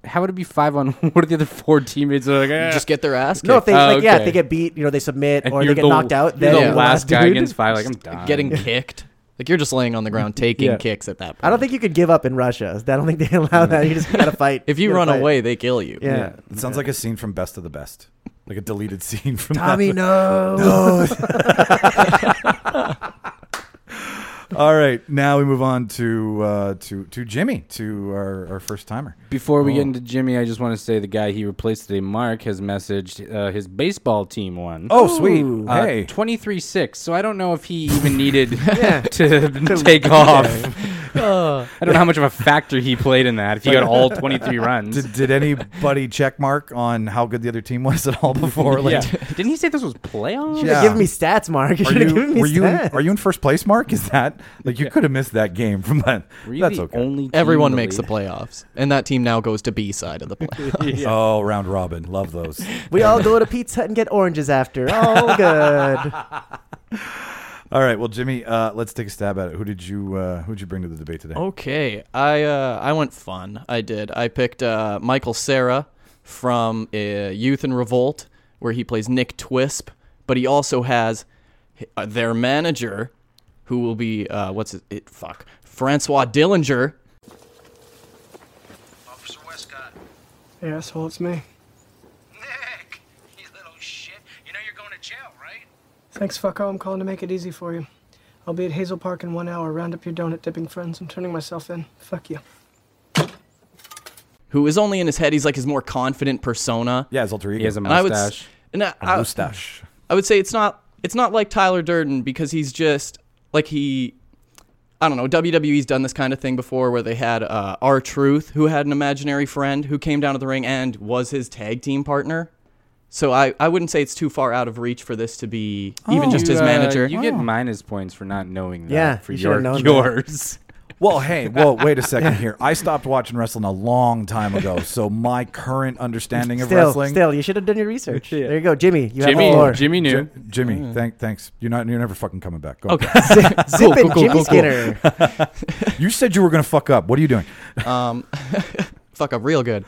S4: How would it be five on? What are the other four teammates? that are like, eh.
S3: Just get their ass kicked.
S2: No, if they
S4: Oh,
S2: like, yeah, if
S4: okay.
S2: they get beat, you know, they submit
S4: And
S2: or they
S4: you're
S2: get
S4: the-
S2: knocked out.
S4: You're
S2: Then
S4: the
S3: yeah.
S2: you're
S4: last guy
S2: dude.
S4: against five. Like I'm dying.
S3: getting kicked. Like you're just laying on the ground taking
S4: Yeah.
S3: kicks at that point.
S2: I don't think you could give up in Russia. I don't think they allow that. You just gotta fight.
S3: if you
S2: gotta
S3: run
S2: fight.
S3: away, they kill you.
S2: yeah.
S1: It sounds like a scene from Best of the Best, like a deleted scene from
S2: Tommy,
S1: That.
S2: no.
S1: All right, now we move on to uh, to to Jimmy, to our, our first timer.
S4: Before we get into Jimmy, I just want to say the guy he replaced today, Mark, has messaged uh, his baseball team won.
S1: Oh, sweet.
S2: Ooh.
S1: Hey,
S4: 23 6. So I don't know if he even needed to take off. I don't know how much of a factor he played in that. If he got all 23 runs.
S1: did, did anybody check mark on how good the other team was at all before?
S4: yeah.
S1: Like,
S4: Didn't he say this was playoffs?
S2: You should
S1: Yeah.
S2: have given me stats, Mark. You
S1: Are
S2: should have
S1: you,
S2: given me
S1: were you in,
S2: stats.
S1: are you in first place, Mark? Is that like you could have missed that game from that?
S4: Were you
S1: That's
S4: the
S1: okay.
S4: Only team
S3: Everyone
S4: in
S3: makes the
S4: league?
S3: playoffs, and that team now goes to B side of the playoffs.
S1: Oh, round robin, love those.
S2: we all go to Pizza Hut and get oranges after. All good.
S1: all right, well, Jimmy, uh, let's take a stab at it. Who did you uh, who did you bring to the debate
S4: Oh.
S1: today?
S3: okay, I uh, I went fun. I did. I picked uh, Michael Sarah from uh, Youth and Revolt, where he plays Nick Twisp, but he also has uh, their manager, who will be uh, what's it, it? Fuck, Francois Dillinger.
S5: Officer Westcott.
S6: Hey, asshole, it's me.
S5: Nick, you little shit. You know you're going to jail, right?
S6: Thanks, fucko. I'm calling to make it easy for you. I'll be at Hazel Park in one hour. Round up your donut dipping friends. I'm turning myself in. Fuck you.
S3: Who is only in his head? He's like his more confident persona.
S1: Yeah, it's alter ego.
S4: He has a
S3: And I would, s-
S4: mustache.
S3: and I,
S1: Uh,
S3: I,
S1: mustache.
S3: I would say it's not it's not like Tyler Durden because he's just like he I don't know, WWE's done this kind of thing before where they had uh R Truth who had an imaginary friend who came down to the ring and was his tag team partner. So I, I wouldn't say it's too far out of reach for this to be even just
S4: You,
S3: his
S4: uh,
S3: manager.
S4: You get minus points for not knowing that.
S2: Yeah,
S4: for
S2: you should
S4: your,
S2: have known that.
S4: yours.
S1: Well, hey, well, wait a second here. I stopped watching wrestling a long time ago, so my current understanding of
S2: Still,
S1: wrestling.
S2: still, you should have done your research. There you go, Jimmy. You
S4: Jimmy,
S2: have the floor.
S4: Jimmy knew.
S1: Ji- Jimmy, thank, thanks. You're not. You're never fucking coming back. Go.
S3: Mm. Okay.
S2: Zip it, Jimmy
S3: cool.
S2: Skinner.
S1: You said you were gonna fuck up. What are you doing?
S3: Um, fuck up real good.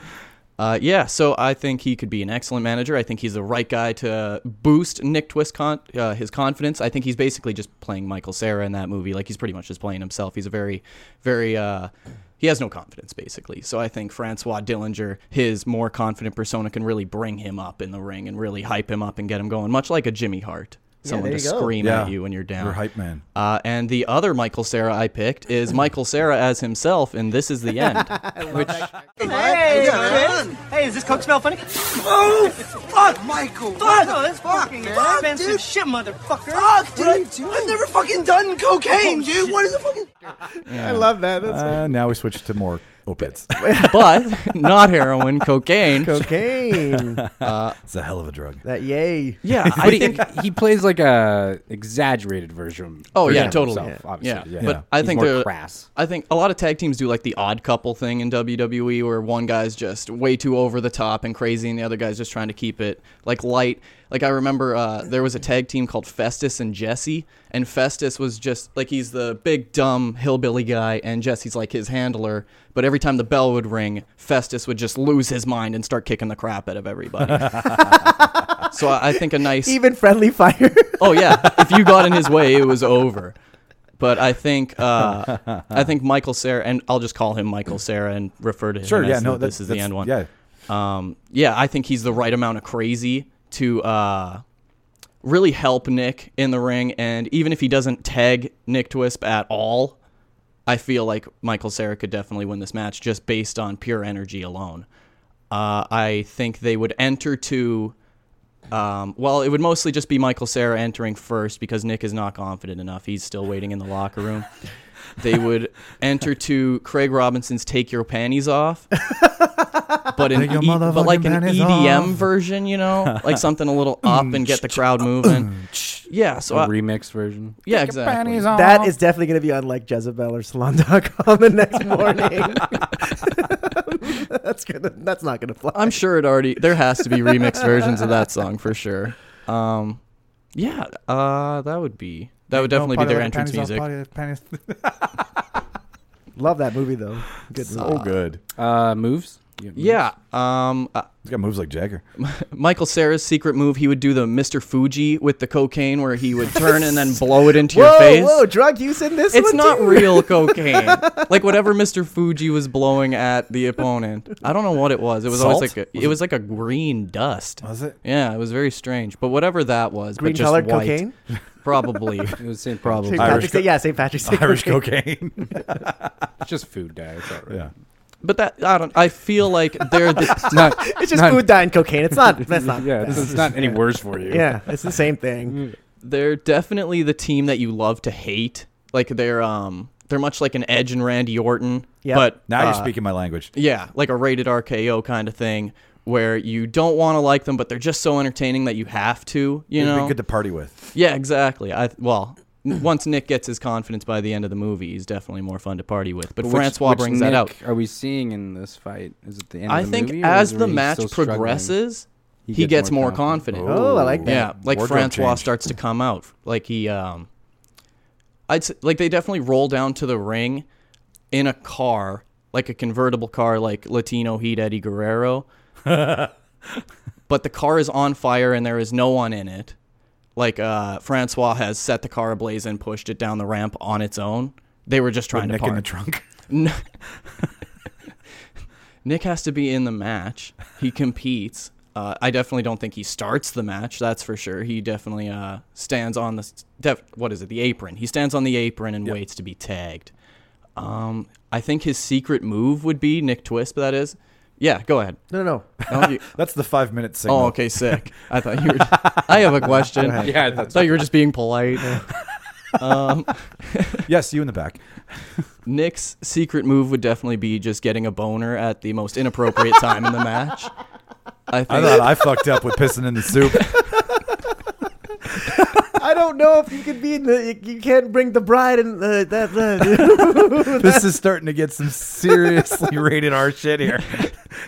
S3: Uh, yeah, so I think he could be an excellent manager. I think he's the right guy to boost Nick Twist con- uh, his confidence. I think he's basically just playing Michael Sarah in that movie. Like he's pretty much just playing himself. He's a very, very uh, he has no confidence basically. So I think Francois Dillinger, his more confident persona, can really bring him up in the ring and really hype him up and get him going, much like a Jimmy Hart, someone
S2: there
S3: to
S2: you go.
S3: scream
S1: Yeah.
S3: at you when you're down.
S1: You're hype man.
S3: Uh, and the other Michael Sarah I picked is Michael Sarah as himself, and this is the end.
S5: Hey, Chris. Hey, does this coke smell funny? Oh, fuck, Michael. Fuck, no, that's fucking fuck, offensive shit, motherfucker. Fuck, dude. I've never fucking done cocaine, dude. What is the fucking?
S2: I love that. That's
S1: Uh, now we switch to more opiates.
S3: but not heroin, cocaine.
S2: cocaine.
S1: It's a hell of a drug.
S2: that yay.
S4: Yeah, I think he plays like a exaggerated version.
S3: Oh, yeah,
S4: version of
S3: totally.
S4: himself,
S2: Yeah.
S3: yeah.
S4: obviously.
S3: but I
S4: He's
S3: think
S4: more
S3: they're-
S4: crass.
S3: I think a lot of tag teams do like the odd couple thing in WWE, where one guy's just way too over the top and crazy, and the other guy's just trying to keep it like light. Like I remember uh, there was a tag team called Festus and Jesse, and Festus was just like he's the big dumb hillbilly guy, and Jesse's like his handler. But every time the bell would ring, Festus would just lose his mind and start kicking the crap out of everybody. so I, I think a nice
S2: Even friendly fire.
S3: Oh yeah, if you got in his way, it was over. But I think uh, I think Michael Sarah, and I'll just call him Michael Sarah and refer to him.
S1: Sure.
S3: as
S1: Yeah.
S3: the-
S1: No.
S3: this
S1: that's-
S3: is the
S1: that's-
S3: end one.
S1: Yeah.
S3: Um, yeah, I think he's the right amount of crazy to uh, really help Nick in the ring. And even if he doesn't tag Nick Twisp at all, I feel like Michael Sarah could definitely win this match just based on pure energy alone. Uh, I think they would enter to. Um, well, it would mostly just be Michael Sarah entering first because Nick is not confident enough. He's still waiting in the locker room. They would enter to Craig Robinson's "Take Your Panties Off," but an
S1: Take your
S3: E- but like
S1: motherfucking
S3: an
S1: panties
S3: EDM
S1: off.
S3: version, you know, like something a little up and get the crowd moving. Yeah, so
S4: a
S3: I,
S4: remix version.
S3: yeah, exactly.
S2: That is definitely going to be on like Jezebel or Salon.com the next morning. that's gonna. That's not gonna fly.
S3: I'm sure it already there has to be remix versions of that song for sure. Um, yeah, uh, that would be that would definitely be their entrance music.
S2: Love that movie though. Good.
S1: So good.
S4: Uh, moves. You got moves?
S3: Yeah, um, uh,
S1: He's got moves like Jagger.
S3: Michael Sarah's secret move. He would do the Mr. Fuji with the cocaine, where he would turn and then blow it into your
S2: Whoa,
S3: face.
S2: whoa! Drug use in this
S3: It's
S2: one
S3: not
S2: too?
S3: real cocaine. like whatever Mr. Fuji was blowing at the opponent. I don't know what it was. It was always
S1: Salt?
S3: like a, it was like a green dust.
S1: Was it?
S3: Yeah, it was very strange. But whatever that was,
S2: Green
S3: but just
S2: colored
S3: white,
S2: cocaine.
S3: probably.
S4: It was St. Probably.
S2: St.
S1: Irish
S2: Patrick's
S1: co-
S2: Day. Yeah, St. Patrick's Day.
S1: Irish
S2: cocaine.
S1: cocaine.
S4: It's just food dye. It's all right.
S1: yeah.
S3: But that I don't. I feel like they're the,
S4: Not,
S2: It's just
S4: not-
S2: food dye and cocaine. It's not. That's not.
S4: yeah, it's, it's not any worse for you.
S2: Yeah, it's the same thing.
S3: they're definitely the team that you love to hate. Like they're um they're much like an Edge and Randy Orton.
S2: Yep.
S3: But
S1: Now you're
S3: uh,
S1: speaking my language.
S3: Yeah, like a rated RKO kind of thing where you don't want to like them, but they're just so entertaining that you have to. You
S1: It'd
S3: know.
S1: be good to party with.
S3: Yeah, exactly. I well, n- once Nick gets his confidence by the end of the movie, he's definitely more fun to party with. But,
S4: Which-
S3: Francois
S4: which
S3: brings that
S4: Nick
S3: out.
S4: Are we seeing in this fight? Is it the end?
S3: I
S4: of the
S3: think
S4: movie, or
S3: as
S4: is
S3: the
S4: he
S3: match
S4: still struggling?
S3: progresses, he, gets, more confident.
S2: Oh, I like that.
S3: Yeah, like
S1: Wardrobe
S3: Francois
S1: change.
S3: starts to come out. Like he, um, I'd s like they definitely roll down to the ring in a car, like a convertible car, like Latino Heat Eddie Guerrero. but the car is on fire and there is no one in it. Like uh, Francois has set the car ablaze and pushed it down the ramp on its own. They were just trying
S1: Nick
S3: to
S1: in the
S3: park.
S1: trunk.
S3: Nick has to be in the match. He competes. Uh, I definitely don't think he starts the match. That's for sure. He definitely uh, stands on the s- def- what is it? The apron. He stands on the apron and waits to be tagged. Um, I think his secret move would be Nick Twist. That is. Yeah, go ahead.
S2: No, no, no.
S3: No, you-
S1: That's the five minute signal.
S3: oh, okay, sick. I thought you were. I have a question.
S4: Yeah,
S3: I
S4: that's
S3: thought you were just being polite.
S1: Yes, you in the back.
S3: Nick's secret move would definitely be just getting a boner at the most inappropriate time in the match. I
S1: I
S3: think
S1: thought I fucked up with pissing in the soup.
S2: I don't know if you could be in the. You, you can't bring the bride and the that. The,
S1: this is starting to get some seriously rated R shit here.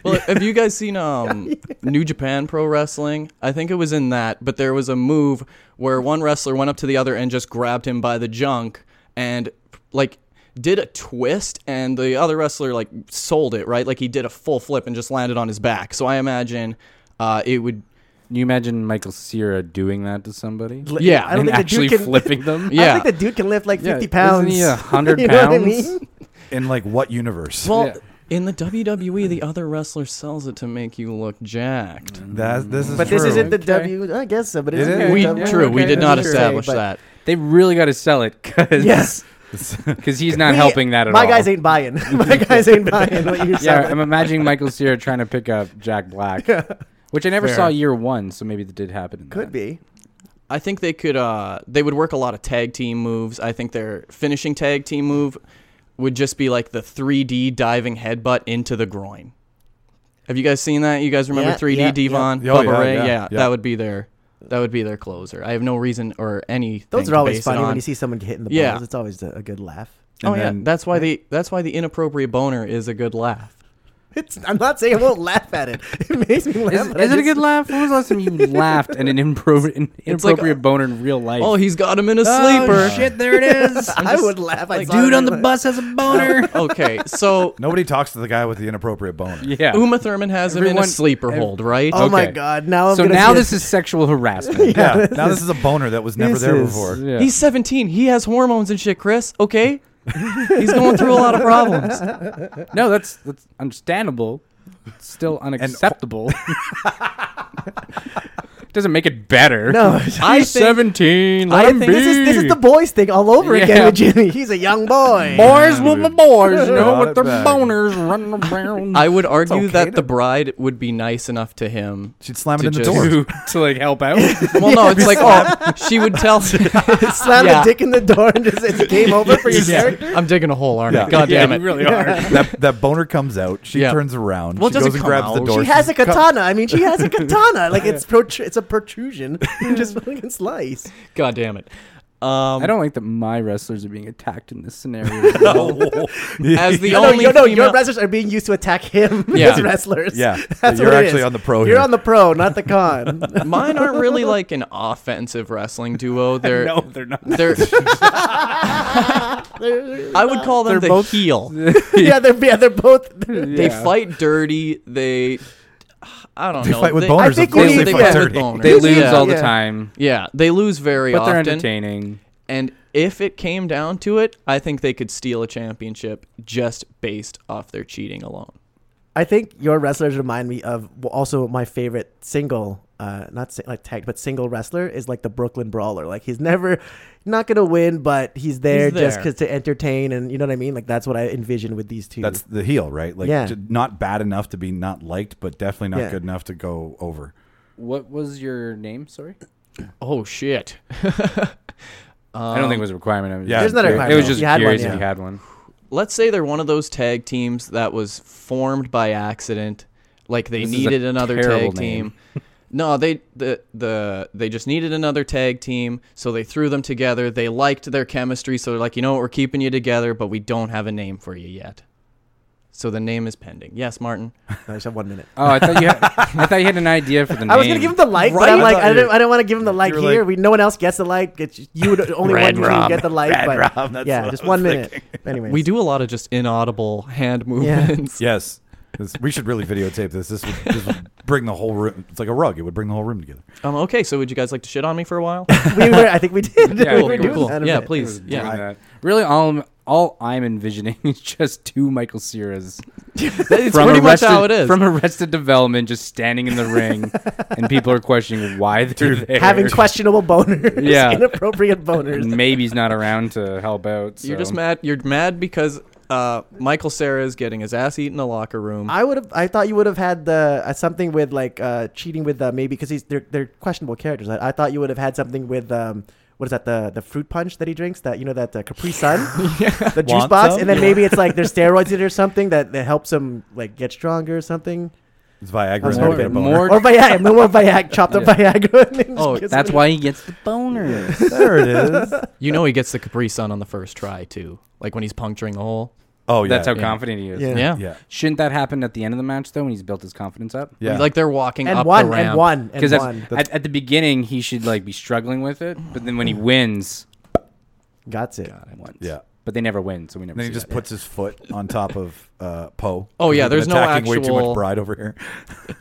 S3: Well, have you guys seen um, New Japan Pro Wrestling? I think it was in that, but there was a move where one wrestler went up to the other and just grabbed him by the junk and like did a twist, and the other wrestler like sold it right, like he did a full flip and just landed on his back. So I imagine uh, it would.
S4: Can you imagine Michael Cera doing that to somebody?
S3: Yeah,
S2: I don't
S4: and
S2: think the
S4: actually
S2: dude can.
S4: flipping them.
S2: I
S3: Yeah.
S2: don't think the dude can lift like
S4: Yeah,
S2: fifty
S4: isn't
S2: pounds.
S4: he a hundred
S2: You know what I
S4: pounds?
S2: mean?
S1: In like what universe?
S3: Well,
S4: Yeah.
S3: in the WWE, the other wrestler sells it to make you look jacked.
S1: that this is
S2: But this
S1: true.
S2: isn't the
S4: Okay.
S2: W. I guess so, but it
S1: It
S2: is.
S1: is.
S2: the
S3: We
S2: W.
S3: true. we
S4: okay,
S3: did not
S2: that's true.
S3: establish
S2: But-
S3: that.
S4: They really got to sell it because
S2: Yes,
S4: he's not
S2: We-
S4: helping that at
S2: my
S4: all.
S2: guys ain't buying. my guys ain't buying what you're
S4: Yeah,
S2: selling.
S4: I'm imagining Michael Cera trying to pick up Jack Black, which I never saw year one, so maybe that did happen. In
S2: Could
S4: that.
S2: be.
S3: I think they could. Uh, they would work a lot of tag team moves. I think their finishing tag team move would just be like the 3D diving headbutt into the groin. Have you guys seen that? You guys remember
S2: Yeah,
S3: 3D
S2: yeah,
S3: Devon,
S1: yeah. Oh,
S3: Bubba
S1: yeah,
S3: Ray?
S1: yeah,
S3: Yeah,
S1: yeah.
S3: that would be their. That would be their closer. I have no reason or any.
S2: Those
S3: thing
S2: are
S3: to
S2: always
S3: base it
S2: funny
S3: on.
S2: when you see someone get hit in the balls.
S3: Yeah.
S2: It's always a, a good laugh.
S3: Oh
S1: And
S3: yeah,
S1: then-
S3: that's why the that's why the inappropriate boner is a good laugh.
S2: It's. I'm not saying I won't laugh at it. It makes me laugh.
S4: Is,
S2: but I
S4: is it a
S2: just-
S4: good laugh? When was the last time you laughed at an impro- an
S3: It's like
S4: inappropriate boner in real life?
S3: Oh, he's got him in a
S4: Oh,
S3: sleeper.
S4: shit, there it is.
S2: I would laugh. I
S3: like,
S2: saw
S4: Dude
S2: it
S4: on the
S2: and-
S4: bus has a boner.
S3: okay, so
S1: Nobody talks to the guy with the inappropriate boner.
S4: yeah.
S3: Uma Thurman has him in
S4: Everyone-
S3: a sleeper
S4: ev-
S3: hold, right?
S2: Oh my
S4: Okay.
S2: god! Now I'm
S4: so
S2: gonna
S4: now
S2: see a-
S4: this is sexual harassment.
S1: Yeah, now this is a boner that was never
S2: this
S1: there
S2: is-
S1: before.
S4: Yeah.
S3: He's 17. He has hormones and shit, Chris. Okay? He's going through a lot of problems.
S4: no, that's that's understandable. It's still unacceptable. Doesn't make it better.
S2: No,
S4: he's
S2: I think-
S4: seventeen. Let
S2: I
S4: him
S2: think this is this is
S4: be.
S2: the boys thing all over again
S4: Yeah.
S2: with Jimmy. He's a young boy.
S4: boys with my boys, you know,
S1: Got it
S4: with their
S1: back.
S4: boners running around.
S3: I would argue
S1: okay
S3: that
S1: to-
S3: the bride would be nice enough to him.
S1: She'd slam it
S3: to
S1: in the
S3: just-
S1: door.
S4: to, to like help out.
S3: Well, no, it's like oh, she would tell.
S2: Slam
S3: Yeah.
S2: the dick in the door and just it's game over for your
S4: Yeah.
S2: character.
S3: I'm digging a hole, aren't
S1: Yeah.
S3: I? God damn
S4: Yeah,
S3: it!
S4: you really are.
S1: that that boner comes out. She
S3: Yeah.
S1: turns around.
S3: Well, it
S1: she goes and
S3: doesn't come
S1: grabs the
S3: out.
S1: door.
S2: She has a katana. I mean, she has a katana. Like it's protr- it's a protrusion. You just fucking slice.
S3: God damn it! Um,
S4: I don't like that my wrestlers are being attacked in this scenario.
S1: Oh.
S4: no.
S3: as the
S2: No, no,
S3: only
S2: you- no, your
S3: female-
S2: wrestlers are being used to attack him
S3: Yeah.
S2: as wrestlers.
S1: Yeah.
S2: that's
S1: You're
S2: what it
S1: actually
S2: is.
S1: on the pro
S2: You're
S1: here.
S2: on the pro, not the con.
S3: mine aren't really like an offensive wrestling duo. They're
S4: no, they're not.
S3: they're. I would call them the heel.
S2: yeah, they're yeah, they're both.
S3: They fight dirty. They, I don't
S1: They
S3: know.
S1: fight with
S3: they,
S1: boners.
S2: I
S1: of
S2: think
S1: course
S2: we-
S1: they,
S2: they
S1: fight
S2: fight
S3: with
S1: dirty.
S3: boners.
S4: They lose
S3: Yeah.
S4: all the
S2: Yeah.
S4: time,
S3: Yeah, they lose very
S4: but they're
S3: often.
S4: entertaining.
S3: And if it came down to it, I think they could steal a championship just based off their cheating alone.
S2: I think your wrestlers remind me of well, also my favorite single, uh, not si- like tag, but single wrestler is like the Brooklyn Brawler. Like he's never not gonna win, but he's there,
S3: He's
S2: just
S3: there.
S2: 'cause to entertain, and you know what I mean. Like that's what I envision with these two.
S1: That's the heel, right? Like
S2: Yeah.
S1: to- not bad enough to be not liked, but definitely not
S2: Yeah.
S1: good enough to go over.
S4: What was your name? Sorry,
S3: Oh shit.
S4: I don't think it was a requirement. I was
S1: Yeah.
S2: there's not a
S1: It
S4: It
S2: requirement.
S4: was just
S2: You had
S4: curious
S2: one,
S4: if
S2: yeah.
S4: you had one.
S3: Let's say they're one of those tag teams that was formed by accident, like they
S4: This is a
S3: needed another
S4: terrible
S3: tag team. No, they the the they just needed another tag team, so they threw them together. They liked their chemistry, so they're like, you know what, we're keeping you together, but we don't have a name for you yet. So the name is pending. Yes, Martin.
S2: I just have one minute.
S4: Oh, I thought you had, I thought you had an idea for the name.
S2: I was gonna give him the like, but I'm
S1: Right?
S2: like,
S1: I
S2: I don't, I don't want to give him the like
S1: were like-
S2: here. we no one else gets the like. It's you would only one
S1: Red
S2: usually
S1: Rum.
S2: get the like,
S1: Red
S2: but
S1: Rum, that's
S2: yeah,
S1: what I
S2: just
S1: was
S2: one minute. Anyway,
S3: We do a lot of just inaudible hand movements.
S1: Yes. This- we should really videotape this. This would, this would bring the whole room. It's like a rug. It would bring the whole room together.
S3: Um, okay, so would you guys like to shit on me for a while?
S2: We were. I think we did.
S4: Yeah,
S2: we
S4: cool,
S2: were
S4: cool,
S2: doing
S3: cool.
S2: that a
S3: Yeah,
S2: minute.
S3: please.
S4: Doing
S3: Yeah.
S4: that. Really, all I'm, all I'm envisioning is just two Michael Cera's
S3: It's pretty much how it is.
S4: From Arrested Development, just standing in the ring, and people are questioning why they're there.
S2: Having questionable boners,
S4: Yeah.
S2: inappropriate boners.
S4: and maybe he's not around to help out.
S3: You're
S4: so.
S3: just mad. You're mad because uh, Michael Sarah is getting his ass eaten in the locker room.
S2: I would have. I thought you would have had the uh, something with like uh, cheating with uh, maybe because he's they're, they're questionable characters. I, I thought you would have had something with um, what is that the the fruit punch that he drinks that you know that uh, Capri Sun, the juice
S1: Want
S2: box,
S1: some?
S2: and then maybe it's like there's steroids in it or something that, that helps him like get stronger or something.
S1: It's Viagra.
S2: That's
S1: and how to
S2: more-
S1: get a boner.
S4: more-
S2: Or Viagra, more Viagra, chopped up Viagra. and then
S3: Oh,
S2: just gets
S4: That's
S2: him-
S4: why he gets the boner.
S1: There it is.
S3: you know he gets the Capri Sun on the first try too, like when he's puncturing a hole.
S1: Oh, yeah.
S4: That's how
S1: yeah.
S4: confident he is.
S2: Yeah.
S3: Yeah.
S1: Yeah.
S4: Shouldn't that happen at the end of the match though, when he's built his confidence up?
S1: Yeah.
S3: Like they're walking
S2: And
S3: up
S2: one,
S3: the ramp.
S2: and one and
S4: Because
S2: one
S4: at, at, at the beginning he should like be struggling with it, but then when he wins,
S2: Got it.
S4: once.
S1: Yeah.
S4: But they never win, so we never.
S1: And then
S4: see
S1: he just
S4: that.
S1: puts his foot on top of uh, Poe.
S3: Oh, yeah,
S1: He's
S3: there's no
S1: attacking way too much
S3: actual-
S1: bride over here.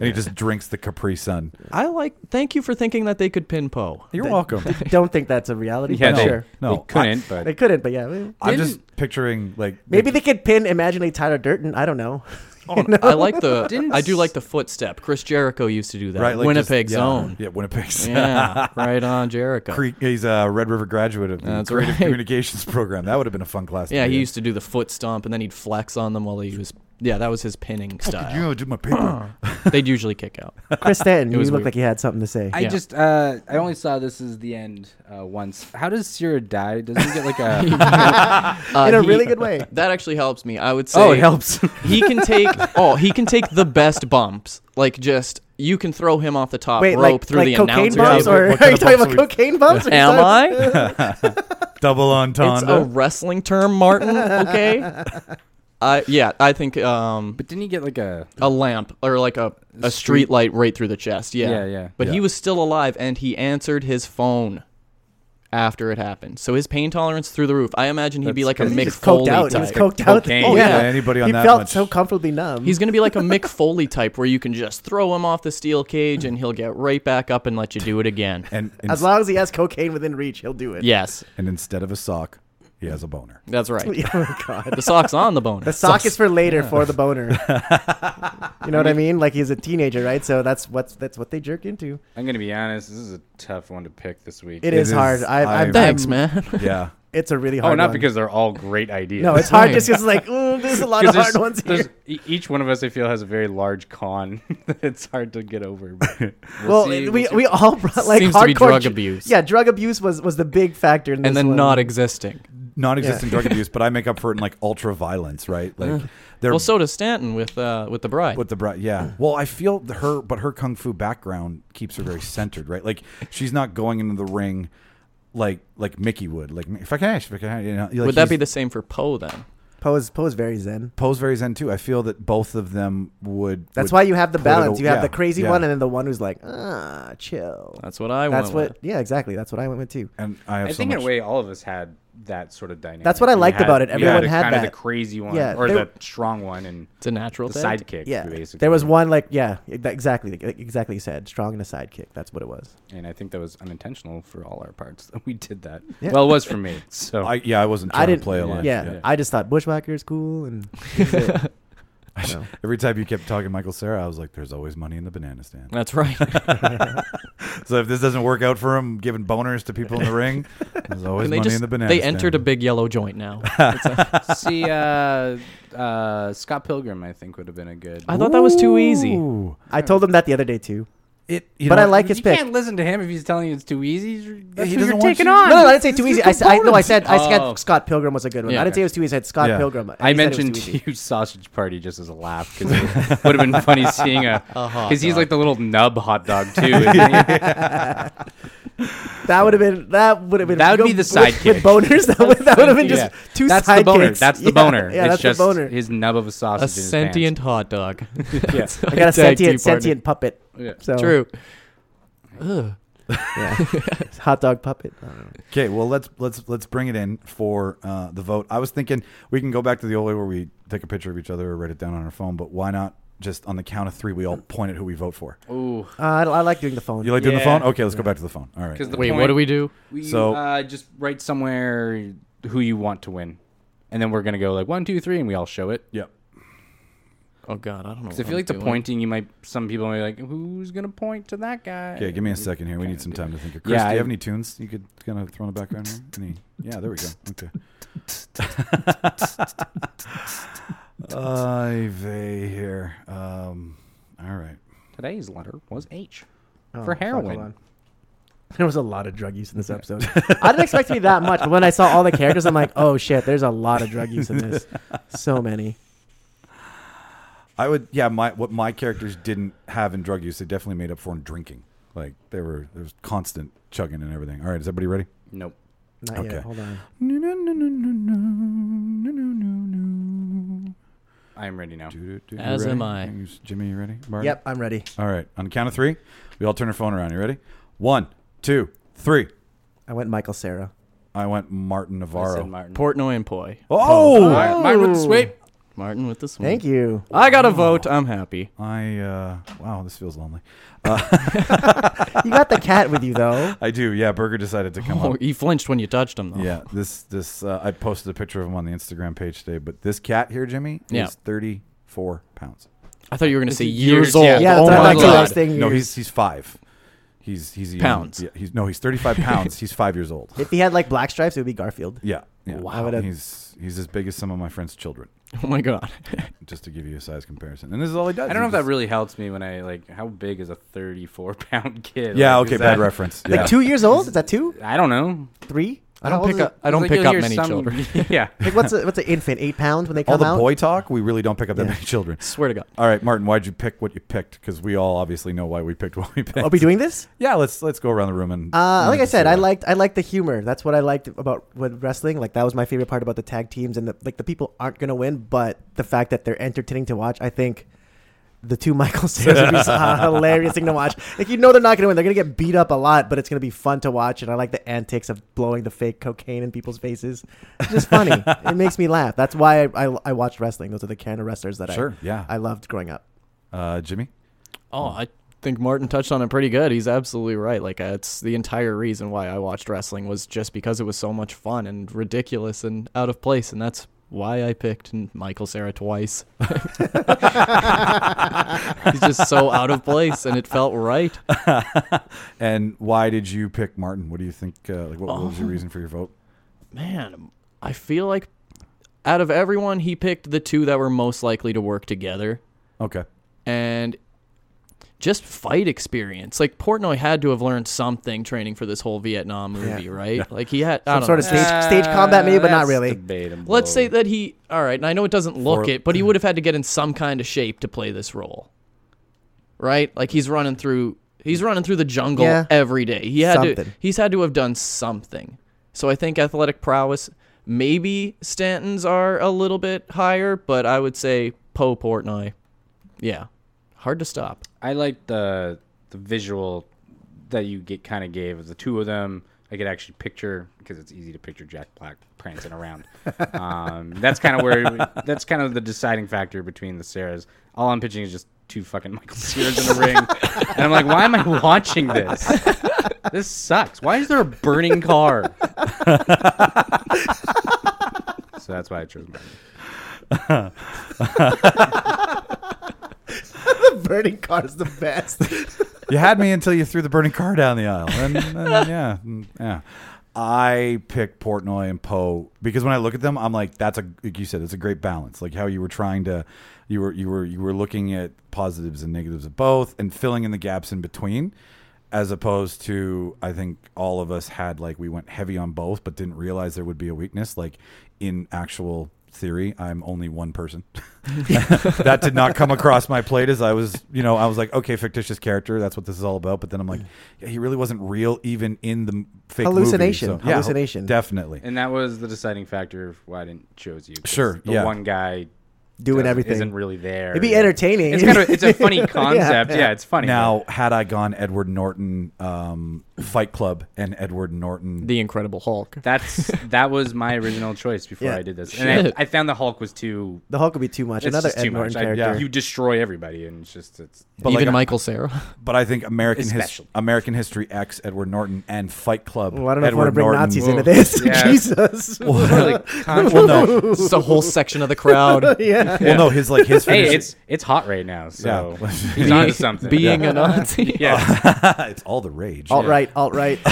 S1: and he just drinks the Capri Sun.
S3: I like. Thank you for thinking that they could pin Poe.
S1: You're welcome.
S2: Don't think that's a reality.
S4: Yeah,
S2: but
S4: they,
S2: sure.
S1: No,
S4: they couldn't. but
S2: They couldn't, but yeah.
S1: I'm just picturing like
S2: Maybe they could pin imaginally Tyler Durden. I don't know.
S3: Oh, I like the. I do like the footstep. Chris Jericho used to do that.
S1: right, like
S3: Winnipeg
S1: just, yeah,
S3: Zone.
S1: Yeah, Winnipeg's.
S3: Yeah, right on Jericho.
S1: Cre- He's a Red River graduate of the
S3: That's
S1: Creative
S3: right.
S1: Communications program. That would have been a fun class. to
S3: yeah,
S1: be
S3: he
S1: in.
S3: used to do the foot stomp, and then he'd flex on them while he was. Yeah, that was his pinning
S1: You
S3: style.
S1: know, do my paper.
S3: They'd usually kick out.
S2: Chris Stanton, you
S3: was
S2: looked
S3: weird.
S2: like you had something to say.
S4: I
S3: Yeah.
S4: just uh, I only saw this as the end uh, once. How does Cira die? Does he get like a?
S3: Uh,
S2: in a
S3: he-
S2: really good way.
S3: That actually helps me. I would say.
S4: oh, it helps.
S3: he can take oh he can take the best bumps like just you can throw him off the top
S2: Wait,
S3: rope
S2: like,
S3: through
S2: like
S3: the
S2: cocaine
S3: announcer
S2: bumps,
S3: table.
S1: What
S2: or
S1: kind
S2: are you
S1: of
S2: talking
S1: bumps are
S2: about
S1: we-
S2: cocaine bumps? Or
S3: am
S2: something?
S3: i
S1: Double
S3: it's
S1: entendre.
S3: a wrestling term martin okay i yeah i think um
S4: but didn't he get like a?
S3: a lamp or like a a street light right through the chest yeah
S4: Yeah, yeah.
S3: but
S1: Yeah.
S3: he was still alive and he answered his phone after it happened so his pain tolerance through the roof i imagine he'd be like
S4: That's
S3: a
S4: crazy.
S3: mick
S2: He's coked
S3: foley
S2: out. He
S3: type
S2: was coked out.
S4: Cocaine.
S2: Oh yeah.
S1: Yeah, anybody on
S2: he
S1: that
S2: felt
S1: much.
S2: so comfortably numb.
S3: He's going to be like a Mick Foley type where you can just throw him off the steel cage and he'll get right back up and let you do it again.
S1: and,
S2: as long as he has cocaine within reach, he'll do it.
S3: Yes.
S1: and instead of a sock, He has a boner.
S3: That's right.
S2: oh God.
S3: The sock's on the boner.
S2: The sock is for later
S3: Yeah.
S2: for the boner. you know what I mean? Like he's a teenager, right? So that's what's that's what they jerk into.
S4: I'm gonna be honest. This is a tough one to pick this week.
S2: it is, hard. I, I, I'm- It's a really hard.
S4: Oh, not
S2: one.
S4: because they're all great ideas.
S2: No, it's hard just because like ooh, there's a lot
S4: 'Cause
S2: of hard
S4: there's-
S2: ones
S4: there's-
S2: here.
S4: e- Each one of us, I feel, has a very large con. that it's hard to get over. but We'll,
S2: Well,
S4: see,
S2: we,
S4: see.
S2: we all brought like
S3: Seems
S2: hardcore
S3: to be drug
S2: ju-
S3: abuse.
S2: Yeah, drug abuse was was the big factor in this
S3: and then
S2: one.
S3: not existing.
S1: Non-existent
S2: Yeah. Uh-huh.
S1: drug abuse, but I make up for it in like ultra violence, right? Like they're
S3: well, so does Stanton with uh, with the bride.
S1: with the bra-
S2: Mm.
S1: yeah. Well, I feel the- her, but her kung fu background keeps her very centered, right? Like she's not going into the ring like like Mickey would. Like if I can, if I can, you know. like,
S3: Would that
S1: he's-
S3: be the same for Poe then?
S2: Poe's Poe's very zen.
S1: Poe's very zen too. I feel that both of them would.
S2: That's
S1: would
S2: why you have the
S1: put it
S2: balance.
S1: a-
S2: You have
S1: yeah,
S2: the crazy
S1: yeah.
S2: one and then the one who's like ah chill.
S3: That's what I
S2: That's
S3: went
S2: what.
S3: with.
S2: Yeah, exactly. That's what I went with too.
S1: And I have
S4: I
S1: so
S4: think in
S1: much-
S4: a way, all of us had that sort of dynamic.
S2: That's what I
S4: We
S2: liked
S4: had-
S2: about it.
S4: we
S2: Everyone
S4: a
S2: had
S4: kind of
S2: that.
S4: the crazy one,
S2: Yeah,
S4: or
S2: they-
S4: the strong one, and
S3: It's a natural
S4: the
S3: thing.
S4: sidekick.
S2: Yeah,
S4: basically.
S2: there was one like yeah, e- exactly, like, exactly said. Strong and a sidekick. That's what it was.
S4: and I think that was unintentional for all our parts. that We did that.
S2: Yeah.
S4: Well, it was for me. So
S1: I, yeah, I wasn't trying
S2: I didn't
S1: to play along.
S2: Yeah, I just thought Bushwhacker is cool and that's it. So,
S1: Every time you kept talking Michael Sarah, I was like, "There's always money in the banana stand."
S3: That's right.
S1: So if this doesn't work out for him, giving boners to people in the ring, there's always
S3: they
S1: money
S3: just
S1: in the banana.
S3: they
S1: stand.
S3: entered a big yellow joint now.
S4: see, uh, uh, Scott Pilgrim, I think, would have been a good.
S3: I thought that was too easy.
S1: Ooh.
S2: I told him that the other day too.
S1: It, you
S2: But
S1: know,
S2: I like his
S4: you
S2: pick.
S4: can't listen to him if he's telling you it's too easy. That's
S1: He
S4: what you're
S1: doesn't want
S4: taking
S1: you-
S4: on.
S2: No, no, I didn't say
S4: It's
S2: too
S4: the
S2: easy. I said, I, no, I said I
S3: Oh.
S2: said Scott Pilgrim was a good one. I
S3: Yeah.
S2: didn't say it was too easy. I said Scott
S1: Yeah.
S2: Pilgrim. I,
S4: I
S2: said it was
S4: mentioned
S2: too
S4: to
S2: easy.
S4: you Sausage Party just as a laugh because it would have been funny seeing a because he's like the little nub hot dog too. isn't he?
S2: that would have been that would have been
S4: That would
S2: go-
S4: be the
S2: with- with
S4: sidekick.
S2: boners. That would, that would have been just
S4: Yeah.
S2: two
S4: that's
S2: sidekicks.
S4: the boner. That's the
S2: Yeah,
S4: boner.
S2: Yeah,
S4: it's
S2: that's
S4: just
S2: the boner.
S4: his nub of a sausage.
S3: A
S4: in his
S3: sentient hot dog.
S4: pants.
S2: I got a
S3: Tag team
S2: sentient
S3: partner.
S2: sentient uh, puppet.
S4: Yeah. Yeah.
S2: So
S3: True. Ugh.
S2: Yeah. Hot dog puppet. I don't know.
S1: Okay, well let's let's let's bring it in for uh, the vote. I was thinking we can go back to the old way where we take a picture of each other or write it down on our phone, but why not just on the count of three we all point at who we vote for?
S4: Ooh,
S2: Uh, I, I like doing the phone. Oh,
S1: You like doing the
S4: Yeah.
S1: phone? Okay, let's go back to the phone. All right.
S4: 'Cause the
S3: Wait,
S4: point-
S3: what do we do?
S4: We,
S1: So-
S4: uh, just write somewhere who you want to win, and then we're gonna go like one, two, three, and we all show it.
S1: Yep.
S3: Oh God, I don't know.
S4: Because I feel like the pointing, you might some people might be like, who's gonna point to that guy?
S1: Okay, give me a second here. We need some time to think. Of. Chris,
S4: Yeah,
S1: do you
S4: I-
S1: have any tunes you could kind of throw in the background here? Any? Yeah, there we go. Okay. Ivy here. Um, all right.
S4: Today's letter was H
S2: Oh,
S4: for
S2: fuck, hold
S4: heroin.
S2: on. There was a lot of drug use in this episode. I didn't expect to be that much, but when I saw all the characters, I'm like, oh shit, there's a lot of drug use in this. So many.
S1: I would. Yeah, my what my characters didn't have in drug use, they definitely made up for in drinking. Like they were, there was constant chugging and everything. All right, is everybody ready?
S4: Nope.
S2: Not
S1: Okay.
S2: yet. Hold on.
S1: No, no, no, no, no, no, no, no, no.
S4: I am ready now.
S1: Do, do, do. You
S3: As am
S1: ready? Jimmy, you ready? Martin?
S2: Yep, I'm ready.
S1: All right. On the count of three, we all turn our phone around. You ready? One, two, three.
S2: I went Michael Sarah.
S1: I went Martin
S4: I
S1: Navarro.
S4: said Martin.
S3: Portnoy and Poi.
S1: oh,
S4: Martin, Martin with the sweep.
S3: Martin with the
S4: Mm.
S3: swing.
S2: Thank you. Oh.
S3: I got a vote. I'm happy.
S1: I uh, wow, this feels lonely.
S2: You got the cat with you though.
S1: I do. Yeah, Burger decided to come
S3: Oh,
S1: up.
S3: he flinched when you touched him, though.
S1: Yeah, this this uh, I posted a picture of him on the Instagram page today. But this cat here, Jimmy,
S3: Yeah.
S1: is thirty four pounds.
S3: I thought you were going to say years,
S4: years, yeah.
S3: old.
S2: Yeah,
S3: oh
S2: that's what
S3: my
S2: I thought too. I was
S3: God.
S2: thinking.
S1: No, he's he's five. He's he's a young-
S3: Pounds.
S1: yeah, he's no, he's thirty five pounds. he's five years old.
S2: If he had like black stripes, it would be Garfield.
S1: Yeah. yeah.
S2: Wow. What a-
S1: He's he's as big as some of my friends' children.
S3: Oh my God.
S1: Just to give you a size comparison, and this is all he does.
S4: I don't
S1: He
S4: know if that
S1: just-
S4: really helps me when I like how big is a 34 pound kid.
S1: Yeah.
S4: Like,
S1: Okay.
S4: is
S1: Bad
S4: that-
S1: reference. Yeah.
S2: Like two years old? Is that two?
S4: I don't know.
S2: Three?
S3: I don't
S4: How old
S3: pick
S4: is
S3: up-
S4: it?
S3: I don't
S4: Like,
S3: pick
S4: you'll
S3: up
S4: hear
S3: many children.
S4: yeah.
S2: Like what's a, what's an infant? Eight pounds when they come
S1: all the
S2: out.
S1: boy talk, we really don't pick up that
S2: Yeah.
S1: many children.
S3: Swear to God.
S1: All right, Martin, why'd you pick what you picked? Because we all obviously know why we picked what we picked.
S2: Are we Oh, doing this?
S1: yeah, let's let's go around the room and.
S2: Uh,
S1: and
S2: like I
S1: just
S2: said,
S1: say
S2: I
S1: why.
S2: liked I liked the humor. That's what I liked about with wrestling. Like that was my favorite part about the tag teams and the, like the people aren't gonna win, but the fact that they're entertaining to watch. I think the two Michael Sayers would be a hilarious thing to watch. Like you know they're not gonna win. They're gonna get beat up a lot, but it's gonna be fun to watch. And I like the antics of blowing the fake cocaine in people's faces. It's just funny. it makes me laugh. That's why I, I I watched wrestling. Those are the kind of wrestlers that
S1: Sure,
S2: I
S1: yeah.
S2: I loved growing up.
S1: Uh, Jimmy,
S3: Oh, I think Martin touched on it pretty good. He's absolutely right. Like uh, it's the entire reason why I watched wrestling was just because it was so much fun and ridiculous and out of place, and that's why I picked Michael Sarah twice. He's just so out of place, and it felt right.
S1: and why did you pick Martin? What do you think? Uh, like, what was
S2: Oh.
S1: your
S3: Um,
S1: reason for your vote?
S3: man, I feel like out of everyone, he picked the two that were most likely to work together.
S1: Okay.
S3: And just fight experience. Like Portnoy had to have learned something training for this whole Vietnam movie,
S2: Yeah.
S3: right?
S2: Yeah.
S3: Like he had I
S2: Some
S3: don't
S2: sort of
S3: know.
S2: stage- stage combat maybe, but not
S4: Uh, that's
S2: really.
S4: debatable.
S3: Let's say that he all right, and I know it doesn't look
S1: For-
S3: it, but he would have had to get in some kind of shape to play this role. Right? Like he's running through he's running through the jungle
S2: Yeah.
S3: every day. He had to
S2: Something.
S3: he's had to have done something. So I think athletic prowess maybe Stanton's are a little bit higher, but I would say Poe Portnoy. Yeah. Hard to stop.
S4: I like the the visual that you get kind of gave of the two of them. I could actually picture because it's easy to picture Jack Black prancing around. um, that's kind of where that's kind of the deciding factor between the Sarahs. All I'm pitching is just two fucking Michael Sears in the ring, and I'm like, why am I watching this? This sucks. Why is there a burning car? so that's why I chose Martin.
S2: the burning car is the best.
S1: you had me until you threw the burning car down the aisle. And, and, yeah, mm, yeah. I picked Portnoy and Poe because when I look at them, I'm like, that's a like you said, it's a great balance. Like how you were trying to, you were you were you were looking at positives and negatives of both and filling in the gaps in between, as opposed to I think all of us had like we went heavy on both but didn't realize there would be a weakness. Like in actual theory, I'm only one person. that did not come across my plate as I was, you know, I was like, okay, fictitious character, that's what this is all about. But then I'm like,
S2: Mm.
S1: yeah, he really wasn't real even in the m- fake movie,
S2: Hallucination.
S1: so- yeah,
S2: Hallucination.
S1: definitely.
S4: And that was the deciding factor of why I didn't chose you. 'cause
S1: Sure,
S4: the
S1: yeah.
S4: one guy
S2: Doing
S4: doesn't-
S2: everything.
S4: isn't really there.
S2: It'd be
S4: Yeah.
S2: entertaining.
S4: It's kind of it's a funny
S2: Yeah,
S4: concept. yeah,
S2: yeah.
S4: it's funny.
S1: Now, had I gone Edward Norton, um, Fight Club, and Edward Norton,
S3: The Incredible Hulk.
S4: that's that was my original choice before
S2: Yeah.
S4: I did this, and
S3: Shit.
S4: I, I found the Hulk was too.
S2: The Hulk would be too much.
S4: It's
S2: Another
S4: just
S2: Ed
S4: too
S2: Norton
S4: much. I-
S2: character.
S4: you destroy everybody, and it's just it's.
S1: But
S3: Even
S1: like-
S3: Michael Sarah.
S1: but I think American his,
S4: Especially.
S1: American History X, Edward Norton, and Fight Club.
S2: well, I don't know if I
S1: Edward
S2: want to bring
S1: Norton-
S2: Nazis into
S4: Whoa.
S2: this.
S4: Yeah.
S2: Jesus.
S4: Really
S1: Well, no,
S3: Just a whole section of the crowd.
S2: yeah.
S1: well, no, his like his
S4: hey,
S1: finish-
S4: it's it's hot right now, so
S1: Yeah.
S4: he's onto something.
S3: Being a Nazi.
S4: yeah,
S1: it's all the rage.
S2: Alt right, alt right.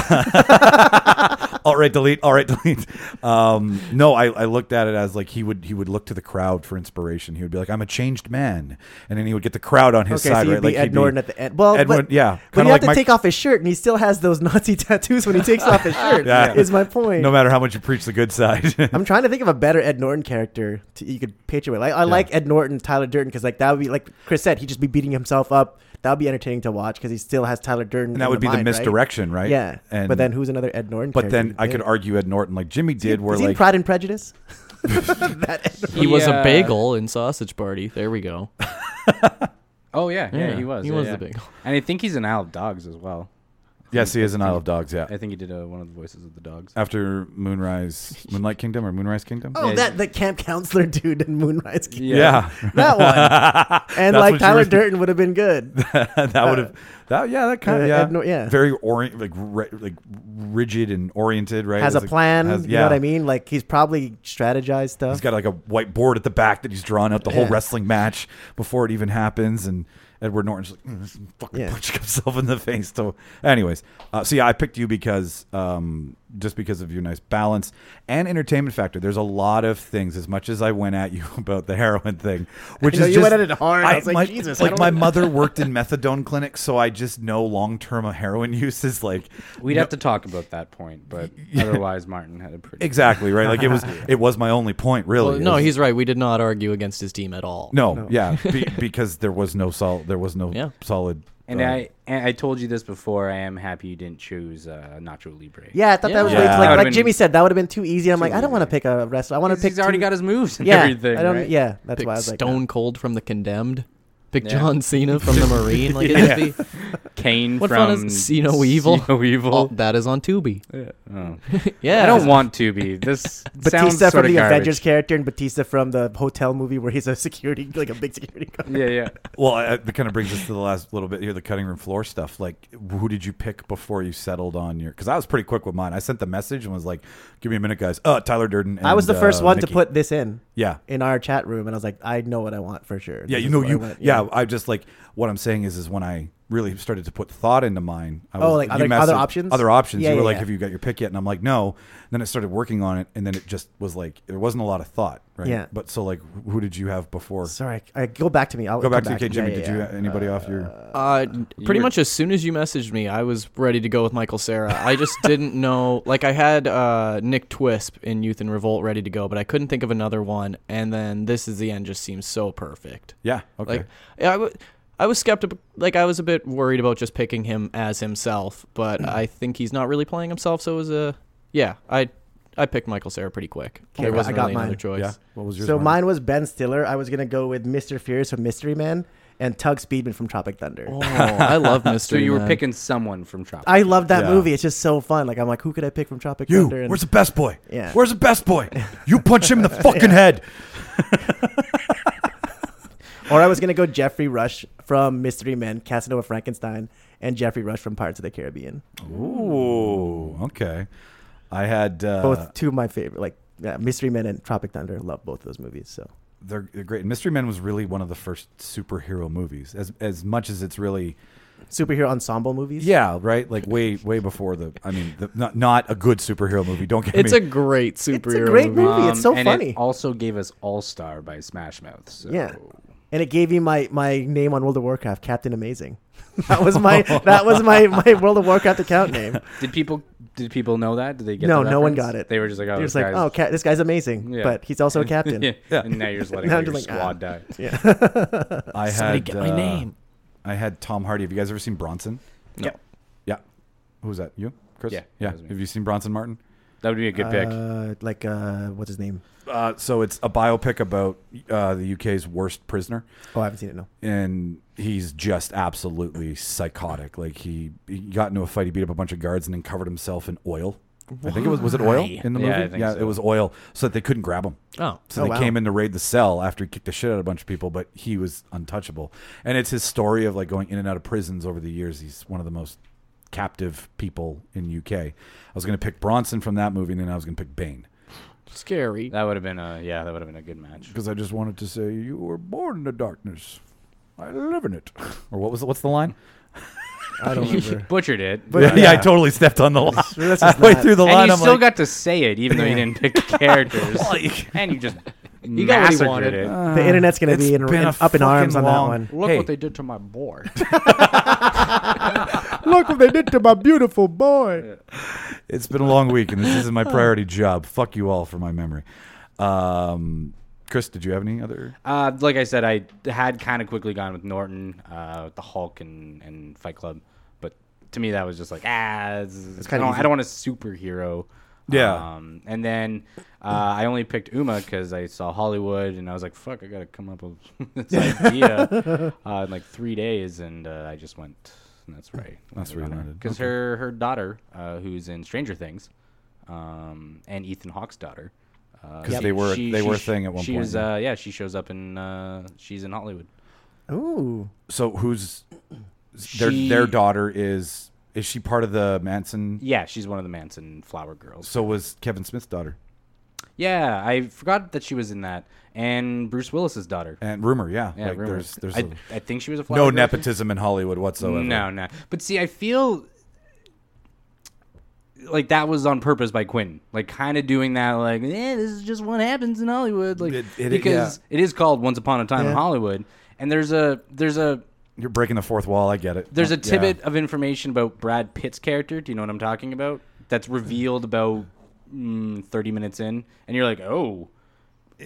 S1: all right delete all right delete um, no I, I looked at it as like he would he would look to the crowd for inspiration he would be like i'm a changed man and then he would get the crowd on his
S2: Okay,
S1: side
S2: so you'd
S1: right
S2: be
S1: like he'd
S2: Ed Norton at the end. Well,
S1: Ed Norton-
S2: but,
S1: yeah
S2: but
S1: kinda
S2: you have
S1: like
S2: to
S1: Mike-
S2: take off his shirt, and he still has those Nazi tattoos when he takes off his shirt.
S1: Yeah.
S2: Is my point.
S1: no matter how much you preach the good side
S2: I'm trying to think of a better Ed Norton character to, you could picture with. Like, I like Ed Norton, Tyler Durden, because like that would be like Chris said, he'd just be beating himself up. That would be entertaining to watch because he still has Tyler Durden.
S1: and that
S2: in
S1: would be the
S2: mind, right?
S1: misdirection right,
S2: Yeah,
S1: and
S2: but then who's another Ed Norton?
S1: but
S2: character
S1: then
S2: you
S1: i could
S2: pick?
S1: argue ed norton like jimmy did where
S2: Is he in
S1: like
S2: Pride and Prejudice? that Ed Norton.
S3: He was
S4: Yeah.
S3: a bagel in Sausage Party. There we go.
S4: oh yeah, yeah,
S3: Yeah,
S4: he was.
S3: he
S4: yeah,
S3: was the
S4: yeah.
S3: big-
S4: and I think he's an Isle of Dogs as well.
S1: yes he is an isle of dogs yeah
S4: I think he did uh, one of the voices of the dogs.
S1: after moonrise moonlight kingdom or moonrise kingdom
S2: Oh,
S4: Yeah,
S2: that the camp counselor dude in Moonrise. Kingdom.
S1: yeah,
S2: That one.
S1: That's
S2: And like
S1: what you
S2: Tyler
S1: were-
S2: Durden would have been good.
S1: that would have that yeah that kind
S2: uh,
S1: of yeah.
S2: Ed Nor- yeah.
S1: very orient like ri- like rigid and oriented right
S2: Has a
S1: It's like-
S2: plan.
S1: has-
S2: You know what I mean? Like he's probably strategized stuff.
S1: he's got like a white board at the back that he's drawn out the whole
S2: Yeah.
S1: wrestling match before it even happens and Edward Norton's like mm, this is fucking
S2: Yeah.
S1: punching himself in the face so anyways uh, so yeah I picked you because um, just because of your nice balance and entertainment factor there's a lot of things as much as I went at you about the heroin thing which
S2: know,
S1: is
S2: you
S1: just-
S2: went at it hard. I was like, Jesus, I
S1: like
S2: don't
S1: my
S2: know.
S1: mother worked in methadone clinics so I just know long term heroin use is like
S4: We'd have to talk about that point, but otherwise, Martin had a pretty
S1: exactly right like it was it was my only point really
S3: Well, no,
S1: It was-
S3: he's right. We did not argue against his team at all.
S1: No, yeah, be, because there was no solid. There was no
S3: Yeah.
S1: solid.
S4: And
S1: uh,
S4: I and I told you this before. I am happy you didn't choose uh, Nacho Libre.
S2: Yeah, I thought that was
S1: Yeah.
S2: way
S1: Yeah.
S2: like,
S1: That
S2: like
S4: would've
S2: Jimmy
S4: been
S2: said that would have been too easy. I'm like, I don't
S4: easy.
S2: want to pick a wrestler. I want to
S4: he's,
S2: pick.
S4: he's already
S2: two-
S4: got his moves and
S2: yeah,
S4: everything.
S2: I don't.
S4: right?
S2: Yeah, that's
S3: Pick
S2: why I was like,
S3: Stone Cold from The Condemned. Big John Cena from the Marine. Like it'd just be
S4: Kane
S3: What
S4: from
S3: fun is Cena Weevil?
S4: Cena Weevil.
S3: Oh, that is on Tubi.
S4: Yeah. Oh.
S3: Yeah.
S4: I don't want to be. This sounds
S2: Batista
S4: sort
S2: from
S4: of
S2: the
S4: garbage.
S2: Avengers character and Batista from the hotel movie where he's a security, like a big security guard.
S4: Yeah, yeah.
S1: Well, I- I- that kind of brings us to the last little bit here, the cutting room floor stuff. Like, who did you pick before you settled on your? Because I was pretty quick with mine. I sent the message and was like, "Give me a minute, guys." Uh, Tyler Durden.
S2: I was the
S1: and,
S2: first
S1: uh,
S2: one to
S1: Nikki.
S2: put this in.
S1: Yeah.
S2: In our chat room, and I was like, I know what I want for sure.
S1: Yeah,
S2: This
S1: you
S2: is
S1: know
S2: what I
S1: you.
S2: want.
S1: yeah. I just like what I'm saying is, is when I really started to put thought into mine. I
S2: Oh, like
S1: you
S2: other-
S1: messaged-
S2: other options?
S1: Other options.
S2: Yeah,
S1: you were
S2: yeah,
S1: like,
S2: yeah.
S1: "Have you got your pick yet?" And I'm like, "No." then I started working on it, and then it just was like there wasn't a lot of thought, right?
S2: Yeah.
S1: But so like, who did you have before?
S2: Sorry, I, I- go back to me. I'll
S1: Go back
S2: come
S1: to okay,
S2: Yeah,
S1: Jimmy.
S2: yeah,
S1: did
S2: yeah.
S1: you anybody off your?
S3: Uh, pretty
S4: were-
S3: much as soon as you messaged me, I was ready to go with Michael Sarah. I just didn't know. Like I had uh, Nick Twisp in Youth and Revolt ready to go, but I couldn't think of another one. And then this is the end. Just seems so perfect.
S1: Yeah. Okay.
S3: Like yeah, I wa- I was skeptical. Like I was a bit worried about just picking him as himself, but I think he's not really playing himself. So it was a yeah. I I picked Michael Sarah pretty quick.
S2: Okay,
S3: there
S2: I
S3: wasn't
S2: got
S3: really another
S2: mine.
S3: choice.
S1: yeah. What was yours?
S2: So
S1: Mark?
S2: mine was Ben Stiller. I was gonna go with Mr. Fierce from Mystery Man and Tug Speedman from Tropic Thunder.
S3: Oh, I love Mr.
S4: So you were
S3: Man.
S4: picking someone from Tropic.
S2: I love that
S1: Yeah.
S2: movie. It's just so fun. Like I'm like, who could I pick from Tropic
S1: You,
S2: Thunder? And
S1: where's the best boy?
S2: Yeah.
S1: Where's the best boy? You punch him in the fucking head.
S2: Or I was gonna go Jeffrey Rush from Mystery Men, Casanova Frankenstein, and Jeffrey Rush from Pirates of the Caribbean.
S1: Ooh, okay. I had uh,
S2: Both two of my favorite, like yeah, Mystery Men and Tropic Thunder. Love both of those movies. So
S1: They're, they're great. Mystery Men was really one of the first superhero movies. As as much as it's really
S2: superhero ensemble movies.
S1: yeah, right. Like way way before the. I mean, the, not not a good superhero movie. Don't get
S3: It's
S1: me.
S3: a great superhero.
S2: it's a great
S3: movie.
S2: movie. it's so
S4: Um, and
S2: funny.
S4: It also gave us All Star by Smash Mouth. So.
S2: yeah. And it gave me my, my name on World of Warcraft, Captain Amazing. That was my that was my, my World of Warcraft account name.
S4: Did people did people know that? Did they get?
S2: no,
S4: the
S2: no one
S4: reference?
S2: got it.
S4: They were just like, oh,
S2: They're
S4: this
S2: just like,
S4: guy's-
S2: oh, ca- this guy's amazing,
S4: Yeah.
S2: but he's also a captain.
S4: yeah. And now you're just letting
S2: Now
S4: all
S2: I'm
S4: your
S2: just like, ah.
S4: squad die.
S1: I had
S3: Somebody get my
S1: uh,
S3: name.
S1: I had Tom Hardy. Have you guys ever seen Bronson?
S3: No.
S1: Yeah. Who was that? You, Chris?
S4: Yeah,
S1: Yeah.
S4: that was me.
S1: Have you seen Bronson Martin?
S4: That would be a good pick.
S2: Uh, like uh, what's his name?
S1: Uh, so it's a biopic about uh, the UK's worst prisoner.
S2: Oh, I haven't seen it. No.
S1: and he's just absolutely psychotic. Like he, he got into a fight, he beat up a bunch of guards, and then covered himself in oil. I think it was was it oil in the
S4: Yeah,
S1: movie?
S4: I think
S1: yeah,
S4: so.
S1: it was oil, so that they couldn't grab him.
S3: Oh.
S1: So
S2: Oh,
S1: they
S2: wow.
S1: came in to raid the cell after he kicked the shit out of a bunch of people, but he was untouchable. And it's his story of like going in and out of prisons over the years. He's one of the most captive people in UK. I was going to pick Bronson from that movie, and then I was going to pick Bane
S3: Scary.
S4: that would have been a yeah. That would have been a good match.
S1: because I just wanted to say you were born in the darkness. I live in it. Or what was it? What's the line?
S2: I don't remember.
S4: Butchered it.
S1: Yeah, I totally stepped on the line.
S2: This is
S1: Halfway
S2: not-
S1: through the
S4: and
S1: line,
S4: you
S1: I'm
S4: still
S1: like,
S4: got to say it, even though you didn't pick the characters. and you just you
S3: got what he
S4: massacred
S3: wanted.
S4: it.
S2: the internet's gonna
S1: it's
S2: be in,
S1: been
S2: in-
S1: a
S2: up in arms on
S1: fucking
S2: that
S1: long-
S2: one.
S1: Uh, Look Hey. what they
S4: did to my boy.
S2: Look what they did to my beautiful boy.
S1: it's been a long week, and this isn't my priority job. Fuck you all for my memory. Um, Chris, did you have any other?
S4: Uh, like I said, I had kind of quickly gone with Norton, uh, with the Hulk, and, and Fight Club, but to me that was just like ah, it's, I,
S2: kinda
S4: don't,
S2: easy.
S4: I don't want a superhero.
S1: Yeah.
S4: Um, and then uh, I only picked Uma because I saw Hollywood, and I was like, "Fuck, I gotta come up with this idea uh, in like three days," and uh, I just went. And that's right.
S1: That's where you landed.
S4: Because her her daughter, uh, who's in Stranger Things, um, and Ethan Hawke's daughter. Because
S1: Yep. they were- they were a thing at one
S4: she
S1: point,
S4: Was,
S1: yeah.
S4: uh, yeah, she shows up in uh, she's in Hollywood.
S2: Ooh,
S1: So who's their
S4: She-
S1: their daughter is is she part of the Manson?
S4: Yeah, she's one of the Manson flower girls.
S1: So was Kevin Smith's daughter
S4: Yeah, I forgot that she was in that, and Bruce Willis's daughter.
S1: and rumor, yeah.
S4: Yeah,
S1: like
S4: rumors.
S1: there's there's
S4: I,
S1: a-
S4: I think she was a flower.
S1: no
S4: girl.
S1: nepotism in Hollywood whatsoever.
S4: No, no. But see, I feel like that was on purpose by Quentin. Like kind of doing that like, eh, this is just what happens in Hollywood. Like
S1: It- it-
S4: because it is called Once Upon a Time in Hollywood and there's a there's a
S1: you're breaking the fourth wall. I get it.
S4: there's a uh,
S1: Yeah.
S4: tidbit of information about Brad Pitt's character. Do you know what I'm talking about? That's revealed about mm, 30 minutes in and you're like, "Oh,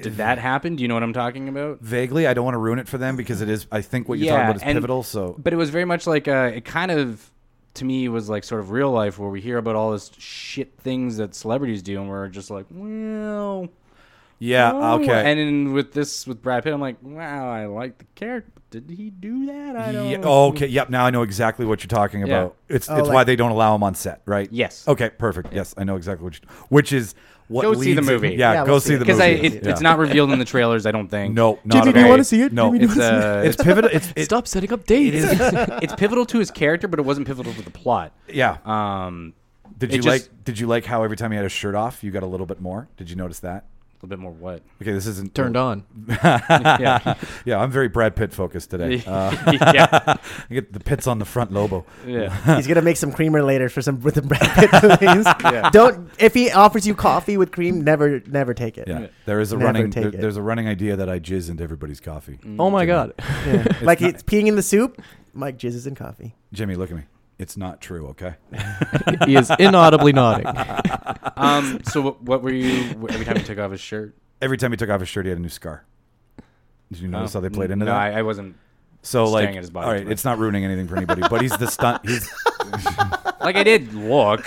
S4: did that happen? Do you know what I'm talking about?"
S1: Vaguely, I don't want to ruin it for them because it is. I think what you're talking about is
S4: and-
S1: pivotal. So
S4: but it was very much like uh, it kind of to me was like sort of real life where we hear about all this shit things that celebrities do, and we're just like, well, oh.
S1: Yeah, okay.
S4: And then with this, with Brad Pitt, I'm like, wow, I like the character. Did he do that? I don't.
S1: Yeah, okay. Yep. Now I know exactly what you're talking
S4: Yeah.
S1: about. It's
S4: Oh,
S1: it's
S4: like-
S1: why they don't allow him on set, right?
S4: Yes.
S1: Okay. Perfect. Yes, I know exactly what. You, which is what
S4: Go see the
S1: leads-
S4: movie.
S1: Yeah, go see, the movie
S4: because I- it- it's not revealed in the trailers. I don't think.
S1: No, not Jimmy, at do you all. wanna see it?
S4: No,
S1: Jimmy, do you
S4: it's,
S1: wanna see
S4: uh,
S1: it? It's pivotal- it's- it-
S4: Stop setting up dates.
S1: It is.
S4: it's pivotal to his character, but it wasn't pivotal to the plot.
S1: Yeah.
S4: Um,
S1: Did
S4: it
S1: you
S4: just-
S1: like? Did you like how every time he had his shirt off, you got a little bit more? Did you notice that?
S4: A little bit more what?
S1: Okay, this isn't
S3: Turned on.
S1: yeah, yeah. I'm very Brad Pitt focused today. Uh,
S4: Yeah.
S1: I get the pits on the front Lobo.
S2: He's gonna make some creamer later for some with the Brad Pitt movies.
S1: Yeah.
S2: Don't if he offers you coffee with cream, never never take it.
S1: Yeah, there is a
S2: Never
S1: running.
S2: take
S1: there-
S2: it.
S1: there's a running idea that I jizz into everybody's coffee.
S4: Mm.
S3: Oh my
S1: Jimmy.
S3: God.
S2: Yeah.
S1: It's
S2: like
S1: not-
S2: it's peeing in the soup. Mike jizzes in coffee.
S1: Jimmy, look at me. It's not true. Okay.
S3: He is inaudibly nodding.
S4: Um, so what, what were you every time he took off his shirt?
S1: Every time he took off his shirt, he had a new scar. Did you notice
S4: Oh.
S1: how they played into
S4: No,
S1: that?
S4: I- I wasn't
S1: So
S4: staring
S1: like,
S4: at his body
S1: all
S4: too
S1: right,
S4: much.
S1: it's not ruining anything for anybody. But he's the stunt. He's
S4: Like I did look.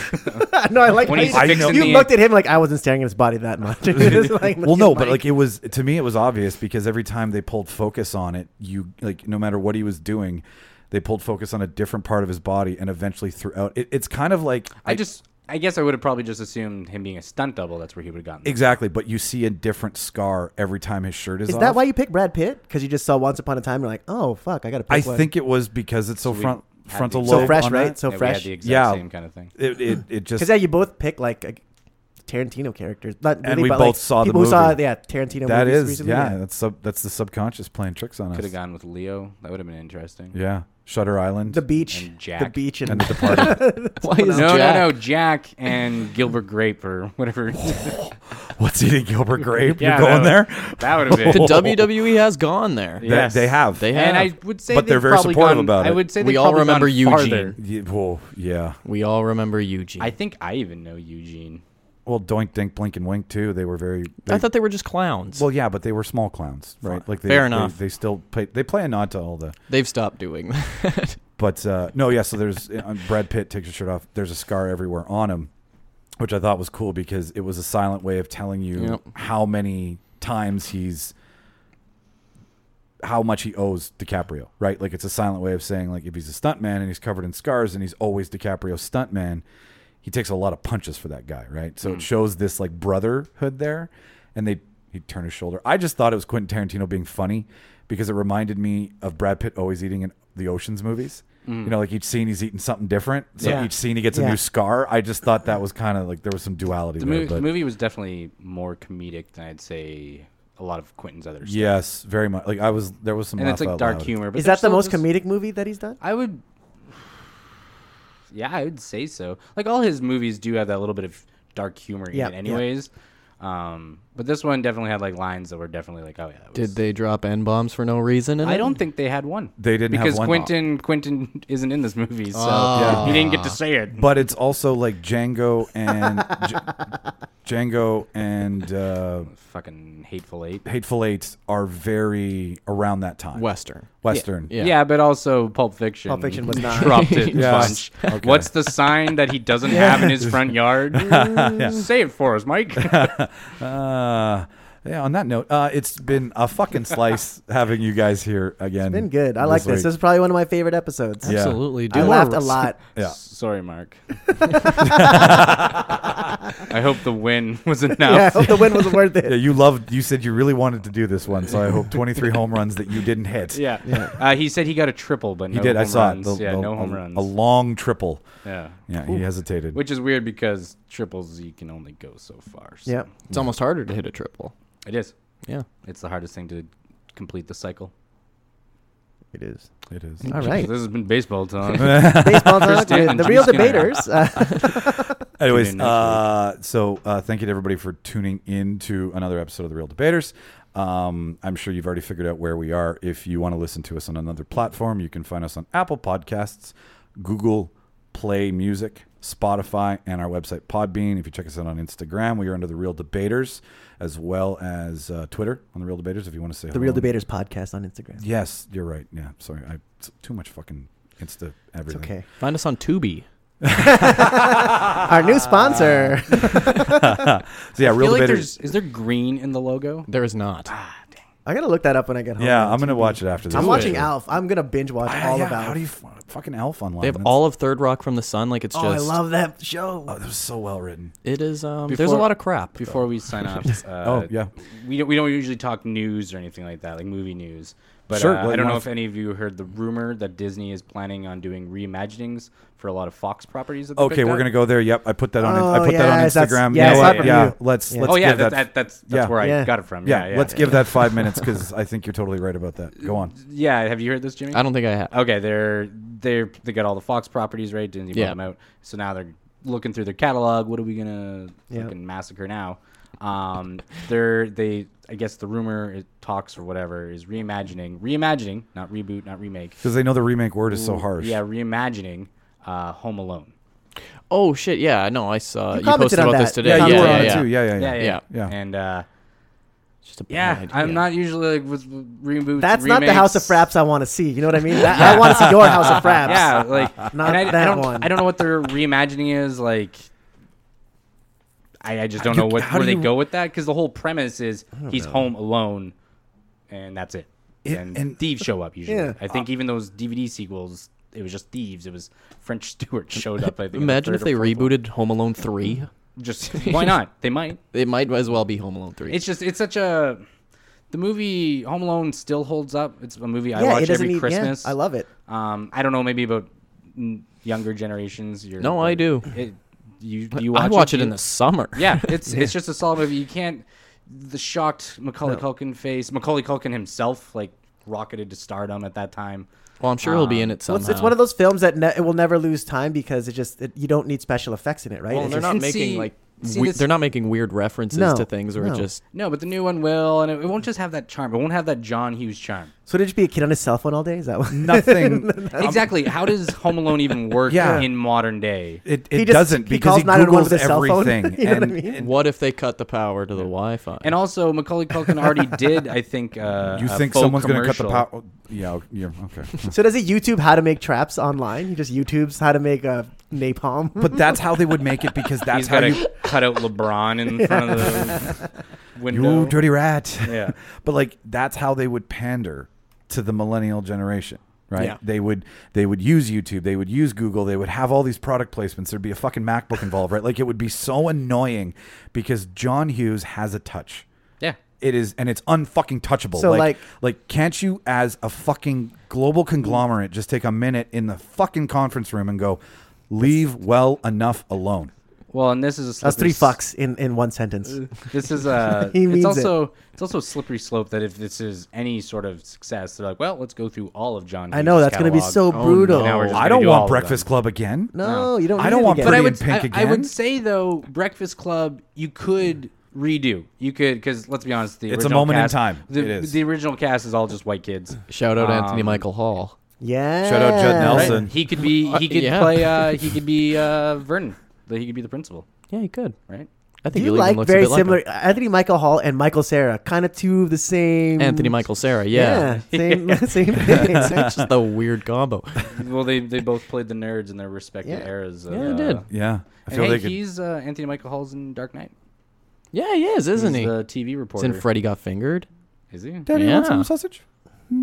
S2: no, I like
S4: when
S2: how
S4: he's
S2: you-
S4: fixing
S2: you
S4: the-
S2: looked at him like I wasn't staring at his body that much. It's like,
S1: well, no, but
S2: Mike.
S1: like it was to me, it was obvious because every time they pulled focus on it, you like no matter what he was doing, they pulled focus on a different part of his body, and eventually throughout, it, it's kind of like
S4: I just, I guess I would have probably just assumed him being a stunt double. That's where he would have gotten. that.
S1: exactly, but you see a different scar every time his shirt is.
S2: Is
S1: off.
S2: that why you picked Brad Pitt? Because you just saw Once Upon a Time and you're like, oh, fuck, I got to pick
S1: I
S2: one.
S1: think it was because it's so,
S2: we
S1: front
S2: had the
S1: frontal
S2: exact- So
S1: lobe
S2: fresh,
S1: on
S2: right?
S1: that.
S2: So Yeah, we had fresh? the
S4: exact
S1: yeah.
S4: same kind of thing.
S1: It it, it just
S2: Because, yeah, you both picked like a Tarantino characters. Not
S1: and
S2: really,
S1: we
S2: but,
S1: both
S2: like,
S1: saw the
S2: people
S1: movie.
S2: who saw, yeah, Tarantino
S1: That
S2: movies
S1: is,
S2: recently.
S1: yeah, that's sub, that's the subconscious playing tricks on
S4: Could
S1: us.
S4: have gone with Leo. That would have been interesting.
S1: Yeah, Shutter Island,
S2: The beach.
S4: And Jack.
S2: The beach and,
S1: And The Departed.
S2: Someone else.
S4: no, no, no, Jack and Gilbert Grape or whatever.
S1: What's eating Gilbert Grape?
S4: Yeah,
S1: You're going
S4: that
S1: there?
S4: would- that would have been-
S3: The WWE has gone there.
S1: They- they have.
S3: They have.
S4: And I would say,
S1: But they're
S4: they've
S1: very
S4: probably
S1: supportive
S4: gone-
S1: about
S4: I
S1: it.
S4: would say
S3: we
S4: they've
S3: all
S4: probably gone
S3: remember Eugene.
S4: farther.
S1: Yeah, well, yeah.
S3: We all remember Eugene.
S4: I
S3: I,
S4: think I even know Eugene.
S1: Well, Doink, Dink, Blink, and Wink too. They were very. they-
S3: thought they were just clowns.
S1: well, yeah, but they were small clowns, right? Like they,
S3: Fair
S1: they-
S3: enough.
S1: They, still play. They play a nod to all the.
S3: They've stopped doing that.
S1: But uh, no, yeah. So there's uh, Brad Pitt takes his shirt off. There's a scar everywhere on him, which I thought was cool because it was a silent way of telling you
S3: Yep.
S1: how many times he's how much he owes DiCaprio, right? Like it's a silent way of saying like if he's a stuntman and he's covered in scars and he's always DiCaprio's stuntman, he takes a lot of punches for that guy, right?
S4: Hmm.
S1: So it shows this like brotherhood there, and they he turned his shoulder. I just thought it was Quentin Tarantino being funny because it reminded me of Brad Pitt always eating in the Ocean's movies.
S4: Hmm.
S1: You know, like each scene he's eating something different. So
S2: Yeah.
S1: each scene he gets a
S2: Yeah.
S1: new scar. I just thought that was kind of like there was some duality
S4: The,
S1: there.
S4: movie,
S1: but
S4: the movie was definitely more comedic than I'd say a lot of Quentin's other stuff.
S1: yes, very much. Like I was there was some
S4: and it's
S1: laugh
S4: like
S1: out
S4: dark
S1: loud.
S4: humor. But
S2: Is
S4: they're
S2: that the
S4: still
S2: most
S4: just-
S2: comedic movie that he's
S1: Mm.
S2: done?
S4: I would. Yeah, I would say so. Like all his movies do have that little bit of dark humor
S2: Yeah,
S4: in it,
S2: yeah.
S4: anyways. Um, but this one definitely had like lines that were definitely like, oh yeah. That was,
S3: Did they drop N bombs for no reason? in
S4: I
S3: it?
S4: don't think they had one.
S1: They didn't have
S4: because
S1: one. Oh.
S4: Quentin Quentin isn't in this movie, so
S3: Ah.
S4: he didn't get to say it.
S1: but it's also like Django and J- Django and uh,
S4: Fucking hateful eight.
S1: Hateful Eight are very around that time.
S3: Western.
S1: Western.
S3: Yeah.
S4: Yeah. but also Pulp Fiction.
S2: Pulp Fiction was not-
S4: dropped it a
S1: Yeah.
S4: bunch.
S1: Okay.
S4: What's the sign that he doesn't have in his front yard? Say it for us, Mike.
S1: Uh, yeah. On that note, uh, it's been a fucking slice having you guys here again.
S2: Been good. I like this.
S1: week.
S2: This is probably one of my favorite episodes.
S1: Yeah.
S3: Absolutely.
S2: I
S3: Do
S2: laughed
S3: more-
S2: a lot.
S1: Yeah.
S4: Sorry, Mark. I hope the win was
S2: Yeah, I
S4: enough.
S2: hope the win was worth
S1: Yeah,
S2: it.
S1: you loved. You said you really wanted to do this one, so I hope 23 home runs that you didn't hit.
S4: Yeah. Uh, he said he got a triple, but
S1: he
S4: no
S1: did.
S4: Home
S1: I saw
S4: runs.
S1: it. The-
S4: yeah,
S1: the-
S4: no home
S1: a,
S4: runs.
S1: A long triple.
S4: yeah.
S1: Yeah, he hesitated.
S4: Which is weird because triples you can only go so far. So.
S2: Yeah.
S3: It's almost harder to hit a triple.
S4: It is.
S3: Yeah.
S4: It's the hardest thing to complete the cycle.
S2: It is.
S1: it is.
S2: All right.
S4: This has been baseball time.
S2: Baseball talk,
S4: Stanton,
S2: the, the
S4: Jim
S2: real
S4: Skinner.
S2: debaters. Uh,
S1: Anyways,
S4: in next
S1: uh, so uh, thank you to everybody for tuning in to another episode of The Real Debaters. Um, I'm sure you've already figured out where we are. If you want to listen to us on another platform, you can find us on Apple Podcasts, Google Play Music, Spotify, and our website Podbean. If you check us out on Instagram, we are under The Real Debaters, as well as uh, Twitter on The Real Debaters. If you want to say
S2: the Real Debaters podcast on Instagram.
S1: Yes, you're right. Yeah, sorry, I it's too much fucking Insta everything.
S2: Okay.
S3: Find us on Tubi.
S2: Our new sponsor.
S1: So yeah,
S4: I feel
S1: real
S4: like
S1: debaters.
S4: there's- Is there green in the logo?
S3: There is not.
S2: I gotta look that up when I get home.
S1: yeah,
S2: on
S1: I'm gonna
S2: TV.
S1: watch it after this.
S2: I'm watching
S1: Sure.
S2: Alf. I'm gonna binge watch
S1: Ah,
S2: all
S1: yeah,
S2: of Alf.
S1: How do you f- fucking Elf online?
S3: They have
S1: That's-
S3: all of Third Rock from the Sun. Like it's
S2: oh, I
S3: just
S2: love that show.
S1: Oh, that was so well written.
S3: it is. Um, there's a lot of crap. though.
S4: Before we sign off, uh,
S1: Oh, yeah.
S4: we don't, we don't usually talk news or anything like that, like movie news. But
S1: Sure,
S4: uh,
S1: well,
S4: I
S1: you
S4: don't know
S1: wanna
S4: if any of you heard the rumor that Disney is planning on doing reimaginings for a lot of Fox properties. That they
S1: Okay,
S4: picked
S1: we're
S4: up.
S1: gonna go there. Yep, I put that on. I
S2: Oh,
S1: put
S2: yes,
S1: that on
S2: that's-
S1: Instagram.
S2: yeah,
S1: you know
S2: I saw
S1: what?
S2: it from
S1: yeah,
S2: you.
S1: let's
S2: Yeah.
S1: let's
S4: Oh yeah,
S1: give
S4: that,
S1: that.
S4: that, that's that's
S1: yeah.
S4: where I
S2: Yeah.
S4: got it from.
S1: yeah,
S4: Yeah, yeah
S1: let's give that five minutes because I think you're totally right about that. Go on.
S4: Yeah, have you heard this, Jimmy?
S3: I don't think I have.
S4: Okay, they're they're they got all the Fox properties right. Disney bought
S3: Yeah.
S4: them out, so now they're looking through their catalog. What are we gonna
S2: Yeah.
S4: fucking massacre now? Um, they're they I guess the rumor it talks or whatever is reimagining, reimagining, not reboot, not remake.
S1: Because they know the remake word is so harsh.
S4: Yeah, reimagining uh, Home Alone.
S3: Oh shit! Yeah, no, I saw you,
S2: commented
S3: posted
S2: on
S3: about this
S2: that.
S3: today.
S1: yeah,
S3: Yeah,
S1: you
S3: yeah,
S1: were on
S3: yeah.
S1: it too. Yeah, yeah, yeah. Yeah.
S4: And uh,
S3: Just a
S4: yeah,
S3: bad
S4: I'm
S3: idea.
S4: not usually like with reboots.
S2: That's not the House of
S4: remakes.
S2: Fraps I want to see. You know what I mean? That- I want to see your House of Fraps.
S4: Yeah, like
S2: Not
S4: and I,
S2: that
S4: I don't,
S2: one.
S4: I don't know what they're reimagining is like. I, I just don't know what
S1: how
S4: where
S1: do
S4: they
S1: you-
S4: go with that because the whole premise is he's home alone, and that's it.
S1: It-
S4: and,
S1: and-
S4: thieves show up usually.
S2: Yeah.
S4: I think even those DVD sequels, it was just thieves. It was French Stewart showed up. I think in the
S3: Imagine
S4: third
S3: if they
S4: or fourth one.
S3: rebooted Home Alone three.
S4: Just why not? They might.
S3: It might as well be Home Alone three.
S4: It's just it's such a. The movie Home Alone still holds up. It's a movie I
S2: yeah, it
S4: watch
S2: doesn't
S4: every
S2: need.
S4: Christmas.
S2: Yeah, I love it.
S4: Um, I don't know, maybe about mm, younger generations. You're,
S3: No, I do.
S4: It, you you watch
S3: I watch it,
S4: you-
S3: in the summer.
S4: Yeah, it's it's just a solid movie. You can't the shocked Macaulay Culkin face. Macaulay Culkin himself like rocketed to stardom at that time.
S3: Well, I'm sure he'll be in it
S2: Well,
S3: somehow.
S2: it's, it's one of those films that ne- it will never lose time because it just it, you don't need special effects in it, right?
S3: Well,
S2: It's
S3: they're
S2: just-
S3: not
S4: And
S3: making
S4: see-
S3: like
S4: see
S3: we-
S4: this-
S3: they're not making weird references
S2: No,
S3: to things or
S2: no.
S3: just
S4: No, but the new one will, and it, it won't just have that charm. It won't have that John Hughes charm.
S2: so it'll just be a kid on his cell phone all day. Is that what?
S1: Nothing.
S4: Exactly. How does Home Alone even work
S1: Yeah.
S4: in modern day?
S1: It, it
S2: just-
S1: doesn't
S2: he
S1: because he
S2: calls 911
S1: googles
S2: with his cell phone.
S1: everything.
S2: You know what I
S1: and-
S2: mean?
S1: and
S3: what if they cut the power to the Wi-Fi?
S4: And also, Macaulay Culkin already did. I think. Uh,
S1: you
S4: a
S1: think
S4: faux
S1: someone's going to cut the
S4: commercial.
S1: power? Yeah, o- yeah, okay.
S2: so does he YouTube how to make traps online? He just YouTubes how to make a napalm.
S1: but that's how they would make it because that's
S4: He's
S1: how
S4: got to
S1: you.
S4: cut out LeBron in front of the window.
S1: You dirty rat.
S4: Yeah.
S1: but like that's how they would pander to the millennial generation, right?
S3: Yeah.
S1: They would they would use YouTube, they would use Google, they would have all these product placements. There'd be a fucking MacBook involved, right? Like it would be so annoying because John Hughes has a touch.
S4: yeah.
S1: It is, and it's unfucking touchable.
S2: So,
S1: like, like,
S2: like-
S1: can't you, as a fucking global conglomerate, just take a minute in the fucking conference room and go, leave well enough alone?
S4: Well, and this is a
S2: That's
S4: slippery
S2: three
S4: s-
S2: fucks in, in one sentence.
S4: This is a.
S2: He means
S4: it's
S2: it.
S4: also it's also a slippery slope that if this is any sort of success, they're like, well, let's go through all of John.
S2: I know
S4: Hughes'
S2: that's going to be
S4: catalog. Oh,
S2: so brutal.
S4: Now we're just
S1: I
S4: gonna
S1: don't
S4: do all
S1: want
S4: of
S1: Breakfast
S4: them.
S1: Club again.
S2: no, you don't.
S1: I
S2: need
S1: don't
S2: it
S1: want
S2: again.
S1: pretty
S4: But I
S1: in
S4: would
S1: pink
S4: I, I
S1: again?
S4: would say though, Breakfast Club, you could redo. You could because let's be honest, the
S1: It's a
S4: original
S1: moment in
S4: cast-
S1: time.
S4: The,
S1: It is.
S4: the original cast is all just white kids.
S3: Shout out Anthony
S4: Um,
S3: Michael Hall.
S2: Yeah.
S1: Shout out Judd
S4: Right?
S1: Nelson.
S4: He could be. He could
S3: Yeah.
S4: play. Uh, he could be uh, Vernon. He could be the principal.
S3: Yeah, he could.
S4: Right.
S3: I think
S2: You
S3: he
S2: like
S3: looks
S2: very
S3: a bit
S2: similar
S3: Like
S2: Anthony Michael Hall and Michael Sarah, kind of two of the same.
S3: him. Anthony Michael Sarah. Yeah,
S2: yeah same same thing.
S3: it's just a weird combo.
S4: Well, they they both played the nerds in their respective
S2: Yeah.
S4: eras. Of,
S3: Yeah, they did.
S4: uh,
S1: Yeah. I
S4: And
S1: feel
S4: hey,
S1: they could.
S4: he's uh, Anthony Michael Hall's in Dark Knight.
S3: Yeah, he is, isn't
S4: he's
S3: he?
S4: The TV
S3: It's
S4: reporter.
S3: in Freddy Got Fingered.
S4: Is he?
S1: Daddy wants
S3: Yeah.
S1: some sausage?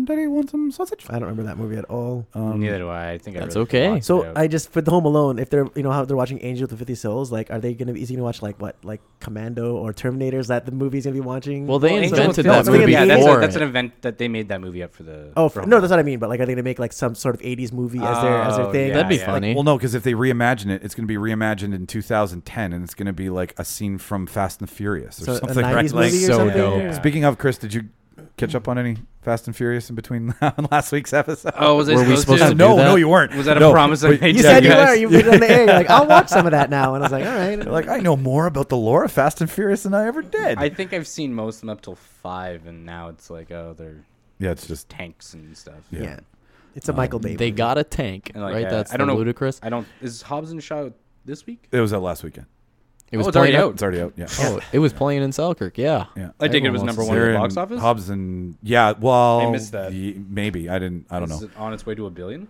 S1: Daddy wants some sausage?
S2: I don't remember that movie at all.
S4: Neither do I. I think
S3: That's
S4: I really
S3: okay.
S4: blocked it
S2: So
S4: out.
S2: I just for the Home Alone, if they're you know how they're watching Angel with the Fifty Souls, like are they gonna be is he gonna watch like what like Commando or Terminator? Is that the movie he's gonna be watching?
S3: Well, they
S4: Well, Oh, Angel
S3: invented
S4: with
S3: that
S2: Phil-
S4: Phil-
S3: movie
S4: yeah, that's,
S3: for
S4: a, that's an
S3: him.
S4: event that they made that movie up for the.
S2: oh
S4: for
S2: f- no,
S4: Home
S2: that's what I mean. But like are they gonna make like some sort of eighties movie as their as their
S4: Oh,
S2: thing?
S4: yeah,
S3: That'd be
S4: yeah.
S3: funny.
S1: Well, no, because if they reimagine it, it's going to be reimagined in 2010, and it's going to be like a scene from Fast and the Furious or
S2: So, a
S1: something. Right?
S2: 90s
S1: Like,
S2: movie or
S3: so
S2: something?
S3: dope.
S4: Yeah.
S1: Speaking of Chris, did you catch up on any Fast and Furious in between now and last week's episode?
S4: Oh, was I
S3: Were we supposed
S1: Uh,
S3: to do
S1: no,
S3: that?
S1: no, you weren't.
S4: Was that a
S1: No,
S4: promise I
S1: but
S4: made
S2: You
S4: Yeah,
S2: said you
S4: guys.
S2: were. You've been on the air. You're like, I'll watch some of that now, and I was like, all right.
S1: You're like, I know more about the lore of Fast and Furious than I ever did.
S4: I think I've seen most of them up till five, and now it's like, oh, they're
S1: yeah, it's just
S4: tanks and stuff.
S2: yeah. it's a Michael Bay.
S3: They
S2: movie.
S3: got a tank,
S4: And like,
S3: right?
S4: uh,
S3: that's
S4: I don't
S3: the
S4: know.
S3: ludicrous.
S4: I don't. Is Hobbs and Shaw this week?
S1: it was out last weekend.
S3: It was
S4: Oh, it's already
S3: playing
S4: out.
S1: It's already out. Yeah.
S3: Oh, it was playing in Selkirk. Yeah.
S1: Yeah.
S4: I think it was
S3: Everyone
S4: number
S3: wants to
S4: one at
S1: They're
S4: the
S1: in
S4: box office.
S1: Hobbs and yeah, well,
S4: I missed that.
S1: ye- maybe I didn't. I don't
S4: Is
S1: know.
S4: it on its way to a billion?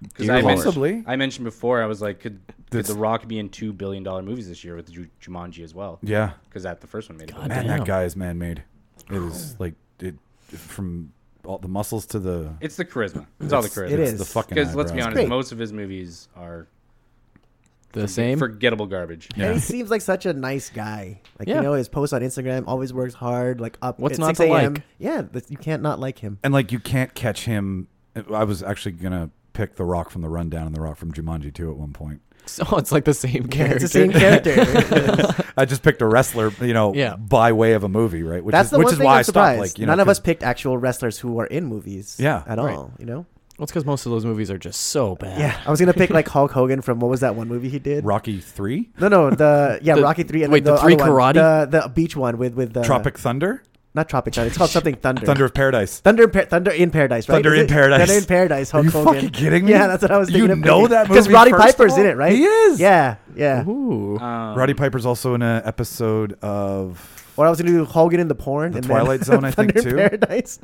S4: Because
S3: Dear
S4: I,
S3: Lord.
S4: mentioned-
S1: Possibly.
S4: I mentioned before, I was like, could Could
S1: That's-
S4: The Rock be in two billion dollar movies this year with Ju- Jumanji as well?
S1: Yeah.
S4: because that the first one made it.
S1: Man, that guy is man made. It is like it from all the muscles to the.
S4: It's the charisma. It's all the charisma.
S1: It is the fucking.
S4: Because let's be
S1: eyebrows.
S4: honest, most of his movies are
S3: The
S4: forge-
S3: same?
S4: forgettable garbage.
S2: And he seems like such a nice guy. Like
S3: Yeah.
S2: you know, his posts on Instagram always works hard. Like up.
S3: What's
S2: at
S3: not
S2: 6
S3: to
S2: a.m..
S3: like?
S2: Yeah, that's- you can't not like him.
S1: And like you can't catch him. I was actually gonna pick the Rock from the Rundown and the Rock from Jumanji too at one point.
S3: So it's like the same
S2: Yeah,
S3: character.
S2: it's the same character.
S1: I just picked a wrestler, you know,
S3: Yeah.
S1: by way of a movie, right? Which
S2: that's
S1: is,
S2: the
S1: which
S2: one
S1: is
S2: thing
S1: why
S2: I'm
S1: I
S2: surprised.
S1: stopped. Like you
S2: None
S1: know,
S2: of us
S1: 'cause-
S2: picked actual wrestlers who are in movies.
S1: Yeah.
S2: at
S3: Right.
S2: all. You know.
S3: Well, it's because most of those movies are just so bad.
S2: Yeah, I was gonna pick like Hulk Hogan from what was that one movie he did?
S1: Rocky Three,
S2: No, no, the yeah
S3: The-
S2: Rocky three and
S3: wait,
S2: then
S3: the
S2: the,
S3: three
S2: other one,
S3: karate?
S2: the, the beach one with with the
S1: Tropic Thunder,
S2: not Tropic Thunder. It's called something Thunder.
S1: Thunder of Paradise.
S2: Thunder, in Pa- Thunder in Paradise, right?
S1: Thunder
S2: Is
S1: in
S2: it?
S1: Paradise.
S2: Thunder in Paradise.
S1: Are
S2: Hulk
S1: you
S2: Hogan.
S1: fucking kidding me?
S2: Yeah, that's what I was
S1: You
S2: thinking.
S1: know that
S2: because
S1: movie,
S2: Roddy
S1: first of
S2: Piper's in
S1: all?
S2: it, right?
S1: He is.
S2: Yeah, yeah.
S3: Ooh.
S4: Um,
S1: Roddy Piper's also in an episode of
S2: Or I was gonna do Hogan in the porn,
S1: The
S2: and
S1: Twilight
S2: then
S1: Zone, I think,
S2: Thunder in
S1: too.
S2: Paradise,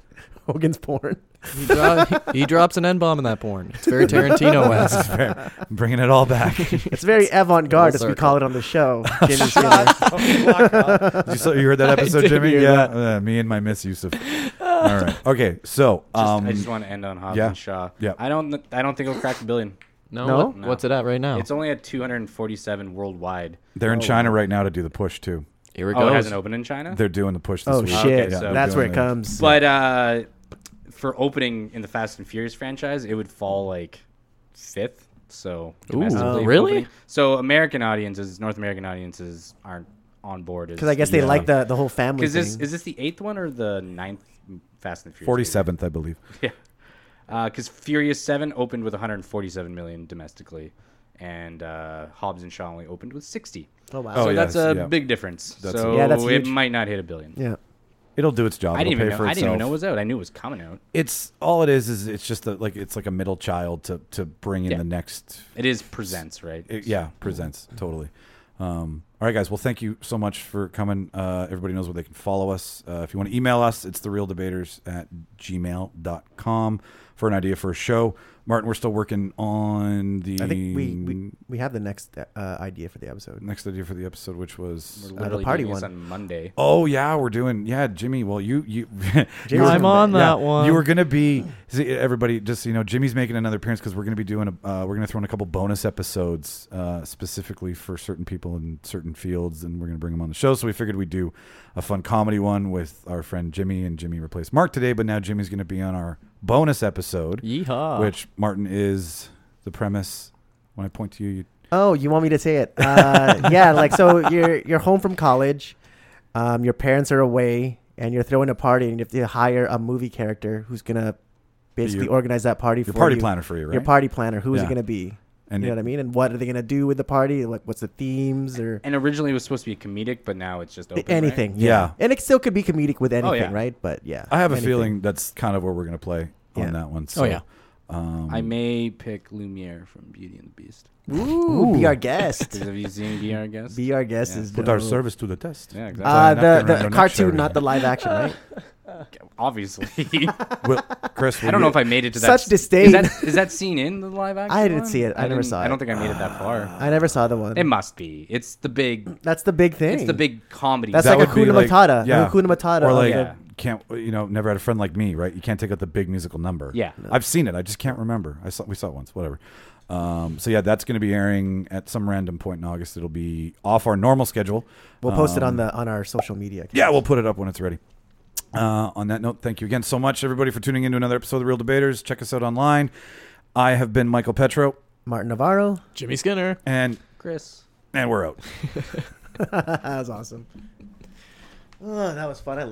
S2: Hogan's porn.
S3: he, dro- he drops an N bomb in that porn. It's very Tarantino esque.
S1: bringing it all back.
S2: It's very avant-garde, as
S3: Full
S2: we
S3: circle.
S2: call it on the show. Jimmy Skinner.
S1: Did you, saw, you heard that episode,
S3: did
S1: Jimmy?
S3: hear
S1: Yeah, uh, me and my miss Yusuf. All right. Okay. So,
S4: just-
S1: um,
S4: I just want to end on Hobbs
S1: yeah.
S4: and Shaw.
S1: Yeah.
S4: I don't. I don't think it'll crack a billion.
S3: No,
S2: No?
S3: What- what's it at right now?
S4: It's only at 247 worldwide.
S1: they're in China right now to do the push too.
S3: Here it
S4: Oh,
S3: goes.
S4: it hasn't opened in China.
S1: They're doing the push. This
S2: Oh
S1: week.
S2: shit!
S4: so-
S1: they're
S2: that's where
S1: doing
S2: it
S1: the-
S2: comes.
S4: But uh, for opening in the Fast and Furious franchise, it would fall like fifth. So domestically
S3: really?
S4: opening- So American audiences, North American audiences aren't on board.
S2: Because I guess they like the the whole family
S4: Because
S2: thing.
S4: this is this the eighth one or the ninth Fast and Furious? movie?
S1: Forty seventh, I believe.
S4: Yeah. Because Furious Seven opened with 147 million domestically, and uh, Hobbs and Shaw only opened with 60.
S2: oh wow!
S1: Oh,
S4: so
S1: yeah,
S4: that's a
S1: yeah.
S4: big difference.
S1: That's-
S4: so
S2: Yeah, that's
S4: it
S2: huge.
S4: might not hit a billion.
S2: Yeah.
S1: It'll do its job.
S4: I didn't
S1: It'll
S4: even
S1: pay
S4: know.
S1: for
S4: I didn't even know
S1: itself.
S4: it was out. I knew it was coming out.
S1: It's all it is. Is it's just that like it's like a middle child to to bring in
S4: Yeah.
S1: the next.
S4: It is presents, right?
S1: it- yeah, presents totally. Um, all right, guys. Well, thank you so much for coming. Uh, everybody knows where they can follow us. Uh, if you want to email us, it's therealdebaters at gmail.com for an idea for a show. Martin, we're still working on the
S2: I think we,
S1: Mm.
S2: we we have the next uh, idea for the episode.
S1: next idea for the episode, which was.
S4: We're literally
S2: party
S4: doing this
S2: one.
S4: on Monday.
S1: Oh yeah, we're doing yeah, Jimmy. Well, you you, you
S2: I'm on
S1: yeah,
S3: that one.
S1: You were gonna be see, everybody. Just so you know, Jimmy's making another appearance because we're gonna be doing a uh, we're gonna throw in a couple bonus episodes uh, specifically for certain people in certain fields, and we're gonna bring them on the show. So we figured we'd do a fun comedy one with our friend Jimmy, and Jimmy replaced Mark today, but now Jimmy's gonna be on our bonus episode,
S3: Yeehaw.
S1: which Martin is the premise. When I point to you, you
S2: Oh, you want me to say it? Uh, yeah, like so you're you're home from college, um, your parents are away, and you're throwing a party, and you have to hire a movie character who's gonna basically
S1: Your-
S2: organize that party
S1: your
S2: for
S1: party
S2: you.
S1: planner for you, right?
S2: Your party planner. Who is
S1: Yeah.
S2: it gonna be?
S1: And
S2: you know
S1: it-
S2: what I mean? And what are they gonna do with the party? Like, what's the themes or
S4: And originally it was supposed to be comedic, but now it's just open. right?
S2: anything?
S1: Yeah. Oh,
S2: and it still could be comedic with anything,
S4: yeah.
S2: right? But yeah,
S1: I have a
S2: anything.
S1: feeling that's kind of where we're gonna play
S2: Yeah.
S1: on that one. So.
S3: oh, yeah.
S4: I may pick Lumiere from Beauty and the Beast.
S2: Ooh, be our guest.
S4: Because have you seen Be Our Guest?
S2: be our guest
S4: Yeah.
S2: is
S1: Put our
S2: dope.
S1: service to the test.
S4: yeah, exactly.
S2: Uh,
S1: Sorry, not
S2: the
S1: the-
S2: the
S1: no, not
S2: cartoon,
S1: sure.
S2: not the live action, right?
S4: Obviously.
S1: Well, Chris,
S4: I don't know if I made it to that.
S2: Such
S4: s-
S2: disdain.
S4: Is that, is that scene in the live action?
S2: I didn't
S4: one?
S2: see it. I never
S4: didn't-
S2: saw
S4: I
S2: it.
S4: don't think I made it that far.
S2: I never saw the one.
S4: It must be. It's the big.
S2: That's the big thing.
S4: It's the big comedy.
S2: That's
S4: That
S2: like
S4: would-
S2: a Hakuna Matata, Hakuna Matata
S1: or
S2: of
S1: like
S4: the-
S1: can't you know never had a friend like me, right? You can't take out the big musical number.
S4: Yeah.
S1: I've seen it. I just can't remember. I saw we saw it once, whatever. Um, so yeah, that's going to be airing at some random point in August. It'll be off our normal schedule.
S2: We'll post it
S1: Um,
S2: on the on our social media. account.
S1: Yeah, we'll put it up when it's ready. Uh, on that note, thank you again so much, everybody, for tuning in to another episode of The Real Debaters. Check us out online. I have been Michael Petro,
S2: Martin Navarro.
S3: Jimmy Skinner.
S1: and
S4: Chris.
S1: and we're out.
S2: that was awesome. Oh, that was fun. I